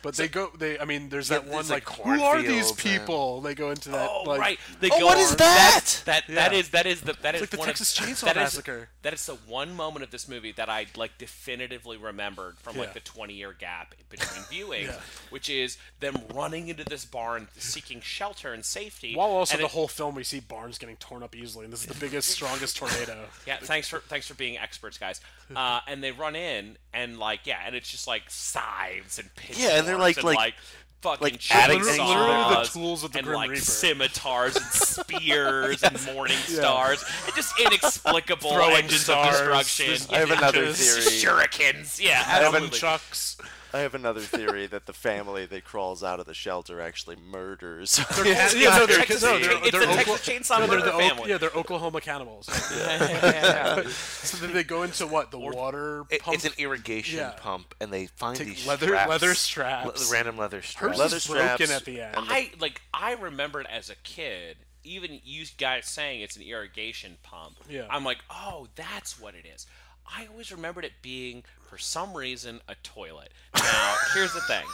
But they go. They. I mean, there's that
Yeah,
one
there's, like,
like, who are these
cornfields and-
people? They go into that.
Oh
like,
right, they
Oh,
go
what is
on-
that?
That
Yeah.
that is that is the that is
like the
one
Texas
of,
Chainsaw
that is-
Massacre.
that is the one moment of this movie that I like definitively remembered from like
Yeah.
the twenty year gap between viewings,
Yeah.
which is them running into this barn seeking shelter and safety.
While also
and
the
it-
whole film, we see barns getting torn up easily, and this is the biggest, strongest tornado.
Yeah, thanks for thanks for being experts, guys. Uh, and they run in and like yeah, and it's just like scythes and pitchforks
Yeah, and they're, like-
and,
like-
fucking
like adding
chainsaws
things to their- Literally
the tools of the
and
Grim
like
Reaper.
scimitars and spears and morning
Yeah.
stars and just inexplicable
Throwing
engines
stars,
of destruction.
just
I have another
just
theory.
Shurikens, yeah,
I have an-
absolutely.
Chucks.
I have another theory that the family that crawls out of the shelter actually murders.
Yeah,
It's
yeah, no,
not
they're,
Texas
no,
Chainsaw.
they're,
It's
they're
the Texas
Oklahoma-
Chainsaw
no, they're
Murder
the Oak-
family.
Yeah, they're Oklahoma cannibals. so then they go into what the water
It-
pump.
it's an irrigation
Yeah.
pump, and they find
Take
these
leather-
straps,
leather
Le-
straps.
random leather straps.
is
leather
broken
straps
at the end.
and
I like I remembered as a kid, even you guys saying it's an irrigation pump.
Yeah.
I'm like, oh, that's what it is. I always remembered it being, for some reason, a toilet. Now, here's the thing.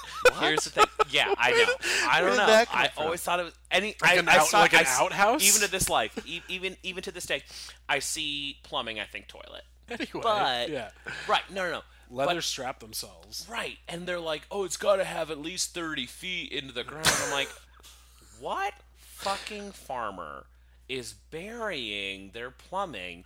Here's the thing. Yeah, I know. I don't
Where did
know.
that come
I
from?
always thought it was any.
Like
I,
an
I
out-
saw,
like an
I s-
outhouse?
Even to this life, e- even even to this day, I see plumbing. I think toilet.
Anyway,
but
yeah.
right, no, no, no.
leather strap themselves.
Right. And they're like, oh, it's got to have at least 30 feet into the ground. I'm like, what fucking farmer is burying their plumbing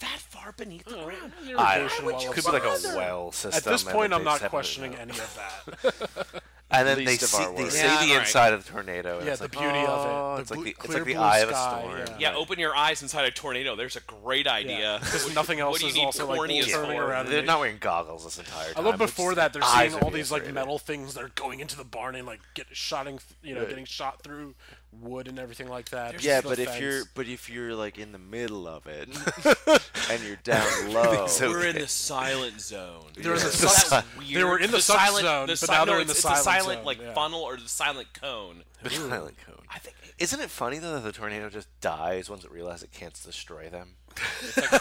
that far beneath
Mm,
the ground? Uh,
I,
Why would you
could be like
bother?
a well system.
this
and
point,
they
I'm not
just haven't figured
questioning
it out.
any of that.
And then they
Least of
see,
our
they
worries.
see
Yeah,
the
right.
inside of the tornado. And
Yeah,
it's
the
like,
beauty of it,
"Oh,"
the
it's like
blu-
the, it's
clear
like the
blue
eye of a
sky,
storm.
yeah.
Yeah, open your eyes inside a tornado. There's a great idea.
Because nothing else
what do you
is
need
also, like,
corny as
turning
for?
around and
They're
they-
not wearing goggles this entire
I
time. It's
love before
just
that
the
they're
eyes
seeing
are
all
being
these like
afraid.
metal things that are going into the barn and like get shotting, you know,
Yeah.
getting shot through wood and everything like that.
yeah,
The
but if
fence.
you're but if you're like in the middle of it and you're down low,
Everything's okay.
We're in the silent zone.
They're in the
That's
sil-
weird.
they were in the sub
silent
zone,
the
but
si-
now
no,
they're in
it's-
the
it's
silent
silent
zone,
like
yeah.
funnel or the silent cone.
The silent cone. I think. Isn't it funny though that the tornado just dies once it realizes it can't destroy them?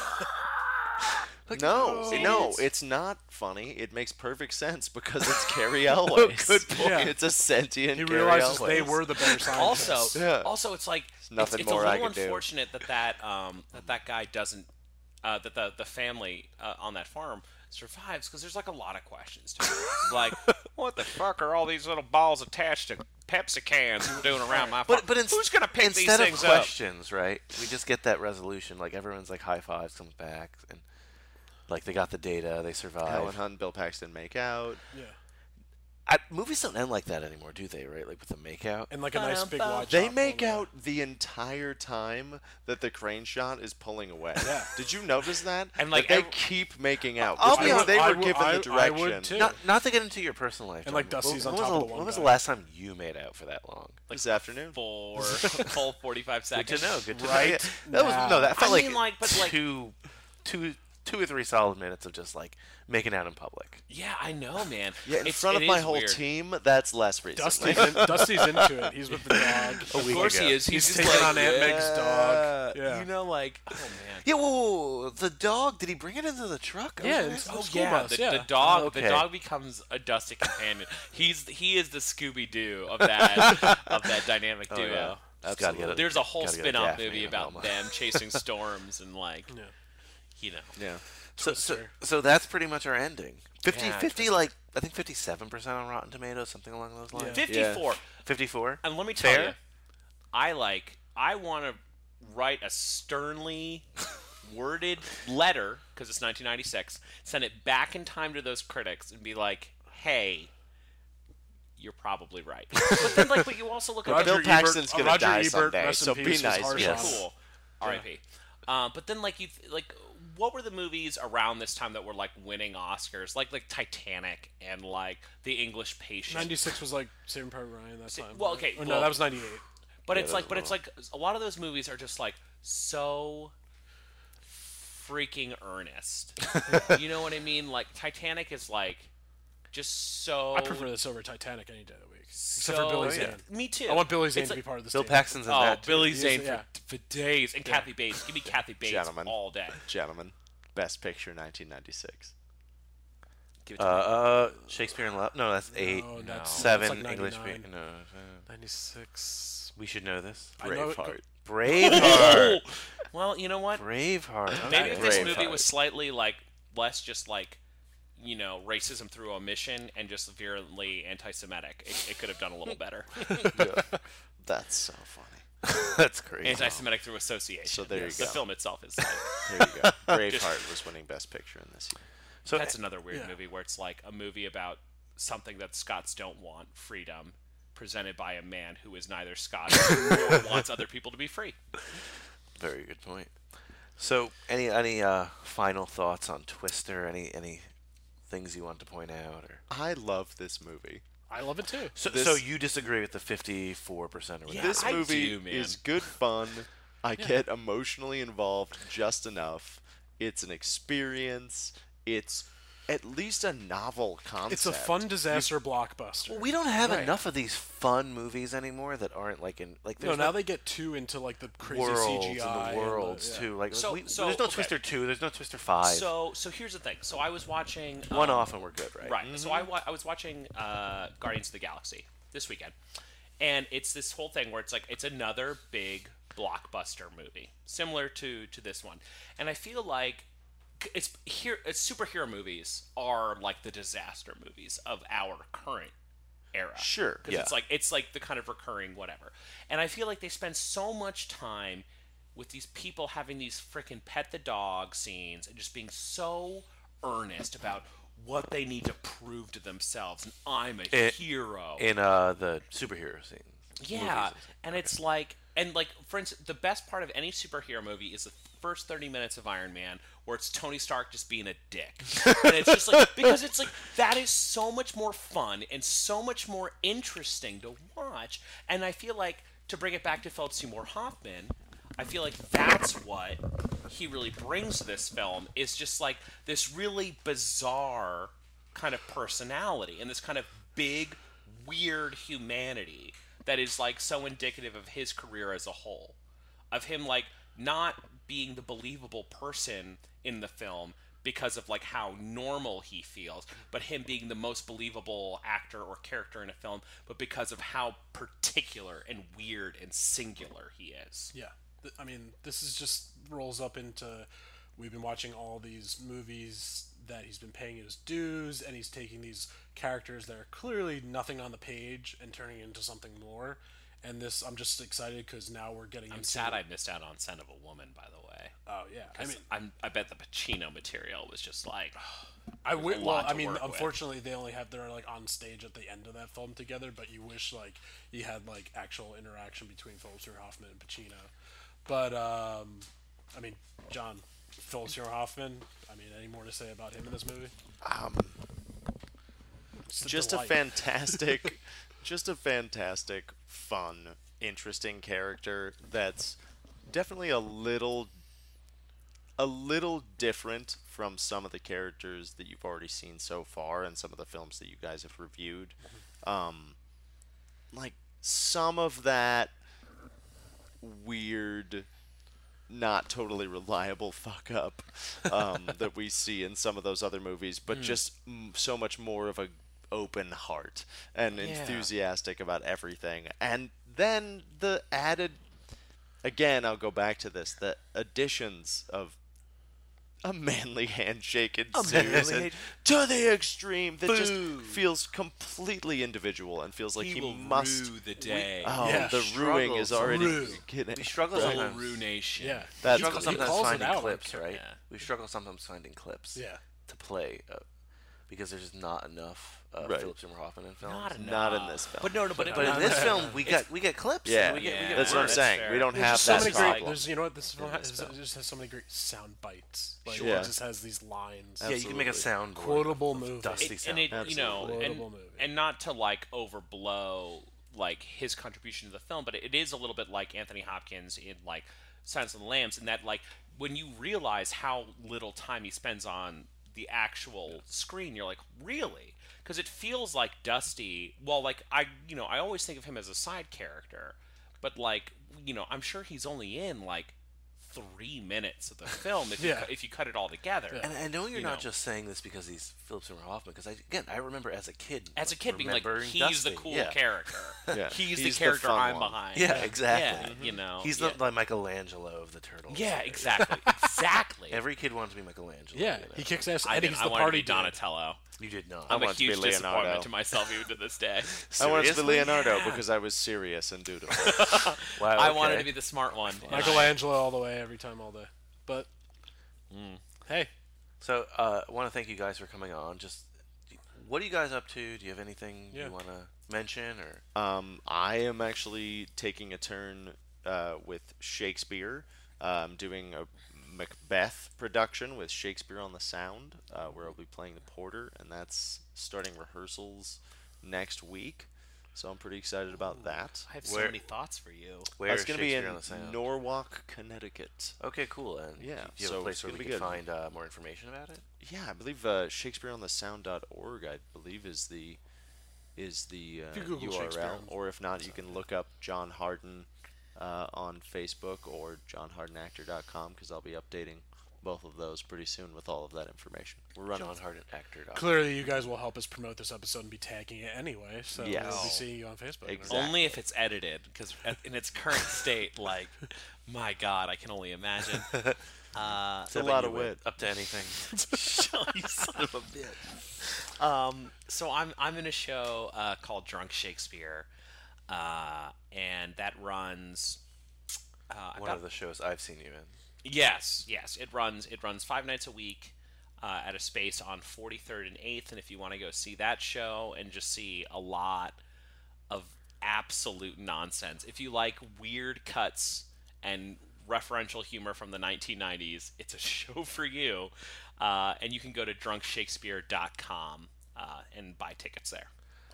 no,
oh,
no,
it's-
it's not funny. It makes perfect sense because it's Carrie Elways.
Good point. Yeah.
Oh, It's a sentient.
He
Carrie
realizes they
Elways.
were the better scientists.
Also,
Yeah.
also, it's like it's,
nothing
it's
more
a
I
little
can do.
unfortunate that that um, that that guy doesn't uh, that the the family uh, on that farm survives because there's like a lot of questions to it. like what the fuck are all these little balls attached to Pepsi cans doing around my farm?
But but ins-
who's gonna pick these
instead
things
of
up?
questions, right? We just get that resolution. Like everyone's like high fives, comes back, and like they got the data, they
Helen
survived.
Hunt, Bill Paxton make out.
yeah,
I, movies don't end like that anymore, do they? Right? Like with the makeout.
and like a nice big watch.
They make out the entire time that the crane shot is pulling away.
Yeah.
Did you notice that?
And, like,
That they
ev-
keep making out.
I'll
which
be
means
honest-
they
I
were
would-
given
I-
the
I
direction.
would too.
Not, not to get into your personal life.
And, like,
Jordan, but
Dusty's
when,
on
was
top
the-
of the
When
one
was the
guy.
last time you made out for that long?
this afternoon.
for full 45
Good
seconds.
to know. Good to
Right
know. Yeah. That
now.
was no. That felt
I mean,
like,
like, but, like-
two, two, two or three solid minutes of just like making out in public.
Yeah, I know, man.
Yeah, in
It's-
front of
it
my
is
whole
weird.
team, that's less recently.
Dusty's, in, Dusty's into it. He's with the dog.
Of course he is. He's,
He's,
just
taking
like,
on Aunt Meg's dog.
yeah.
Yeah.
You know, like, oh man.
Yeah, whoa, whoa, whoa, the dog. Did he bring it into the truck? I
Yeah,
was
it's-
gonna
Oh
school
yeah,
bus,
the,
yeah.
the dog.
Oh, Okay.
The dog becomes a dusty companion. He's he is the Scooby Doo of that of that dynamic
Oh,
duo.
yeah. Just gotta get a-
There's a whole
gotta get a
spin-off
Daphne
movie
and
about
Velma.
them chasing storms and like, you know,
Oh, Yeah.
So, so, so that's pretty much our ending. 50,
Yeah,
50 like I think fifty-seven percent on Rotten Tomatoes, something along those lines.
fifty-four.
Fifty-four.
And let me tell
Fair?
you, I like. I want to write a sternly worded letter because it's 1996. Send it back in time to those critics and be like, "Hey, you're probably right." But then, like, but you also look at
Roger
Bill
Ebert-
Paxton's
uh,
gonna
Roger
die
Ebert,
someday,
rest in
so be
peace, was
nice.
harsh
Yes.
on him.
cool. R.I.P. Um, but then, like you, th- like, what were the movies around this time that were like winning Oscars? Like, like Titanic and like The English Patient.
96 was like Saving Private Ryan that time.
well,
right?
okay,
Or
well-
no, that was 98.
But it's like, but it's like a lot of those movies are just like so freaking earnest. you know what I mean? Like Titanic is like just so.
I prefer this over Titanic any day of the week.
so,
Except for Billy Zane.
Me too.
I want Billy Zane
It's
to
like-
be part of this.
Bill
team.
Paxton's in
Oh,
that. too.
Billy
He's-
Zane
yeah.
for, for days, and Kathy Bates. Give me Kathy Bates
Gentlemen.
all day.
Gentlemen, Best Picture 1996.
Give it
Uh,
to me.
uh, Shakespeare in Love. No, that's eight.
No, oh, that's-
seven.
that's like
English.
99.
Pe- no, uh,
96.
we should know this.
I know it-
Braveheart.
Braveheart.
Well, you know what?
Braveheart.
Maybe
okay.
if this
Braveheart.
movie was slightly like less just like you know racism through omission and just virulently anti-Semitic, it, it could have done a little better.
That's so funny.
That's crazy.
Anti-Semitic through association.
So there you
The
go.
film itself is. Like,
There you go. Braveheart was winning Best Picture in this year.
So
that's another weird
Yeah.
movie where it's like a movie about something that Scots don't want: freedom. Presented by a man who is neither Scottish nor wants other people to be free.
very good point. So any any uh, final thoughts on Twister? Any any things you want to point out or?
I love this movie.
I love it too.
So,
This-
so you disagree with the fifty-four percent or whatever?
this
I
movie
do, man.
is good fun. I get emotionally involved just enough. It's an experience. It's at least a novel concept.
It's a fun disaster blockbuster.
Well, we don't have enough of these fun movies anymore that aren't like in like.
no,
there's
now they get too into like the crazy
worlds
CGI
and the worlds
yeah.
too. Like
So-
we,
so,
there's no
okay.
Twister two. There's no Twister five.
So, so here's the thing. So I was watching um,
One off and we're good, right?
Right. So I, wa- I was watching uh, Guardians of the Galaxy this weekend, and it's this whole thing where it's like it's another big blockbuster movie, similar to to this one, and I feel like it's here. It's superhero movies are like the disaster movies of our current era.
Sure,
because
yeah.
it's like it's like the kind of recurring whatever. And I feel like they spend so much time with these people having these freaking pet the dog scenes and just being so earnest about what they need to prove to themselves and I'm a
In-
hero.
in uh, the superhero scene.
Yeah, and it's like, and like for instance, the best part of any superhero movie is the first thirty minutes of Iron Man, where it's Tony Stark just being a dick, and it's just like because it's like that is so much more fun and so much more interesting to watch, and I feel like to bring it back to Philip Seymour Hoffman, I feel like that's what he really brings to this film is just like this really bizarre kind of personality and this kind of big weird humanity that is like so indicative of his career as a whole of him like not being the believable person in the film because of like how normal he feels but him being the most believable actor or character in a film but because of how particular and weird and singular he is
Yeah. Th- I mean, this is just rolls up into we've been watching all these movies that he's been paying his dues and he's taking these characters that are clearly nothing on the page and turning it into something more. And this, I'm just excited because now we're getting.
i'm
into,
sad i missed out on son of a woman by the way
Oh yeah, I
'Cause
mean,
I'm, I bet the Pacino material was just like
I
there's a
wi- well,
lot
I
to
mean,
work with.
unfortunately, they only have they're like on stage at the end of that film together. But you wish like you had like actual interaction between Philip Seymour Hoffman and Pacino. But um, I mean, John Philip Seymour Hoffman. I mean, any more to say about him in this movie?
Um,
It's
just
delight.
a fantastic, just a fantastic, fun, interesting character that's definitely a little, a little different from some of the characters that you've already seen so far and some of the films that you guys have reviewed.
Mm-hmm.
Um, like some of that weird not totally reliable fuck up um, that we see in some of those other movies, but
Hmm.
just m- so much more of a open heart and
Yeah.
enthusiastic about everything. And then the added, again, I'll go back to this: the additions of a manly handshake and
A manly
Susan
hand-
to the extreme that
Boo.
just feels completely individual and feels like
He
he,
will
must
rue the day.
oh,
Yeah.
the
Struggles.
ruiing is already
Rue.
getting.
We struggle
Right.
sometimes.
ruination. Yeah.
we
That's
struggle
cool. He
sometimes
calls it
finding
out on
clips,
camera.
right? We struggle sometimes finding clips.
Yeah.
To play, uh, because there's just not enough uh,
Right.
Philip Seymour Hoffman in films.
Not Not in this film.
But no, no, but, but in
not
this
enough.
film we
It's-
get we get clips.
Yeah.
and we get, we get
That's what I'm
words.
saying. We don't
There's
have
just so
that
many
problem.
Great, there's you know what this film
in
has,
this
it just has so many great sound bites. Like
Sure.
it
Yeah.
just has these lines.
Yeah, you can make a Absolutely. soundboard
quotable
of
movie.
dusty
It- and it, you know, and,
quotable movie.
and not to like overblow like his contribution to the film, but it is a little bit like Anthony Hopkins in like Silence of the Lambs, in that like when you realize how little time he spends on the actual screen, you're like, really? Because it feels like Dusty. Well, like I, you know, I always think of him as a side character, but like you know, I'm sure he's only in like three minutes of the film if
Yeah.
you, cu- if you cut it all together.
And I know you're
you
not just saying this because he's Philip Seymour Hoffman, because I, again, I remember as a kid,
As a
like,
kid being like,
remembering
he's
Dusty.
the cool
Yeah.
character.
Yeah. He's
He's, the
the
character
fun
I'm
one.
behind.
Yeah, exactly.
Yeah, you know,
He's
yeah.
not like Michelangelo of the Turtles.
Yeah, exactly, exactly.
Every kid wants to be Michelangelo.
Yeah,
you know?
he kicks ass, I and didn't- he's I the wanted to party be dude. Donatello.
You did not.
I'm
I
a
want to be
huge disappointment
Leonardo.
to myself even to this day.
I wanted to be
Seriously?
Leonardo
Yeah.
because I was serious and dutiful.
I wanted to be the smart one. and I-
Michelangelo all the way, every time, all day. But
Mm.
hey.
So uh, I want to thank you guys for coming on. Just what are you guys up to? Do you have anything
Yeah.
you want to mention or?
Um, I am actually taking a turn uh, with Shakespeare. Uh, I'm doing a Macbeth production with Shakespeare on the Sound, uh, where I'll be playing the porter, and that's starting rehearsals next week. So I'm pretty excited about that.
I have so Where- many thoughts for you.
where
That's
is
gonna be
Shakespeare
in
on the Sound?
Norwalk, Connecticut.
Okay, cool. And
yeah,
do you have
so
a place
it's
where
gonna
we
be
can
good.
find uh, more information about it?
Yeah, I believe uh, ShakespeareOnTheSound.org. I believe is the is the uh,
If you Google Shakespeare
URL,
on-
or if not, you can look up John Harden uh, on Facebook or JohnHardenActor.com because I'll be updating both of those pretty soon with all of that information. We're running
JohnHardenActor.com.
Clearly, you guys will help us promote this episode and be tagging it anyway, so
Yes.
we'll be seeing you on Facebook.
Only if it's edited, because in its current state, like, my God, I can only imagine. Uh,
It's a lot of wit. Up to anything.
Show you son of a bitch. Um, so I'm I'm in a show uh, called Drunk Shakespeare, uh, and that runs. Uh,
One of the shows I've seen you in.
Yes, yes. It runs it runs five nights a week uh, at a space on 43rd and 8th. And if you want to go see that show and just see a lot of absolute nonsense, if you like weird cuts and referential humor from the 1990s, it's a show for you. Uh, and you can go to drunkshakespeare.com uh, and buy tickets there.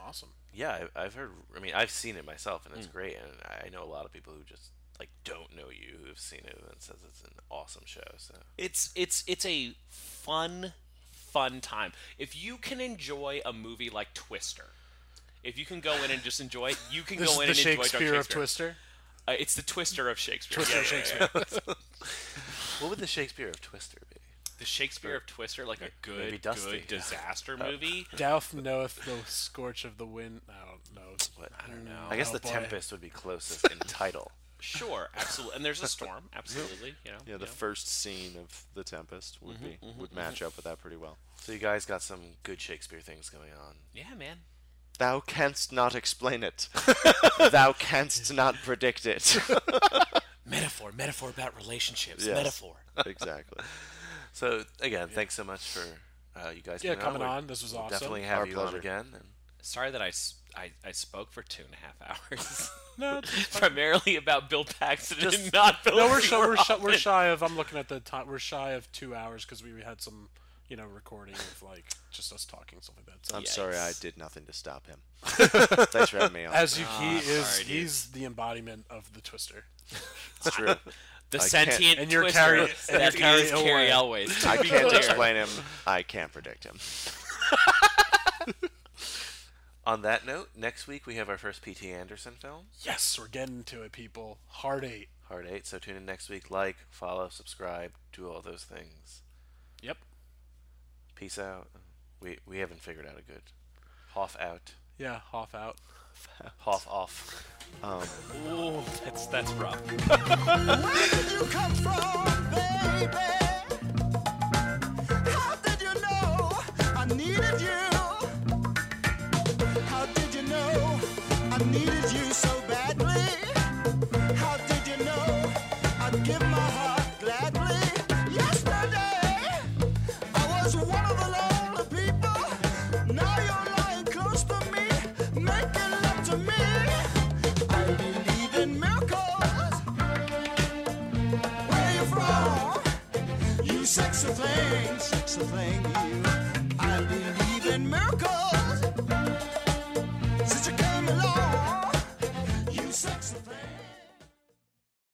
Awesome.
Yeah, I, I've heard. I mean, I've seen it myself, and it's great. And I know a lot of people who just like don't know you who've seen it and says it's an awesome show. So
It's it's it's a fun fun time. If you can enjoy a movie like Twister, if you can go in and just enjoy it, you can
This is
go in
the
and enjoy Dark
Shakespeare of
Shakespeare.
Twister?
Uh, it's the Twister of Shakespeare.
Twister of Shakespeare.
what would the Shakespeare of Twister be?
The Shakespeare of Twister, like a
maybe
good
Dusty.
good disaster
Oh.
Uh,
movie.
Douth knoweth the scorch of the wind. I don't know. Mm,
I
don't
know.
I guess
Oh,
the
boy.
Tempest would be closest in title.
Sure, absolutely. And there's a storm, absolutely. You know.
Yeah, the
you know.
first scene of the Tempest would
Mhm,
Mm-hmm,
be
mhm,
would
mhm.
match up with that pretty well.
So you guys got some good Shakespeare things going on.
Yeah, man.
Thou canst not explain it. Thou canst not predict it.
Metaphor, metaphor about relationships.
Yes,
Metaphor.
Exactly.
So again, thanks so much for uh, you guys.
Yeah,
coming
coming
on.
on. This was
we'll
awesome.
Definitely have
Our
you on
pleasure.
again. And
Sorry that I, s- I- I spoke for two and a half hours.
No, it's fine.
primarily about Bill Paxton and not Bill.
no, we're shy, we're, shy,
Robbins.
we're shy of. I'm looking at the time. We're shy of two hours because we had some, you know, recording of like just us talking stuff like that. So
I'm sorry I did nothing to stop him. Thanks for having me on.
As you, he is, he's the embodiment of the Twister.
It's true.
The
I can't-
sentient
And you're
Twister
carry- and
that
you're carry
is Carrie
away.
Elways. to
I
be
can't
clear.
explain him. I can't predict him.
on that note, next week we have our first P.T. Anderson film,
Yes, we're getting to it, people. Hard eight.
Hard Eight. So tune in next week. Like, follow, subscribe, do all those things.
Yep.
Peace out. We we haven't figured out a good Hoff out.
Yeah, Hoff out.
Hoff off.
Um.
Ooh, that's that's rough.
Where did you come from, baby? How did you know I needed you? How did you know I needed you so badly? How did you know I'd give my heart gladly? Yesterday, I was one of the lonely people. Now you're lying close to me, making love to me. I believe in miracles. Where you from? You sexy thing, sexy thing, you. I believe in miracles.